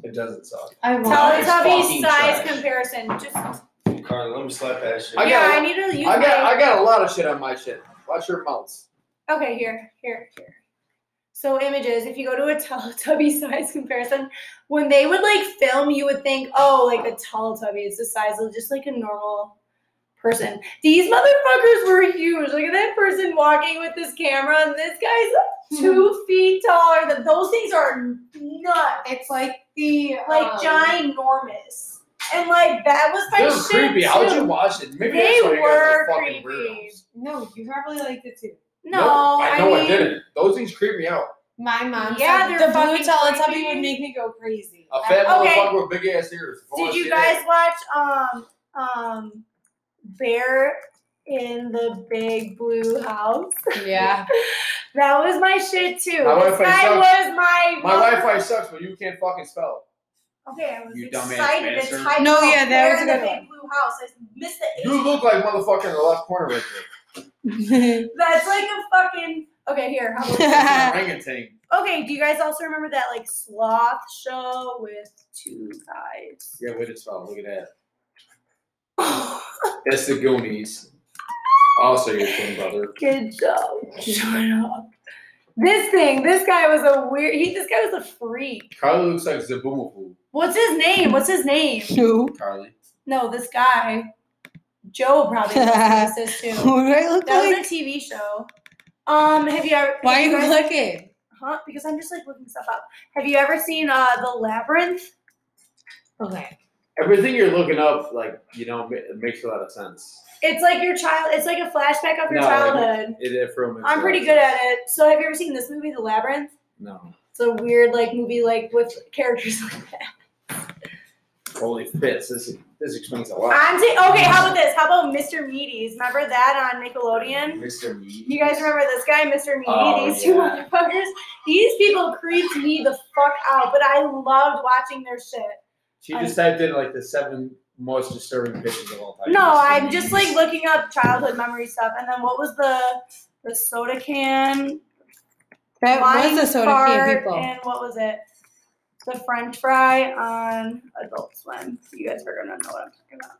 Speaker 3: It doesn't suck.
Speaker 4: I
Speaker 3: Tell
Speaker 4: want.
Speaker 3: it- it's fucking
Speaker 2: Teletubby size
Speaker 3: trash.
Speaker 2: comparison. Just
Speaker 3: Carly, let me slap that shit.
Speaker 1: I
Speaker 2: yeah,
Speaker 1: got-
Speaker 2: I need to use
Speaker 1: I got,
Speaker 2: my.
Speaker 1: I got a lot of shit on my shit. Watch your mouths.
Speaker 2: okay, here, here, here. So images. If you go to a Teletubby size comparison, when they would like film, you would think, oh, like a Teletubby is the size of just like a normal person. These motherfuckers were huge. Look at that person walking with this camera, and this
Speaker 1: Hmm.
Speaker 2: guy's two feet taller. That those things are nuts.
Speaker 4: It's like the
Speaker 2: like
Speaker 4: um,
Speaker 2: ginormous. And like that was my
Speaker 1: this is
Speaker 2: shit
Speaker 1: creepy.
Speaker 2: too.
Speaker 1: How'd you watch it? Maybe
Speaker 2: They
Speaker 1: that's why you guys are
Speaker 2: were
Speaker 1: fucking
Speaker 2: creepy.
Speaker 1: weirdos.
Speaker 4: No, you probably liked it too.
Speaker 2: No,
Speaker 1: Nope, I know I,
Speaker 2: mean,
Speaker 1: didn't. Those things creep me out.
Speaker 4: My mom.
Speaker 2: Yeah,
Speaker 4: said
Speaker 2: they're
Speaker 4: the blue
Speaker 2: fucking
Speaker 4: Teletubby
Speaker 2: creepy.
Speaker 4: would make me go crazy. Oh,
Speaker 1: A fat
Speaker 2: Okay.
Speaker 1: motherfucker with big ass ears. If I
Speaker 2: Did
Speaker 1: wanna
Speaker 2: you
Speaker 1: see
Speaker 2: guys
Speaker 1: that.
Speaker 2: watch um um Bear in the Big Blue House?
Speaker 4: yeah.
Speaker 2: That was my shit too.
Speaker 1: My
Speaker 2: this
Speaker 1: Wi-Fi
Speaker 2: guy
Speaker 1: sucks.
Speaker 2: was my
Speaker 1: My Wi Fi sucks, but you can't fucking spell.
Speaker 2: Okay, I was
Speaker 1: You dumbass
Speaker 2: excited. It's
Speaker 1: bastard.
Speaker 2: hyped
Speaker 4: No,
Speaker 2: up.
Speaker 4: yeah, that
Speaker 2: Bear
Speaker 4: was
Speaker 2: in
Speaker 4: a
Speaker 2: the
Speaker 4: good
Speaker 2: Big Blue House. I missed the
Speaker 1: You look like motherfucker in the left corner right
Speaker 4: Wait,
Speaker 2: That's like a fucking okay. Here, how about
Speaker 1: there. Orangutan.
Speaker 2: Okay, do you guys also remember that like sloth show with two guys?
Speaker 1: Yeah, what it's spelled. Look at that. That's the Goonies. Also your twin brother.
Speaker 2: Good job. Shut up. This thing, this guy was a weird. He, this guy was a freak.
Speaker 1: Carly looks like Zabumafu.
Speaker 2: What's his name? What's his name?
Speaker 11: Who?
Speaker 1: Carly.
Speaker 2: No, this guy. Joe probably knows who this is
Speaker 11: Who do
Speaker 2: too.
Speaker 11: I look
Speaker 2: That
Speaker 11: like?
Speaker 2: was a TV show. Um, have you ever?
Speaker 11: Why are
Speaker 2: have
Speaker 11: you
Speaker 2: guys-
Speaker 11: clicking?
Speaker 2: Huh? Because I'm just like looking stuff up. Have you ever seen uh the labyrinth?
Speaker 11: Okay.
Speaker 1: Everything you're looking up, like, you know, ma- it makes a lot of sense.
Speaker 2: It's like your child. It's like a flashback of your
Speaker 1: No, I don't-
Speaker 2: childhood.
Speaker 1: It, it from
Speaker 2: I'm pretty good at it. So have you ever seen this movie, The Labyrinth?
Speaker 1: No.
Speaker 2: It's a weird like movie like with characters like that.
Speaker 1: Holy fits. This this explains a lot.
Speaker 2: I'm saying okay, how about this? How about Mr. Meaties? Remember that on Nickelodeon?
Speaker 3: Mr. Meat.
Speaker 2: You guys remember this guy, Mr. Meaty?
Speaker 3: Oh,
Speaker 2: These two
Speaker 3: yeah.
Speaker 2: motherfuckers. These people creeped me the fuck out, but I loved watching their shit.
Speaker 1: She just typed in like the seven most disturbing pictures of all time.
Speaker 2: No, I'm just like looking up childhood memory stuff. And then what was the the soda can?
Speaker 11: That
Speaker 2: wine
Speaker 11: was a soda
Speaker 2: cart,
Speaker 11: can, people.
Speaker 2: And what was it? The French fry on Adult Swim. You guys are gonna know what I'm talking about.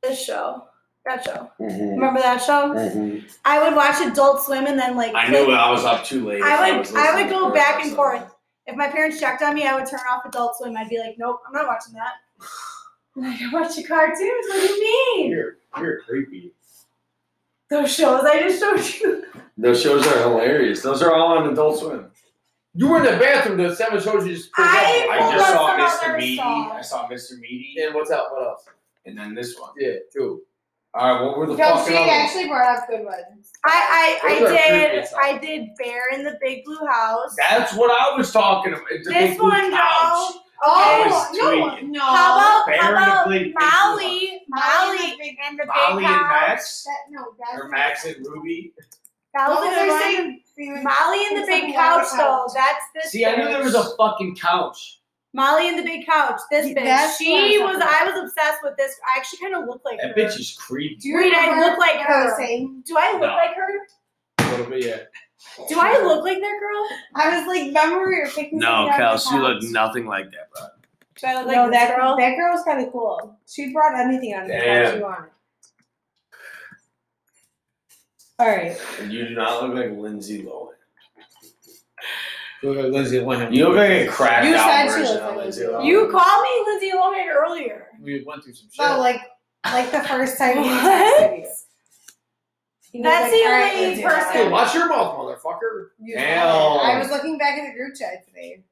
Speaker 2: This show, that show. Remember that show?
Speaker 1: Mm.
Speaker 2: I would watch Adult Swim and then like
Speaker 3: I
Speaker 2: click-
Speaker 3: knew I was up too late.
Speaker 2: I would-
Speaker 3: was
Speaker 2: I would
Speaker 3: listening
Speaker 2: go
Speaker 3: to it
Speaker 2: back and
Speaker 3: myself.
Speaker 2: forth. if my parents checked on me, I would turn off Adult Swim. I'd be like, nope, I'm not watching that. Like, I watch your cartoons. What do you mean?
Speaker 1: You're you're creepy.
Speaker 2: Those shows I just showed you.
Speaker 3: Those shows are hilarious. Those are all on Adult Swim.
Speaker 1: You were in the bathroom. The seven shows you just picked
Speaker 2: I-
Speaker 1: up.
Speaker 3: I
Speaker 2: Well,
Speaker 3: just
Speaker 2: that's
Speaker 3: saw
Speaker 2: some other
Speaker 3: Mr. Meaty.
Speaker 2: stuff.
Speaker 3: I saw Mr. Meaty,
Speaker 1: And what's up? What else?
Speaker 3: and then this one.
Speaker 1: Yeah, two.
Speaker 3: All right, what were the
Speaker 4: No,
Speaker 3: fucking
Speaker 4: she
Speaker 3: other ones?
Speaker 4: actually brought up good ones.
Speaker 2: I I, I
Speaker 3: Those are
Speaker 2: did
Speaker 3: previous
Speaker 2: I did Bear in the Big Blue House.
Speaker 3: That's what I was talking about. The
Speaker 2: This
Speaker 3: big blue
Speaker 2: one,
Speaker 3: couch.
Speaker 2: y'all.
Speaker 4: Oh,
Speaker 3: was
Speaker 4: no,
Speaker 3: tweaking.
Speaker 4: no.
Speaker 2: How about
Speaker 3: Bear in
Speaker 2: how
Speaker 3: the
Speaker 2: about
Speaker 3: Big Blue
Speaker 2: Molly
Speaker 4: Molly
Speaker 2: Molly
Speaker 4: and the Big-
Speaker 2: and the
Speaker 3: Molly
Speaker 2: Big
Speaker 3: and
Speaker 2: House?
Speaker 3: Max,
Speaker 4: That, no, that's.
Speaker 3: or Max and Ruby.
Speaker 2: That
Speaker 4: What
Speaker 2: was
Speaker 4: was
Speaker 2: another
Speaker 4: I
Speaker 2: one.
Speaker 4: saying? We were-
Speaker 2: Molly and the
Speaker 4: Something
Speaker 2: Big
Speaker 4: about
Speaker 2: Couch
Speaker 4: the
Speaker 2: though.
Speaker 4: couch.
Speaker 2: That's this.
Speaker 3: See, I knew there was
Speaker 2: bitch.
Speaker 3: a fucking couch.
Speaker 2: Molly and the Big Couch. This
Speaker 12: Yeah,
Speaker 2: bitch.
Speaker 12: that's what I
Speaker 2: she
Speaker 12: was
Speaker 2: was.
Speaker 12: talking
Speaker 2: I was obsessed with this. I actually kind of look like
Speaker 3: That
Speaker 2: her.
Speaker 3: bitch is creepy.
Speaker 4: Do you
Speaker 2: Wait, I
Speaker 4: remember
Speaker 2: look like
Speaker 4: what I was
Speaker 2: her.
Speaker 4: saying?
Speaker 2: Do I look
Speaker 3: No.
Speaker 2: like her?
Speaker 3: A little bit, yeah.
Speaker 2: Do I look like that girl?
Speaker 4: I was like, remember we were picking. something out of the couch?
Speaker 3: nothing like that, bro.
Speaker 2: Do I look like
Speaker 12: no,
Speaker 2: this
Speaker 12: that
Speaker 2: girl?
Speaker 12: that girl's kind of cool. She brought anything on the couch
Speaker 3: Damn.
Speaker 12: you wanted. All right.
Speaker 13: You do not look like Lindsay Lohan.
Speaker 7: Look at Lindsay Lohan.
Speaker 3: You look like a cracked
Speaker 4: You
Speaker 3: out
Speaker 4: said she
Speaker 3: version
Speaker 4: looked
Speaker 3: of
Speaker 4: like
Speaker 3: Lindsay
Speaker 4: Lindsay
Speaker 3: Lohan.
Speaker 2: You called me Lindsay Lohan earlier.
Speaker 7: We went through some shit.
Speaker 4: Oh, like, like the first time you
Speaker 2: What?
Speaker 4: texted me. He was
Speaker 2: That's
Speaker 4: like,
Speaker 2: the
Speaker 4: "All right,
Speaker 2: only
Speaker 4: Lindsay,
Speaker 2: person-
Speaker 7: hey,
Speaker 4: I'll-
Speaker 7: watch your mouth, motherfucker.
Speaker 4: You
Speaker 3: Damn.
Speaker 4: saw it. I was looking back at the group chat today.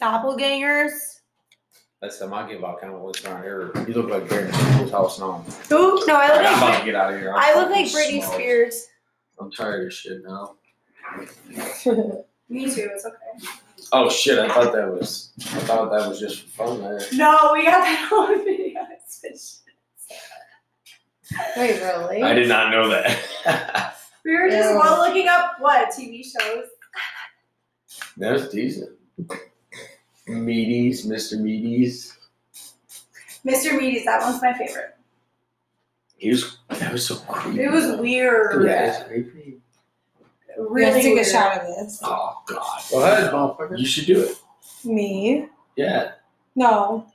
Speaker 2: Doppelgangers.
Speaker 7: That's the monkey about kind of what's around here. You look like Barry Sanders' house now.
Speaker 2: Who? No, I
Speaker 3: I'm
Speaker 2: look like.
Speaker 3: about to get out of here. I'm
Speaker 2: I look like
Speaker 3: fucking
Speaker 2: Britney
Speaker 3: smoked.
Speaker 2: Spears.
Speaker 3: I'm tired of shit now.
Speaker 2: Me too. It's okay.
Speaker 3: Oh shit! I thought that was. I thought that was just for fun. Man.
Speaker 2: No, we got that on video. It's just-
Speaker 4: Wait, really?
Speaker 13: I did not know that.
Speaker 2: We were just
Speaker 4: Ew.
Speaker 2: all looking up what TV shows.
Speaker 3: That was decent. Meaties, Mr. Meaties.
Speaker 2: Mr. Meaties. That one's my favorite.
Speaker 3: He was. That was so creepy.
Speaker 2: It was weird.
Speaker 3: Yeah. it was creepy.
Speaker 2: Really
Speaker 12: Let's take a
Speaker 2: weird.
Speaker 12: shot of this.
Speaker 3: Oh god.
Speaker 7: Go ahead, motherfucker.
Speaker 3: You should do it.
Speaker 12: Me?
Speaker 3: Yeah.
Speaker 12: No,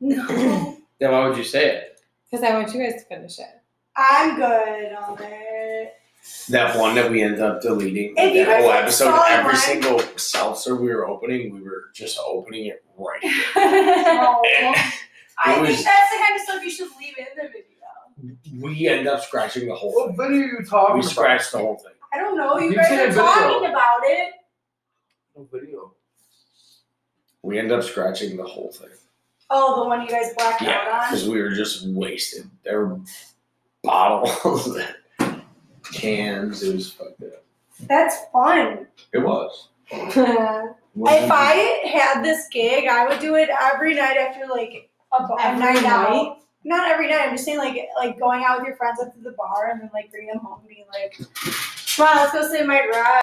Speaker 2: No.
Speaker 7: Then why would you say it?
Speaker 12: because I want you guys to finish it.
Speaker 2: I'm good on it.
Speaker 13: that one that we ended up deleting.
Speaker 2: If you
Speaker 13: that whole
Speaker 2: guys
Speaker 13: episode,
Speaker 2: saw
Speaker 13: every
Speaker 2: mine-
Speaker 13: single seltzer we were opening, we were just opening it right.
Speaker 4: Oh, well,
Speaker 2: I
Speaker 3: was-
Speaker 2: think that's the kind of stuff you should leave in the video.
Speaker 3: We end up scratching the
Speaker 2: Oh,
Speaker 3: whole thing.
Speaker 7: video are you talking
Speaker 3: We scratched the whole thing.
Speaker 2: I don't know. You,
Speaker 7: You
Speaker 2: guys
Speaker 7: did a
Speaker 2: are
Speaker 7: video.
Speaker 2: talking about it.
Speaker 7: What video?
Speaker 13: We ended up scratching the whole thing.
Speaker 2: Oh, the one you guys blacked
Speaker 13: Yeah,
Speaker 2: out on.
Speaker 13: because we were just wasted. There were bottles, cans. It was fucked up.
Speaker 2: That's fun.
Speaker 13: It was.
Speaker 2: If I had this gig, I would do it every night after like a, bar,
Speaker 12: Every
Speaker 2: night,
Speaker 12: night?
Speaker 2: out. Not every night. I'm just saying like like going out with your friends up to the bar and then like bringing them home and being like, "Wow, let's go sit in my garage."